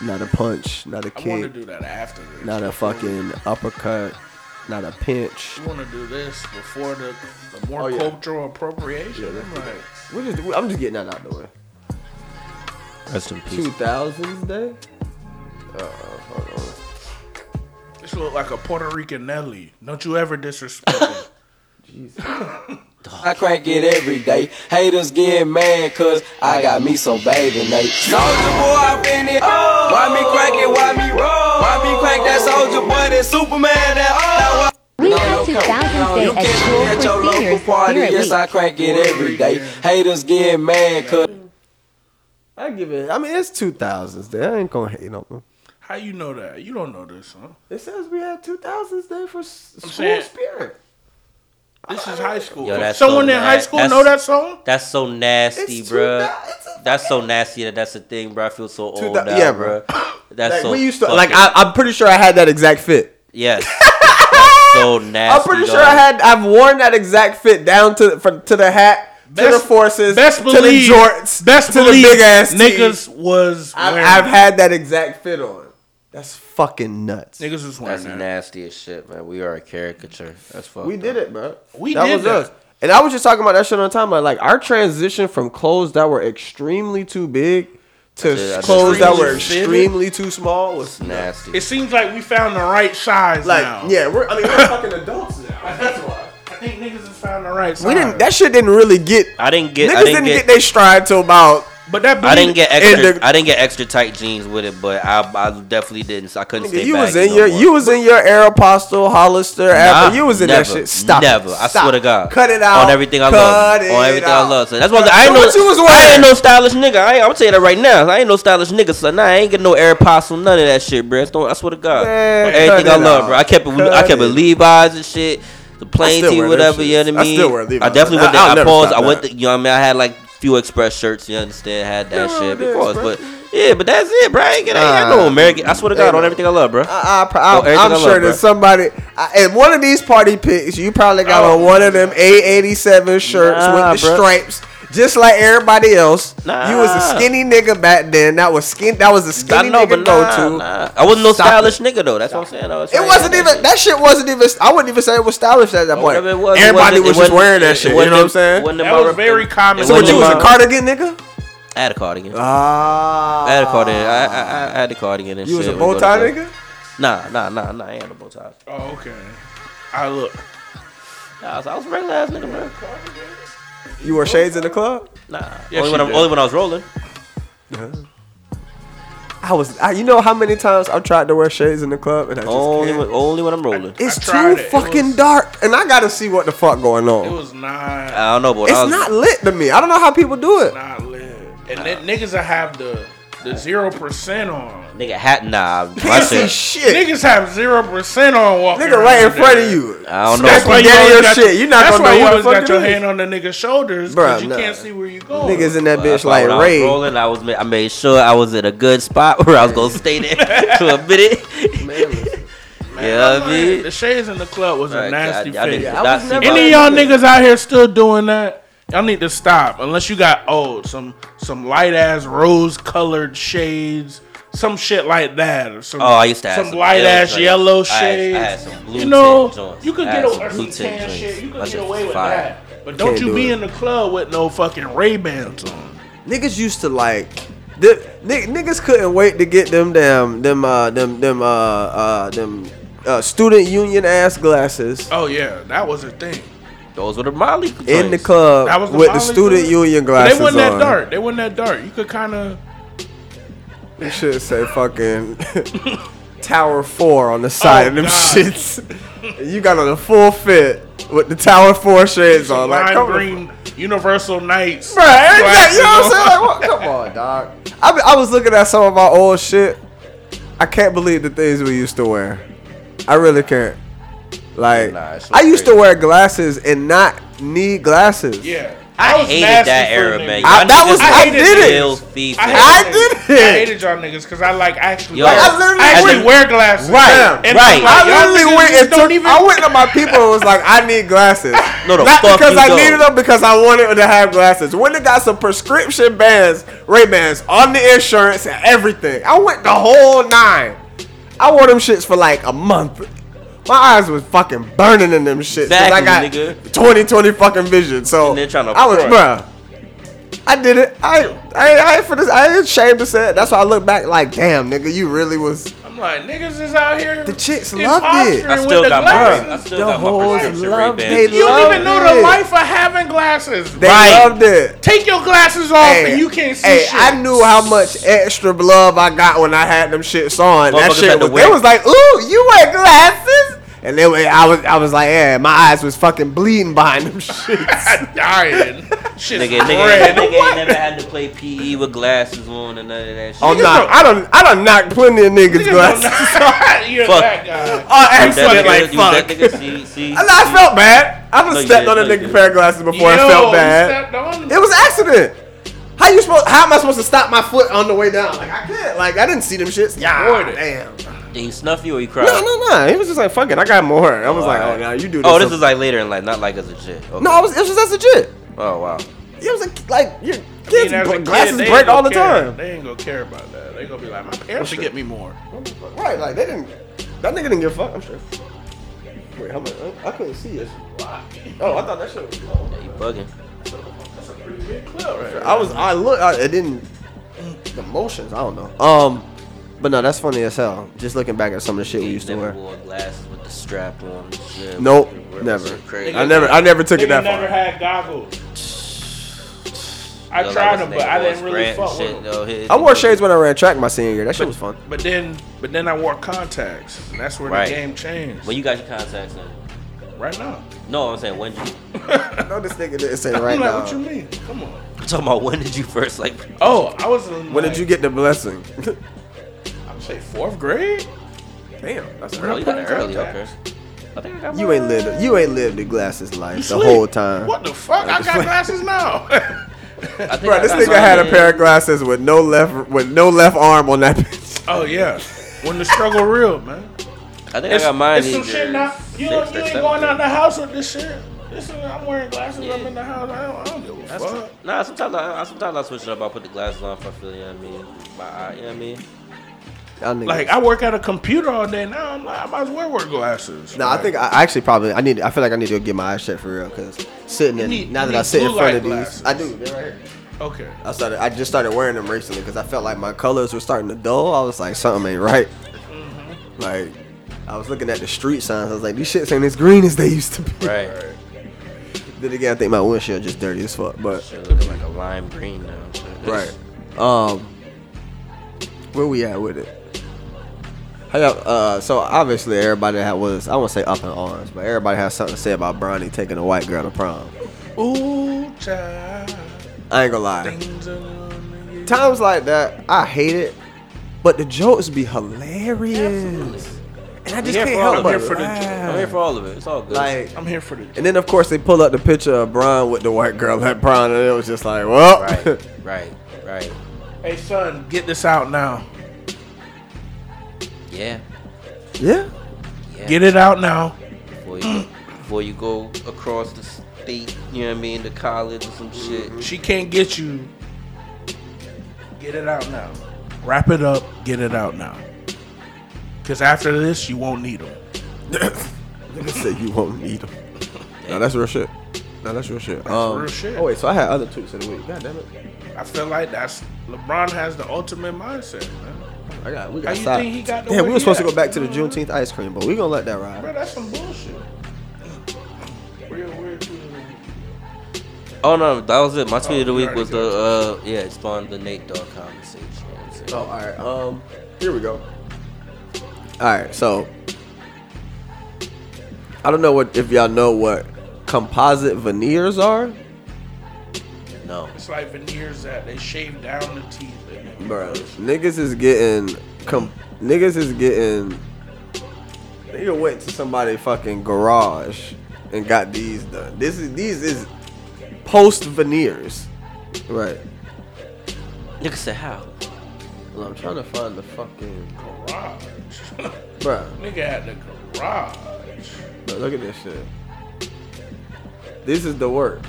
E: not a punch, not a
D: I want to
E: kick,
D: do that after this.
E: not a fucking uppercut, not a pinch.
D: You want to do this before the, the more
E: Oh, yeah.
D: cultural appropriation? I'm like,
E: We're just, we- I'm just getting that out of the way.
B: Rest in peace.
E: Two thousands day.
D: this look like a Puerto Rican Nelly. Don't you ever disrespect me.
M: I crank it every day. Haters get mad cause I got me some baby Nate. Soldier boy, I been it. Why me crank it? Why me roll? Why me crank that soldier boy? That Superman that oh.
N: We have 2000s Day
M: You
N: at
M: catch
N: School
M: me at
N: for
M: your local
N: Seniors
M: party.
N: here at
M: Yes, I
N: Leek.
M: crank it every day. Haters get mad cause.
E: I give it. I mean, it's two thousands day. I ain't gonna hate on them.
D: How you know that? You don't know this, huh?
E: It says we had two thousands day for s- school
D: saying-
E: spirit.
D: This is high school.
B: Yo, that's
D: Someone
B: so
D: in high
B: na-
D: school
B: that's-
D: know that song?
B: That's so nasty,
E: It's too
B: bruh.
E: na- it's a
B: That's so nasty that that's a thing, bro. I feel so
E: Two
B: old
E: thou-
B: now,
E: yeah,
B: bro.
E: bro.
B: Oh, That's
E: like
B: so
E: we used to
B: fucking-
E: like I, I'm pretty sure I had that exact fit.
B: yes. That's so nasty.
E: I'm pretty sure
B: dog.
E: I had I've worn that exact fit down to from, to the hat to
D: Best-
E: the forces
D: Best
E: to the
D: believe,
E: jorts
D: best
E: to
D: believe
E: the big ass
D: niggas was
E: I've,
D: wearing-
E: I've had that exact fit on. That's fucking nuts.
D: niggas was wearing
B: That's
D: that.
B: nasty as shit, man. We are a caricature. That's fucked.
E: We did
B: up.
E: it, bro.
D: We
E: that
D: did
E: was
D: that.
E: us. And I was just talking about that shit on the timeline. Like our transition from clothes that were extremely too big to
B: did, I did.
E: clothes that were
D: Extremely fitted?
E: extremely too small was
B: Nasty.
D: It seems like we found the right size
E: like
D: now.
E: yeah. We're I mean we're fucking adults now. That's why.
D: I think niggas has found the right size.
E: We didn't. That shit didn't really get.
B: I didn't get.
E: niggas
B: I
E: didn't,
B: didn't
E: get, their stride till about
D: But that
B: I didn't
D: bleed-
B: get
D: and
B: extra.
D: the-
B: I didn't get extra tight jeans with it, but I, I definitely didn't. So I couldn't stay
E: you
B: back.
E: was in
B: no
E: your
B: more.
E: you was in your Aeropostale, Hollister, Apple. You was in
B: never,
E: that shit. Stop. it.
B: Never. I
E: Stop.
B: swear to God.
E: Cut it out.
B: On everything I
E: Cut
B: love.
E: It
B: On everything
E: out.
B: I love. So that's why I
E: So
B: ain't no.
E: what you was
B: I
E: wearing?
B: ain't no stylish nigga. I ain't, I'm telling you that right now. I ain't no stylish nigga. So nah, I ain't get no air apostle, none of that shit, bro. Don't, I swear to God.
E: Man,
B: everything
E: cut
B: I
E: it
B: love,
E: out.
B: bro. I kept it. with- I
E: Cut
B: kept it
E: it.
B: Levi's and shit. The plain
E: still
B: tee,
E: wear them
B: whatever. You know
E: shits.
B: what I mean.
E: I still wear Levi's.
B: I definitely
E: I-
B: went. to-
E: I'll
B: I
E: never
B: paused.
E: stop
B: I went.
E: that.
B: to- You know what I mean. I had like few Express shirts. You understand? Had that shit.
E: did,
B: Before,
E: bro.
B: but yeah, but that's it, bro. I ain't get I ain't got no
E: Nah.
B: American. I swear to God,
E: Ain't
B: on
E: no-
B: everything I love, bro.
E: I,
B: On everything
E: I, am
B: I love,
E: sure
B: bro.
E: there's somebody I, in one of these party pics. You probably got on one of them A87 shirts
B: Oh. Nah,
E: with the
B: bruh.
E: stripes, just like everybody else. You was
B: Nah.
E: a skinny nigga back then. That was skin. That was a skinny
B: know,
E: nigga
B: but nah,
E: go to.
B: nah. I wasn't no
E: Stop
B: stylish nigga though. That's what I'm saying. I was
E: It wasn't even that shit wasn't even I wouldn't even say it was stylish at that point.
B: Oh, whatever it was, it wasn't- it
E: Everybody was just
B: wasn't-
E: wearing
B: it-
E: that
B: it
E: shit. You
B: wasn't-
E: know what I'm saying?
B: it wasn't
D: That
B: about-
D: was very common. Oh,
E: So what
B: wasn't
E: you was a
B: about-
E: cardigan nigga?
B: I had a cardigan.
E: Ah,
B: I had a cardigan. I, I, I- I had a cardigan and shit.
E: You was a
B: when we
E: bow
B: go
E: tie
B: to-
E: nigga?
B: Nah, nah, nah, nah. I ain't had a bow tie.
D: Oh, okay. I look.
B: Nah, I was, I was a regular ass nigga, man.
E: You wore shades in the club?
B: Nah.
E: Yes,
B: only,
E: you
B: when I'm,
E: did.
B: only when I was rolling.
E: I was I, you know how many times I've tried to wear shades in the club and I just
B: Only
E: can't.
B: when, only when I'm rolling.
E: It's
D: tried
E: too
D: it. It
E: fucking dark and I got to see what the fuck going
D: It
E: on.
D: was not.
B: I don't know, but
E: It's
B: I was,
E: not lit to me. I don't know how people do it.
D: Not lit. And then niggas that have the the zero percent on.
B: Nigga hat. Nah, my
E: Can't see
B: shit.
E: shit.
D: Niggas have zero percent on walking.
E: Nigga right in
D: around
E: front
D: there.
E: of you.
B: I don't know.
E: That's why you
D: always
E: your
D: got-
E: shit. You're not
D: that's
E: going
D: why
E: to
D: you
E: know what the
D: always
E: fuck
D: got
E: it
D: your
E: is.
D: hand on the nigga's shoulders
E: Bruh,
D: because you
E: nah.
D: can't see where you going.
E: Niggas in that
B: That's
E: bitch
B: why
E: like
B: when I was
E: Ray.
B: rolling, I was ma- I made sure I was in a good spot where I was gonna stay there for a minute. yeah, I mean,
D: The shades in the club was a
B: Right,
D: nasty
B: I- I
D: thing.
B: didn't- I was never-
D: Any of y'all niggas out here still doing that? Y'all need to stop. Unless you got oh some some light ass rose colored shades, some shit like that, or some
B: Oh, I used to have
D: some,
B: some
D: light
B: yellow
D: ass
B: joints.
D: yellow
B: I had- I
D: shades.
B: had some blue
D: you know,
B: tint joints.
D: you could
B: I
D: get
B: had
D: away
B: some
D: or
B: blue
D: some
B: tint
D: tan
B: joints.
D: shit. You could
B: My
D: get
B: shit's
D: away with
B: fire.
D: that. But don't
E: Can't
D: you
E: do
D: be
E: it.
D: in the club with no fucking Ray Bans on.
E: Niggas used to like the ni- niggas couldn't wait to get them damn them uh them them uh uh them uh student union ass glasses
D: Oh yeah, that was a thing.
B: those were the Molly
E: in the
B: joints.
E: club
D: That was the
E: with the
D: Molly
E: student
D: joint?
E: union
D: But
E: glasses
D: they wasn't
E: on.
D: that dark. They wasn't that dark. You could kind of.
E: You should say fucking Tower Four on the side
D: Oh,
E: of them
D: God.
E: shits. you got on a full fit with the Tower Four shades on, like
D: lime
E: come on,
D: green Universal Knights.
E: Bruh, exact-
D: glasses
E: you know what I'm
D: on.
E: saying? Like, what? Come on, dog. I, be- I was looking at some of our old shit. I can't believe the things we used to wear. I really can't. Like,
B: Nah, it's so
E: I used to
B: crazy.
E: wear glasses and not need glasses.
D: Yeah.
B: I
D: was
B: hated
D: nasty
B: that
D: for
B: era,
D: niggas.
B: man.
E: I-
B: Y'all
E: that
B: niggas
E: was- I
B: was
E: did it.
B: filthy.
D: I,
B: fam.
E: I
D: hated
E: did
D: I
E: it.
D: hated y'all niggas because I like actually.
B: Yo.
D: wear-
B: I
E: literally
D: I actually
E: went-
D: wear glasses.
E: Right,
D: And
B: right.
D: it's like,
E: I
D: y'all
E: literally
D: niggas
E: went
D: just
E: and
D: don't
E: took.
D: even-
E: I went to my people and was like, "I need glasses."
B: No, the
E: not
B: fuck
E: because
B: you
E: I
B: don't.
E: needed them, because I wanted to have glasses. When they got some prescription bands, Ray Bans on the insurance and everything, I went the whole nine. I wore them shits for like a month. My eyes was fucking burning in them shits. 'cause I
B: Exactly,
E: got
B: nigga.
E: 20/20 fucking vision. So
B: And they're tryna
E: I was,
B: front.
E: bruh. I did it. I, I, I ain't for this. I ain't ashamed to say it. That's why I look back like, damn, nigga, you really was.
D: I'm like, niggas is out here.
E: The chicks
D: is
E: loved it.
D: posturing
B: I
E: I
D: with
B: still
D: the
B: got
D: glasses.
B: my, I still
E: The
B: got
E: hoes
B: my prescription
E: love-
B: Ray-Bans.
E: they
D: You don't even
E: Loved
D: know the
E: it.
D: life of having glasses.
E: They
B: Right.
E: loved it.
D: Take your glasses off and you can't see
E: hey,
D: shit.
E: I knew how much extra love I got when I had them shits on. That
B: Motherfuckers had
E: shit
B: to
E: was,
B: wear-
E: they was like, ooh, you wear glasses? And then when I was I was like, yeah, my eyes was fucking bleeding behind them shits.
D: I dying. Shit's
B: Nigga, nigga,
D: red.
B: nigga ain't never had to play PE with glasses on and none of that shit.
E: oh no,
D: don't-
E: I don't I done knocked plenty of niggas,
D: Niggas
E: glasses.
D: don't- You're
B: Fuck.
D: that guy.
E: Oh,
B: You
E: actually,
B: that nigga-
E: like
B: you that
E: fuck.
B: nigga, see, see,
E: And I
B: see.
E: felt bad. I
B: No, you
E: just stepped on a
B: didn't. No, you
E: nigga
B: didn't.
E: pair of glasses before I
D: Yo,
E: felt
D: you
E: bad.
D: stepped on
E: It was an accident. How you supposed? How am I supposed to stop my foot on the way down? Like I can't. Like I didn't see them shits. Yeah,
D: Avoid it.
E: damn.
B: Did he snuff you or he cried?
E: No, no, no. He was just like, fuck it, I got more. I was like, oh, now you do this.
B: Oh, this is like later in life, not like as a shit. Okay.
E: No, I was, it was just that's legit.
B: Oh wow.
E: It was like, like your
D: I
E: kids,
D: mean, as a
E: br-
D: kid,
E: glasses
D: they ain't
E: break
D: gonna
E: all the
D: care.
E: time.
D: They ain't gonna care about that. They gonna be like, my parents should get me more.
E: Right, like they didn't. That nigga didn't give a fuck. I'm sure. Wait, how much? I, I couldn't see it. Oh, I thought that shit. Was,
B: You bugging.
E: I was. I look. I, it didn't. The motions. I don't know. Um, but no, that's funny as hell. Just looking back at some of the shit we
B: You
E: used to
B: never
E: wear.
B: wore glasses with the strap on. Yeah,
E: Nope,
B: with the- with the
E: never.
B: shit crazy.
E: I never. I never took
D: They
E: it that
D: never
E: far.
D: had goggles. I
B: Look
D: tried
B: like
D: him,
B: this nigga
D: but I
B: wore
D: didn't really
B: scratch
D: fuck
B: shit,
D: with
B: though.
D: him.
B: His-
E: I wore shades when I ran track my senior year. That shit was fun.
D: But then, but then I wore contacts. And that's where
B: Right.
D: the game changed.
B: When you got your contacts in.
D: Right now.
B: No, I'm saying when did you?
E: no, this nigga didn't say
D: I'm
E: right
D: like,
E: now.
D: what you mean? Come on.
B: I'm talking about when did you first like?
D: Oh, I was. In
E: When did you get the blessing?
D: I'd say fourth grade.
E: Damn, that's
B: early. You got it early, okay.
E: You ain't lived. You ain't lived the glasses life the
D: Sleep.
E: whole time.
D: What the fuck? I got glasses now.
E: Bro, this nigga had a pair of glasses with no left with no left arm on that bitch.
D: Oh yeah. When the struggle real, man.
B: I think I got mine
D: It's some
B: either
D: shit now. You,
B: sixth
D: don't-
B: or
D: you ain't
B: seventh
D: going
B: grade.
D: out the house with this shit. This is, I'm wearing glasses. I'm in the house. I don't, I don't give a
B: That's
D: fuck.
B: Nah, sometimes I, I sometimes I switch it up. I put the glasses on if I feel you know what I mean. My eye, you know what I mean.
D: Like I work at a computer all day now. I'm like, I might as well wear glasses.
E: No, I think I actually probably I need. I feel like I need to go get my eyes checked for real because sitting
D: You
E: in
D: need-
E: now
D: you
E: that I
D: need
E: sit in
D: blue
E: front
D: light
E: of these,
D: glasses.
E: I do. They're right here.
D: Okay.
E: I started. I just started wearing them recently because I felt like my colors were starting to dull. I was like, something ain't right.
D: Mm-hmm.
E: Like, I was looking at the street signs. I was like, these shits ain't as green as they used to be.
B: Right.
E: Then again, I think my windshield just dirty as fuck. But
B: Shit looking like a lime green now.
E: Right. Um, where we at with it? How y'all, uh, so obviously everybody had was I won't say up in arms, but everybody has something to say about Bronny taking a white girl to prom.
D: Ooh, child.
E: I ain't gonna lie. Times like that, I hate it, but the jokes be hilarious, and I just
B: I'm
E: can't
B: here for all
E: help
B: of
E: but
B: it.
E: laugh.
B: I'm here for all of it. It's all good.
E: Like-
D: I'm here for the.
E: And then of course they pull up the picture of Bron with the white girl at prom, and it was just like, well,
B: Right. Right. Right.
D: Hey son, get this out now.
B: Yeah.
E: yeah.
B: yeah.
D: Get it out now.
B: Before you, go, before you go across the state, you know what I mean, to college or some shit.
D: She can't get you. Get it out now. Wrap it up. Get it out now. Cause after this, you won't need them.
E: Nigga said you won't need them. No, that's real shit. No, that's real shit. Um,
D: real shit.
E: Oh wait, so I had other tweets of the week. God damn it.
D: I feel like that's LeBron has the ultimate mindset. Man.
E: I got. We
D: How
E: got.
D: you
E: side-
D: think he got the
E: Damn,
D: way
E: we
D: he
E: were supposed to
D: at?
E: go back to the Juneteenth ice cream, but we gonna let that
D: Bro,
E: ride.
D: that's some bullshit. Real weird. tweet of the week.
B: Oh no, that was it. My tweet of the
D: we
B: week
D: already
B: was the uh, yeah, it spawned the Nate Dogg conversation. you know what I'm saying?
E: Oh, all right. Um, here we go. All right, so I don't know what if y'all know what composite veneers are,
B: No.
D: It's like veneers that they shave down the teeth. and then-
E: bro. Niggas is getting com- niggas is getting. Nigga went to somebody fucking garage and got these done. This is these is post veneers, right?
B: Nigga said how?
E: Well, I'm trying to find the fucking.
D: Garage.
E: Bruh.
D: Nigga had the garage.
E: Bro, look at this shit. This is the work.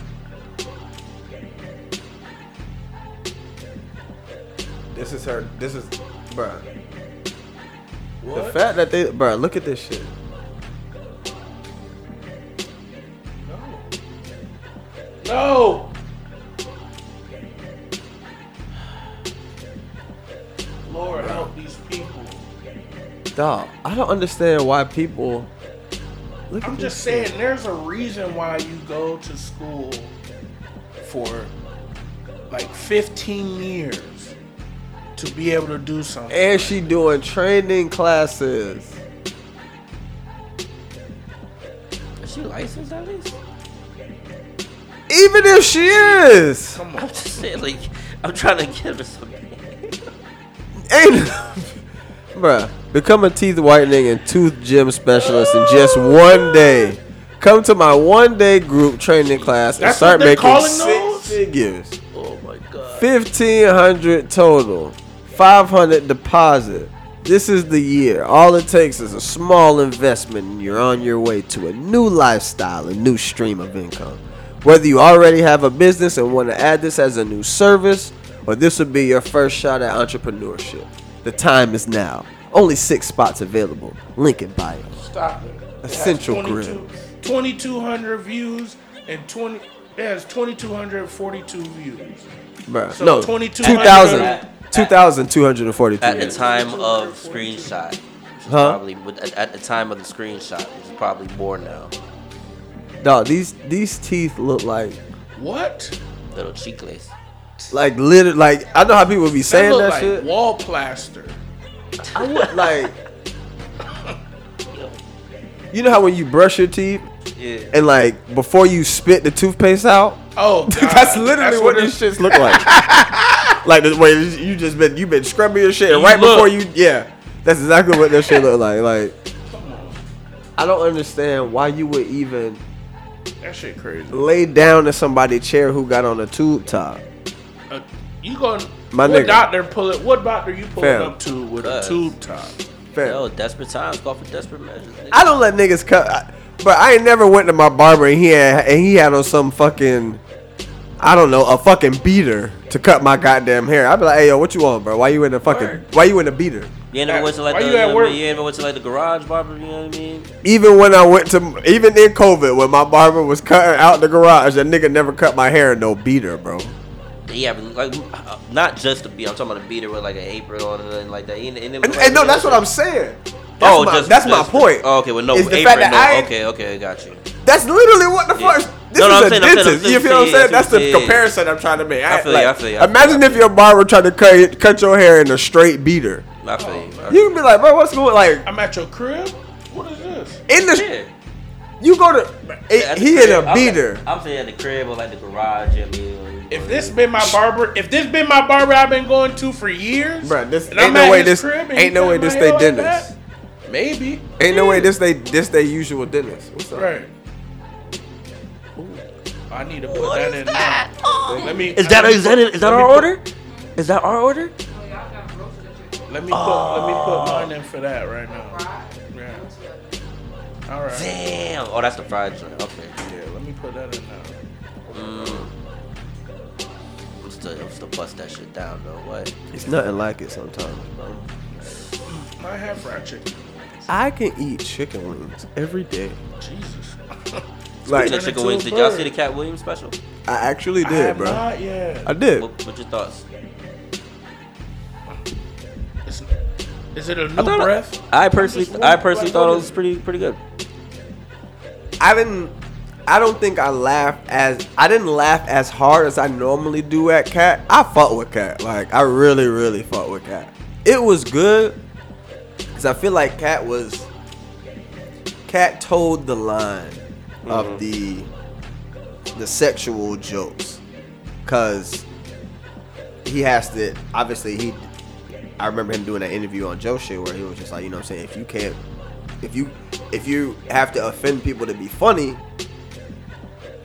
E: This is her. This is, bruh. The
D: What?
E: fact that they, bruh, look at this shit.
D: No. Lord help these people.
E: Dog, I don't understand why people. Look
D: I'm
E: at
D: just
E: this
D: saying, there's a reason why you go to school for like 15 years to be able to do something.
E: And she doing training classes.
B: Is she licensed at least?
E: Even if she is,
D: Come
B: I'm just saying, like, I'm trying to give her something.
E: ain't, bruh, become a teeth whitening and tooth gym specialist in just one day. Come to my one day group training class and
D: That's
E: start
D: what they're
E: making
D: calling
E: six
D: those?
E: figures.
B: Oh my god.
E: Fifteen hundred total, five hundred deposit. This is the year. All it takes is a small investment, and you're on your way to a new lifestyle, a new stream of income. Whether you already have a business and want to add this as a new service, or this would be your first shot at entrepreneurship, the time is now. Only six spots available. Link in bio.
D: Stop it. It has
E: Essential
D: 22 2,200 views and 20. It has 2,242 views.
E: Bruh,
D: So
E: no,
D: 2200
E: 2,000 2,242.
B: At the time of screenshot, which is
E: Huh?
B: probably at, at the time of the screenshot, which is probably more now.
E: Dog, these these teeth look like
D: What?
B: Little chicles.
E: Like literally, like I know how people be saying
D: look
E: that,
D: like
E: shit.
D: Wall plaster.
E: I would like. You know how when you brush your teeth,
D: Yeah.
E: and like before you spit the toothpaste out,
D: Oh, God.
E: that's literally
D: That's
E: what,
D: what
E: these shits look like. like the way you just been you been scrubbing your shit, and
D: You
E: right
D: look.
E: before you, yeah, that's exactly what that shit look like. Like, I don't understand why you would even
D: That shit crazy.
E: lay down in somebody's chair who got on a tube top.
D: Uh, you going
E: My
D: what
E: nigga.
D: doctor pull it? What doctor you pulling
E: Fam.
D: up to with
E: Facts.
D: a tube top?
E: Yo,
N: desperate times call for desperate measures.
E: I don't let niggas cut. I- But I ain't never went to my barber and he had and he had on some fucking, I don't know, a fucking beater to cut my goddamn hair. I'd be like, hey yo, what you on, bro? Why you in a fucking? Why you in a beater?
N: You ain't never went to like
D: Why
N: the
D: you
N: you,
D: at
N: know what I
D: work?
N: mean? You ain't never went to like the garage barber. You know what I mean?
E: Even when I went to, even in COVID, when my barber was cutting out the garage, that nigga never cut my hair in no beater, bro.
N: Yeah, but like uh, not just a beat. I'm talking about a beater with like an apron on and nothing like that. And, and,
E: And, and no, that's what I'm saying. That's
N: oh,
E: my,
N: just
E: that's my
N: just-
E: point.
N: Oh, okay, well, no
E: Is the
N: apron.
E: fact that I
N: no,
E: ain't-
N: okay, okay, got you.
E: That's literally what the fuck. This
N: No, no, I'm
E: is a
N: saying- I'm saying- I'm
E: dentist.
N: saying-
E: you feel what I'm
N: yeah,
E: saying?
N: yeah,
E: That's the
N: yeah, yeah.
E: comparison I'm trying to make.
N: I feel you, I feel you, I feel
E: Imagine if your barber tried to cut cut your hair in a straight beater.
N: I feel you.
E: You can be like, bro, what's going like
D: I'm at your crib. What is this?
E: in the? You go to it, he
N: hit
E: in a beater.
N: I'm, saying at the crib or like the garage. You know what I mean?
D: If this been my barber, if this been my barber I've been going to for years,
E: Bruh, this
D: and I'm
E: ain't no
D: at
E: way
D: his
E: this
D: crib and he
E: ain't no
D: cut
E: way
D: my
E: this
D: hair
E: they
D: like
E: dentist.
D: that, Maybe.
E: Ain't no way this they this they usual dentist. What's up?
D: Right. I need to put that in. now. Let me.
N: Is that
D: let me
N: is that
D: put-
N: is that
D: let me
N: our
D: put-
N: order? Is that our order?
D: Let me put
N: Oh.
D: let me put mine in for that right now. Yeah. All right.
N: Damn. Oh, that's the fried joint. Okay.
D: Yeah, let me put that in now.
N: Mm. I'm still, I'm still bust that shit down though. What?
E: It's nothing like it sometimes, bro.
D: I have fried chicken.
E: I can eat chicken wings every day.
D: Jesus.
E: Like
N: Speaking of chicken wings, did y'all see the Cat Williams special?
E: I actually
N: I
E: did,
N: have
E: bro.
N: not yet.
E: I did.
N: What, what's your thoughts?
D: Is, is it a
N: I
D: new
N: thought-
D: breath?
N: I
D: I'm
N: personally,
D: just
N: I
D: wondering,
N: personally
D: like,
N: thought
D: what
N: it
D: is-
N: was pretty, pretty good.
E: I didn't. I don't think I laughed as I didn't laugh as hard as I normally do at Cat. I fought with Cat. Like I really, really fought with Cat. It was good because I feel like Cat was. Cat told the line of the the sexual jokes because he has to obviously he I remember him doing that interview on Joe shit where he was just like, you know what I'm saying, if you can't if you if you have to offend people to be funny,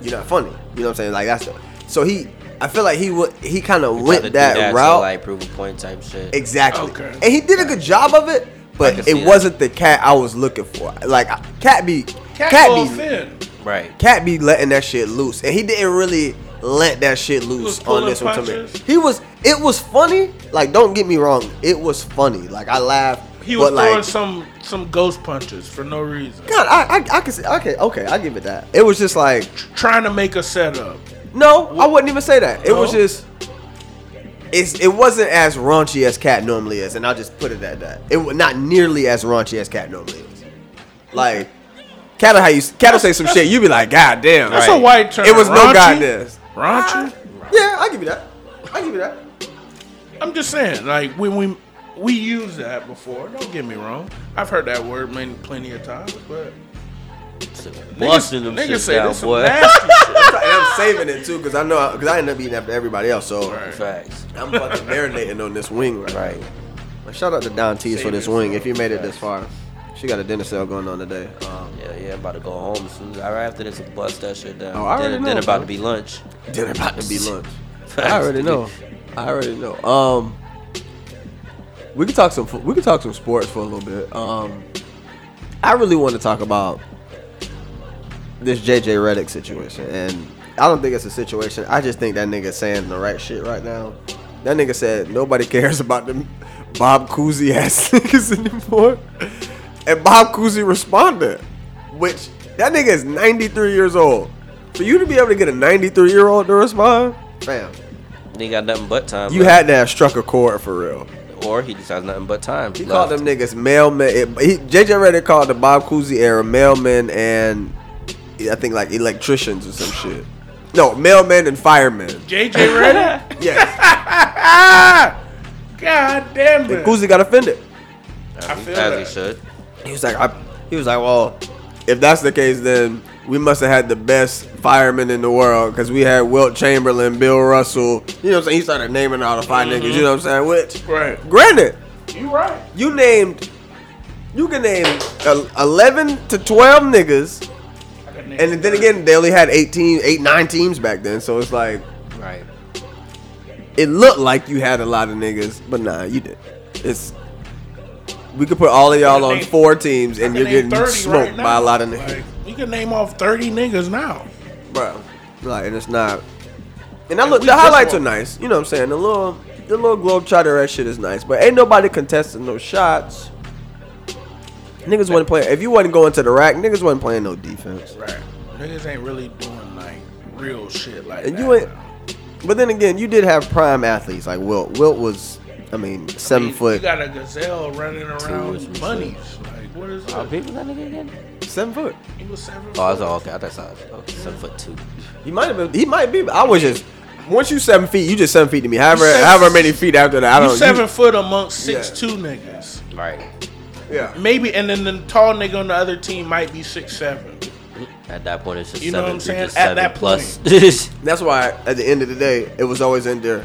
E: you're not funny. You know what I'm saying? Like that's the, so he I feel like he would he kind of
N: Tried to
E: went
N: do
E: that,
N: to,
E: route
N: like prove a point type shit.
E: exactly, and he did a good job of it,
N: I can
E: but
N: see
E: it
N: that.
E: wasn't the cat I was looking for. Like cat be
D: Cat,
E: cat
D: go
E: be
D: thin.
N: Right.
E: Cat be letting that shit loose, and he didn't really let that shit loose on
D: pulling
E: this one to me.
D: punches.
E: He was, it was funny. Like, don't get me wrong, it was funny. Like, I laughed.
D: He was
E: but
D: throwing
E: like,
D: some some ghost punches for no reason.
E: God, I, I, I can see. Okay, okay, I give it that. It was just like
D: trying to make a setup.
E: No, I wouldn't even say that. It was
D: No?
E: just, it's, it wasn't as raunchy as Cat normally is, and I'll just put it at that. It was not nearly as raunchy as Cat normally is. Like, Cat'll how you Cat'll say some shit, you be like, God damn.
D: That's a white term.
E: It was no
D: Raunchy?
E: goddamn.
D: Raunchy.
E: Yeah, I give you that. I give you that.
D: I'm just saying, like when we we used that before. Don't get me wrong. I've heard that word many, plenty of times, but
N: Busting them
D: niggas
N: shit
D: say
N: down,
D: this some
N: boy.
D: nasty
E: and I'm saving it too because I know because I end up eating after everybody else. So
N: facts.
E: I'm fucking marinating on this wing right. Right. shout out to Don Tees for
N: Saving
E: this
N: it
E: wing.
N: for-
E: If you made it this far, she got a dinner sale going on today. Um,
N: yeah, yeah. I'm about to go home as soon as right after this, and bust that shit down.
E: Oh, I
N: Then-
E: already
N: then
E: know,
N: about
E: bro.
N: to be lunch.
E: Dinner about to be lunch.
N: Facts.
E: I already know. I already know. Um, we could talk some. fo- We could talk some sports for a little bit. Um, I really want to talk about this JJ Redick situation, and I don't think it's a situation. I just think that nigga saying the right shit right now. That nigga said nobody cares about them Bob Cousy ass niggas anymore, and Bob Cousy responded, which that nigga is 93 years old. For you to be able to get a 93 year old to respond, fam,
N: They got nothing but time.
E: you had to have struck a chord for real.
N: had, or he just has nothing but time.
E: He called them niggas mailmen. It, he, JJ Reddick called the Bob Cousy era mailmen and I think like electricians or some shit. No, mailmen and firemen.
D: JJ Reddick.
E: Yes.
D: God damn
E: And
D: it.
E: Kuzi got offended.
D: I
B: As
D: feel that.
B: he should.
E: He was like, I, he was like, well, if that's the case, then we must have had the best firemen in the world because we had Wilt Chamberlain, Bill Russell. You know what I'm saying? He started naming all the 5 niggas. You know what I'm saying? Which,
D: Right.
E: granted,
D: You right.
E: you named, you can name el- 11 to 12 niggas, and then again, they only had 18, 8, 9 teams back then. So it's like,
N: Right.
E: it looked like you had a lot of niggas, but nah, you did. It's we could put all of y'all on four teams and you're
D: They
E: getting
D: 30 right
E: smoked
D: now.
E: by a lot of niggas,
D: Like, we can name off 30 niggas now.
E: bro. Like, and it's not. And I look,
D: we
E: the
D: just
E: highlights
D: won.
E: are nice. You know what I'm saying? The little, the little globe trotter ass shit is nice, but ain't nobody contesting no shots. Niggas wasn't playing. If you wasn't going to the rack, niggas wasn't playing no defense.
D: Right. Niggas ain't really doing like real shit like
E: And
D: that.
E: you ain't. But then again, you did have prime athletes like Wilt. Wilt was, I mean, seven
D: You
E: foot,
D: got a gazelle running around
E: or some
D: with bunnies. Like, what is
N: How
D: that?
N: big was that nigga again?
E: seven foot.
D: He was seven
N: Oh, that's
D: foot.
N: all. Okay, I thought size. Okay, seven foot two.
E: He might have been. He might be. but I was just. Once you seven feet, you just seven feet to me. However,
D: seven-
E: however many feet after that, I
D: You
E: don't.
D: seven
E: You,
D: foot amongst six two niggas.
N: Right.
E: yeah.
D: Maybe and then the tall nigga on the other team might be six seven.
N: At that point, it's just
D: You know
N: seven.
D: what I'm saying?
N: You're just
D: At
N: seven
D: that
N: plus. Oh,
E: That's why at the end of the day, it was always in there,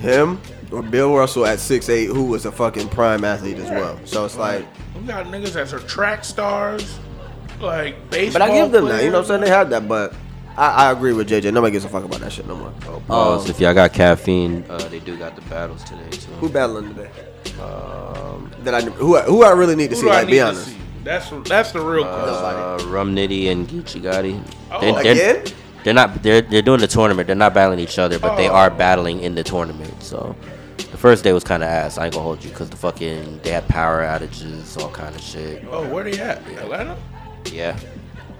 E: him or Bill Russell at six eight, who was a fucking prime athlete as well. So it's like,
D: We got niggas that are track stars, like baseball.
E: but I give them
D: players.
E: that. You know what I'm saying? They had that, but I, I agree with JJ. Nobody gives a fuck about that shit no more.
N: Oh,
E: Um,
N: so if y'all got caffeine, uh, they do got the battles today too.
E: who battling today? Um, that I who I- who I really need to
D: Who
E: see.
D: do I
E: Like,
D: need
E: be
D: to
E: honest.
D: see? That's that's the real question.
N: Uh, Rum Nitty and Geechee Gotti.
D: Oh,
N: Eh?
E: again?
N: They're not. They're they're doing the tournament. They're not battling each other, but they
D: Oh.
N: are battling in the tournament. So, the first day was kind of ass. I ain't gonna hold you because the fucking they had power outages, all kind of shit.
D: Oh, where they at? Atlanta?
N: Yeah.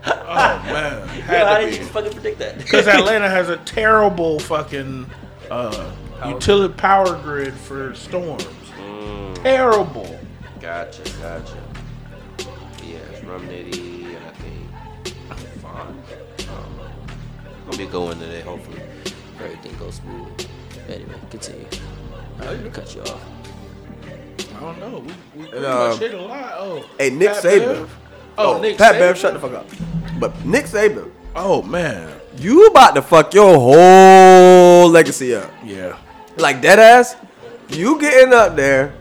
D: Oh man, had to be.
N: fucking predict that?
D: Because Atlanta has a terrible fucking uh, utility power grid for storms. Terrible.
N: Gotcha, gotcha. Yeah, it's Rum Nitty, and I think Fon. Um, gonna be going today. Hopefully, everything goes smooth. Anyway, continue. I don't mean to cut you off.
D: I don't know. We, we pretty
E: um,
D: much hit a lot. Oh,
E: Hey, Nick
D: Pat
E: Saban.
D: Bev? Oh, Nick
E: Pat
D: Saban.
E: Bev, shut the fuck up. But Nick Saban.
D: Oh man.
E: You about to fuck your whole legacy up.
D: Yeah.
E: Like dead ass, you getting up there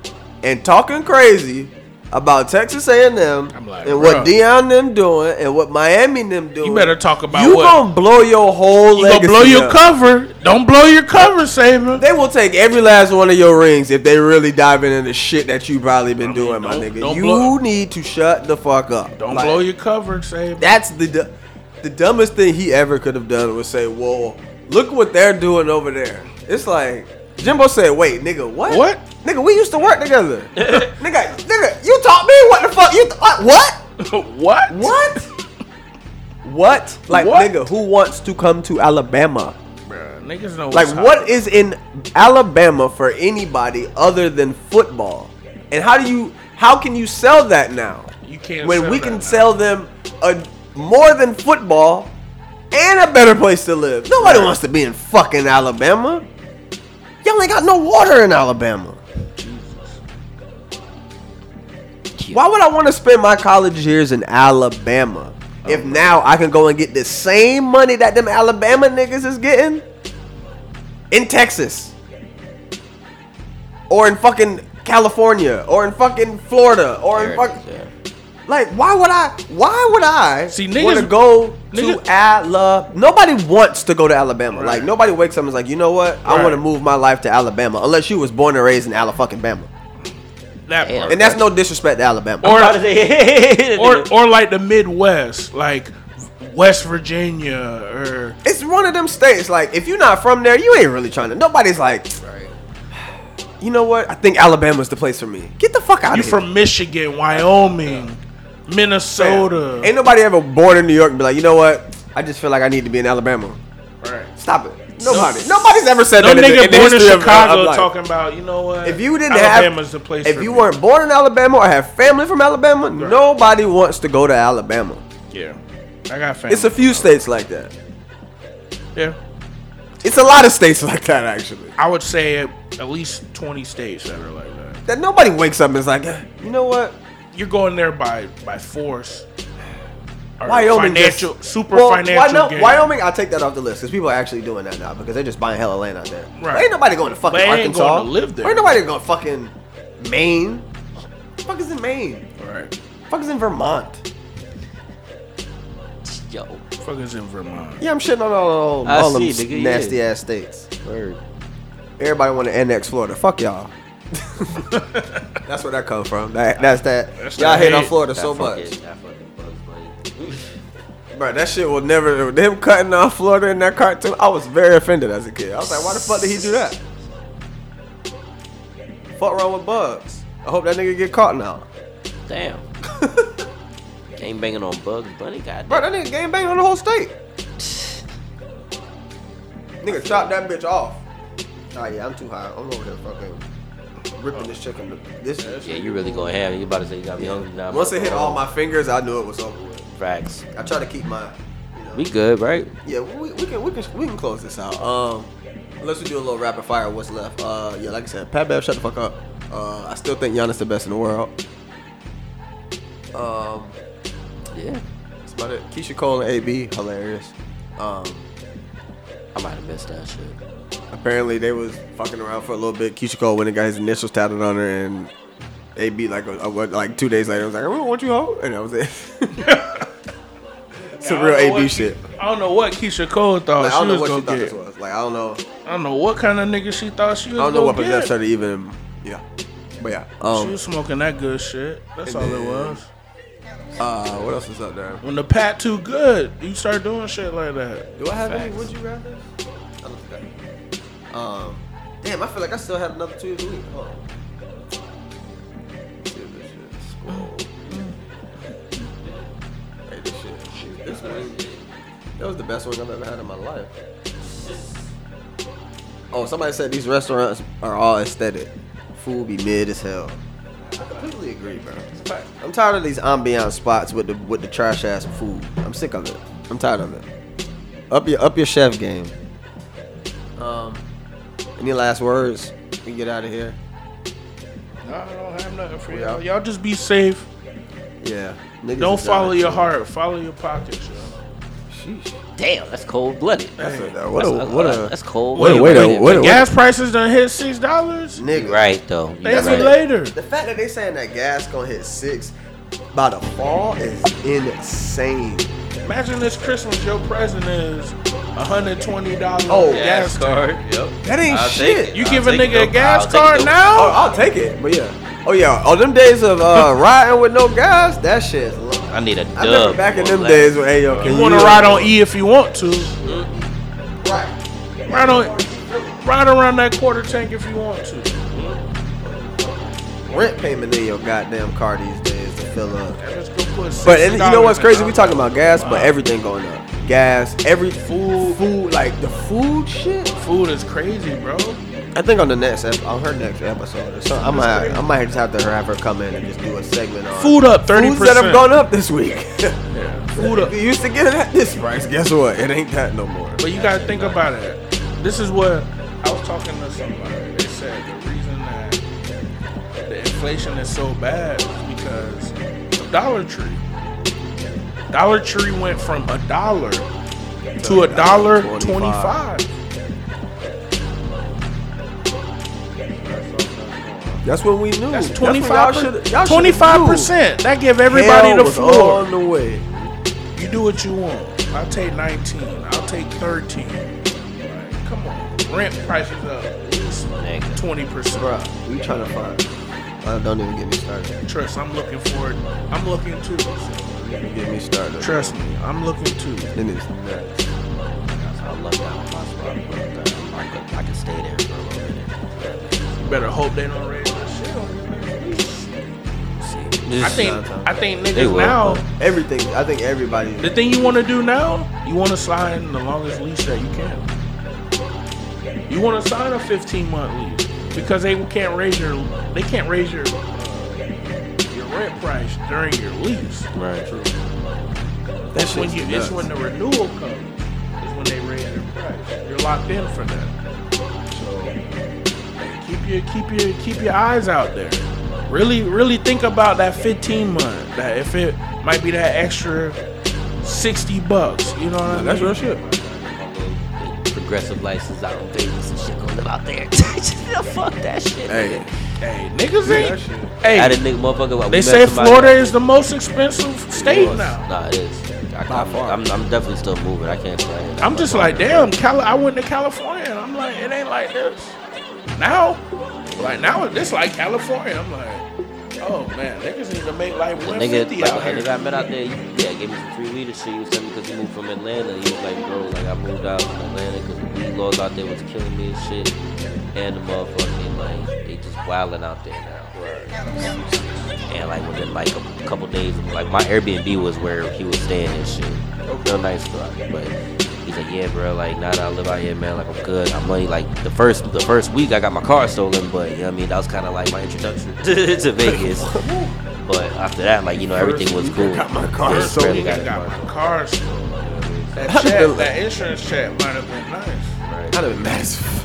E: and talking crazy about Texas A&M
D: I'm like,
E: and what
D: bruh.
E: Dion them doing and what Miami them doing.
D: You better talk about
E: You
D: what.
E: gonna blow your whole
D: You
E: legacy.
D: gonna blow your
E: up.
D: cover. Don't blow your cover, Saban.
E: They will take every last one of your rings if they really dive into the shit that you probably been doing, my
D: don't-
E: nigga.
D: don't
E: you
D: blow-
E: need to shut the fuck up.
D: Don't
E: Like,
D: blow your cover, Saban.
E: That's the du- the dumbest thing he ever could have done was say, "Whoa, look what they're doing over there." It's like Jimbo said, "Wait, nigga, what?
D: What?
E: nigga? We used to work together, nigga. Nigga, you taught me what the fuck? You th- what?
D: what?
E: What? What? What? Like,
D: What?
E: nigga, who wants to come to Alabama?
D: Bruh, niggas know.
E: Like,
D: what's
E: what
D: hot.
E: is in Alabama for anybody other than football? And how do you? How can you sell that now?
D: You can't.
E: when
D: sell
E: we
D: that
E: can
D: now.
E: sell them a more than football and a better place to live. Nobody wants to be in fucking Alabama. Y'all ain't got no water in Alabama. Why would I want to spend my college years in Alabama
D: Oh,
E: if now I can go and get the same money that them Alabama niggas is getting in Texas or in fucking California or in fucking Florida or in fucking like, why would I? Why would I
D: See,
E: want to
D: niggas-
E: go
D: niggas-
E: to Alabama? Nobody wants to go to Alabama. Like, nobody wakes up and is like, you know what? I
D: Right.
E: want to move my life to Alabama. Unless you was born and raised in Alabama,
D: that part.
E: and that's no disrespect to Alabama.
D: Or-
N: How did they-
D: or or like the Midwest, like West Virginia or
E: it's one of them states. Like, if you're not from there, you ain't really trying to. Nobody's like, you know what? I think Alabama's the place for me. Get the fuck out
D: you
E: of here.
D: from Michigan, Wyoming, Minnesota.
E: Ain't nobody ever born in New York and be like, you know what? I just feel like I need to be in Alabama.
D: Right.
E: Stop it. Nobody. Nobody's ever said
D: No
E: that. in the-
D: nigga
E: in the
D: born in
E: history of- of
D: Chicago
E: life.
D: talking about you know what?
E: If you didn't
D: Alabama's
E: have,
D: the place.
E: if
D: for
E: you
D: me.
E: weren't born in Alabama or have family from Alabama, nobody wants to go to Alabama.
D: yeah, I got family.
E: It's a few states like that.
D: yeah.
E: It's a lot of states like that, actually.
D: I would say at least 20 states that are like that.
E: That nobody wakes up and is like, "Eh, you know what?
D: You're going there by by force. Or
E: Wyoming just-
D: financial, super
E: Well, why
D: financial.
E: not-
D: gain.
E: Wyoming, I take that off the list because people are actually doing that now because they're just buying hella land out there.
D: Right.
E: Ain't nobody going to fucking
D: But they ain't
E: Arkansas.
D: going to live there.
E: Ain't nobody going to fucking Maine. fuck is in Maine?
D: Right.
E: Fuck is in Vermont?
D: Yo. Fuckers in Vermont.
E: Yeah, I'm shitting on all, all,
D: I
E: all them
D: see,
E: s-
D: nigga, yeah.
E: nasty ass states. Word. Everybody want to annex Florida. Fuck y'all. that's where that come from. That, that's that.
N: That's
E: y'all
N: that
E: hate on
N: hate.
E: Florida
N: That
E: so
N: fucking-
E: much.
N: that fucking
E: Bro, that shit will never. Him cutting off Florida in that cartoon, I was very offended as a kid. I was like, why the fuck did he do that? Fuck wrong with Bugs. I hope that nigga get caught now.
N: Damn. Game banging on Bugs Bunny, goddamn.
E: Bro, that nigga game bang on the whole state. nigga chop that bitch off. Oh yeah, I'm too high. I'm over here fucking ripping this chicken. This
N: Yeah, you really going ham. You about to say you got me hungry now.
E: Once it hit all my fingers, I knew it was over with.
N: Facts.
E: I try to keep my
N: We good, right?
E: Yeah, we, we can we can we can close this out. Um, unless we do a little rapid fire, what's left? Uh, yeah, like I said, Pat Bev, shut the fuck up. Uh, I still think Giannis the best in the world. Um,
N: yeah,
E: that's about it. Keisha Cole and AB, hilarious. Um,
N: I might have missed that shit.
E: Apparently they was fucking around for a little bit. Keisha Cole went and got his initials tatted on her, and AB like a, a- like two days later was like, "I don't want you home," and that was it. Some
D: Yeah, I
E: real
D: don't know
E: AB
D: what-
E: shit.
D: I don't know what Keisha Cole thought
E: Like, I
D: she
E: don't know
D: was
E: what she
D: gonna
E: thought
D: get.
E: this was. Like I don't know.
D: I don't know what kind of nigga she thought she was.
E: I don't know what
D: gonna
E: possessed her
D: get.
E: to even. Yeah, but yeah.
D: she
E: Um,
D: was smoking that good shit. That's
E: and
D: all
E: then-
D: it was.
E: uh, what else is up there?
D: When the pat too good, you start doing shit like that.
E: Do I have any?
D: Facts.
E: Would you rather? I don't think I. Um, damn, I feel like I still have another two of the week. Hold on. Let's see if this shit scroll. Hey, this shit. This one. That was the best one I've ever had in my life. Oh, somebody said these restaurants are all aesthetic. Food be mid as hell. I completely agree, bro. I'm tired of these ambiance spots with the with the trash ass food. I'm sick of it. I'm tired of it. Up your up your chef game. Um, any last words? We get out of here.
D: No, I don't have nothing for
E: We
D: y'all.
E: out.
D: Y'all just be safe.
E: Yeah. Niggas
D: don't
E: is
D: follow
E: dying,
D: your
E: too.
D: heart. Follow your pockets.
N: Damn, that's cold blooded.
E: That's a-
N: That's
E: what a- what a-
N: that's cold.
E: what a- what a- what a-
D: Gas prices done hit six dollars.
E: Nigga.
N: Right though. You
D: Thank
N: right.
D: you later.
E: The fact that they saying that gas gonna hit six by the fall is insane.
D: Imagine this Christmas, your present is hundred twenty dollars.
E: Oh,
D: gas
E: gas
D: card.
N: Yep.
E: That ain't
D: I'll take
E: shit.
D: it. You I'll give a take nigga it. a gas I'll take card it. Uh, now?
E: Oh, I'll take it. But yeah. Oh yeah. Oh, them days of uh, riding with no gas. That shit. is lo-
N: I need a dub.
E: I remember back in them
N: Like,
E: days when hey yo, can
D: You
E: you,
D: want to
E: uh,
D: ride on E if you want to. Right. Ride on. Ride around that quarter tank if you want to.
E: rent payment in your goddamn car these days to fill up?
D: Let's go put six
E: But and you know
D: dollars
E: what's
D: in
E: crazy?
D: it.
E: We talking about gas, but everything going up. Gas, every food, food like the food shit.
D: Food is crazy, bro.
E: I think on the next, ep- on her next episode or something, I might, I might just have to have her come in and just do a segment on
D: Food up 30%.
E: Foods that have gone up this week.
D: Food up.
E: You used to get it at this price. Guess what? It ain't that no more.
D: But you gotta think about it. This is what I was talking to somebody. They said the reason that the inflation is so bad is because of Dollar Tree. Dollar Tree went from a dollar to a dollar twenty-five.
E: That's what we knew. That's what y'all shoulda- y'all shoulda
D: 25 percent.
E: knew.
D: That give everybody
E: Hell
D: the
E: was
D: floor.
E: On the way.
D: You do what you want. I'll take 19. I'll take 13. Like, come on. Rent prices up at least 20%.
E: Bruh, we trying to find. Uh, don't even get me started.
D: Trust, I'm looking for it. I'm looking too. So,
E: Don't even get me started.
D: Trust me, I'm looking too.
E: It is nuts.
N: I love that on my spot, bro. I could, I could stay there for a little minute.
D: You better hope they don't raise that shit on you next week. I think I think
E: They
D: niggas
E: will,
D: now.
E: but everything. I think everybody.
D: The thing you want to do now, you want to sign the longest lease that you can. You want to sign a 15 month lease because they can't raise your they can't raise your your rent price during your lease.
N: Right.
D: That's when
E: shit's
D: you. It's
E: nuts.
D: when the renewal comes. It's when they raise your price. You're locked in for that. So keep your keep your keep your eyes out there. Really, really think about that 15 month. That if it might be that extra 60 bucks. You know what I mean?
N: That's real
D: shit.
N: Progressive license out on Vegas and shit going out there. Fuck that shit.
D: Hey. Hey,
N: Yeah,
D: niggas
N: that
D: ain't. Hey,
N: Had a nigga motherfucker. we
D: they
N: met
D: say
N: somebody-
D: Florida is the most expensive state
N: Yes.
D: now.
N: Nah, it is. I, By far. I'm, I'm definitely still moving. I can't play it.
D: I'm just like, damn, Cali- I went to California and I'm like, it ain't like this. Now, like now, it's like California. I'm like, oh man, niggas need to make like
N: The nigga,
D: 150
N: like,
D: out
N: a
D: here.
N: nigga I met out there, yeah, gave me some free weed and shit. He was telling me because he moved from Atlanta. He was like, bro, like I moved out from Atlanta because the weed laws out there was killing me and shit. And the motherfucking like they just wilding out there now. And like within like a couple days, like my Airbnb was where he was staying and shit. Real nice spot, but. He's like, yeah, bro. Like, now that I live out here, man, like I'm good. I'm money. Like the first, the first week, I got my car stolen, but you know what I mean. That was kind of like my introduction to Vegas. But after that, like you know, everything was cool.
D: Got my car
N: Yeah,
D: stolen.
N: barely got
D: I
N: it.
D: got my car stolen. That
E: I'd've
D: check,
E: been like-
D: that insurance check might have been nice.
E: I'd have been mad as fuck.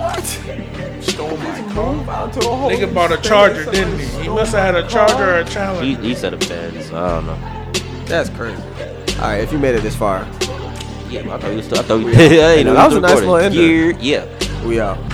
D: What? Stole my car. Nigga bought a charger, didn't he? He must have had a charger or a Challenger.
N: He, he set up fans. I don't know.
E: That's crazy. All right, if you made it this far,
N: yeah, but I thought you was still. I thought you.
E: We out.
N: Hey,
E: Hey, no,
N: we
E: that was
N: still
E: a nice
N: recording.
E: little ender.
N: Yeah, yeah.
E: we out.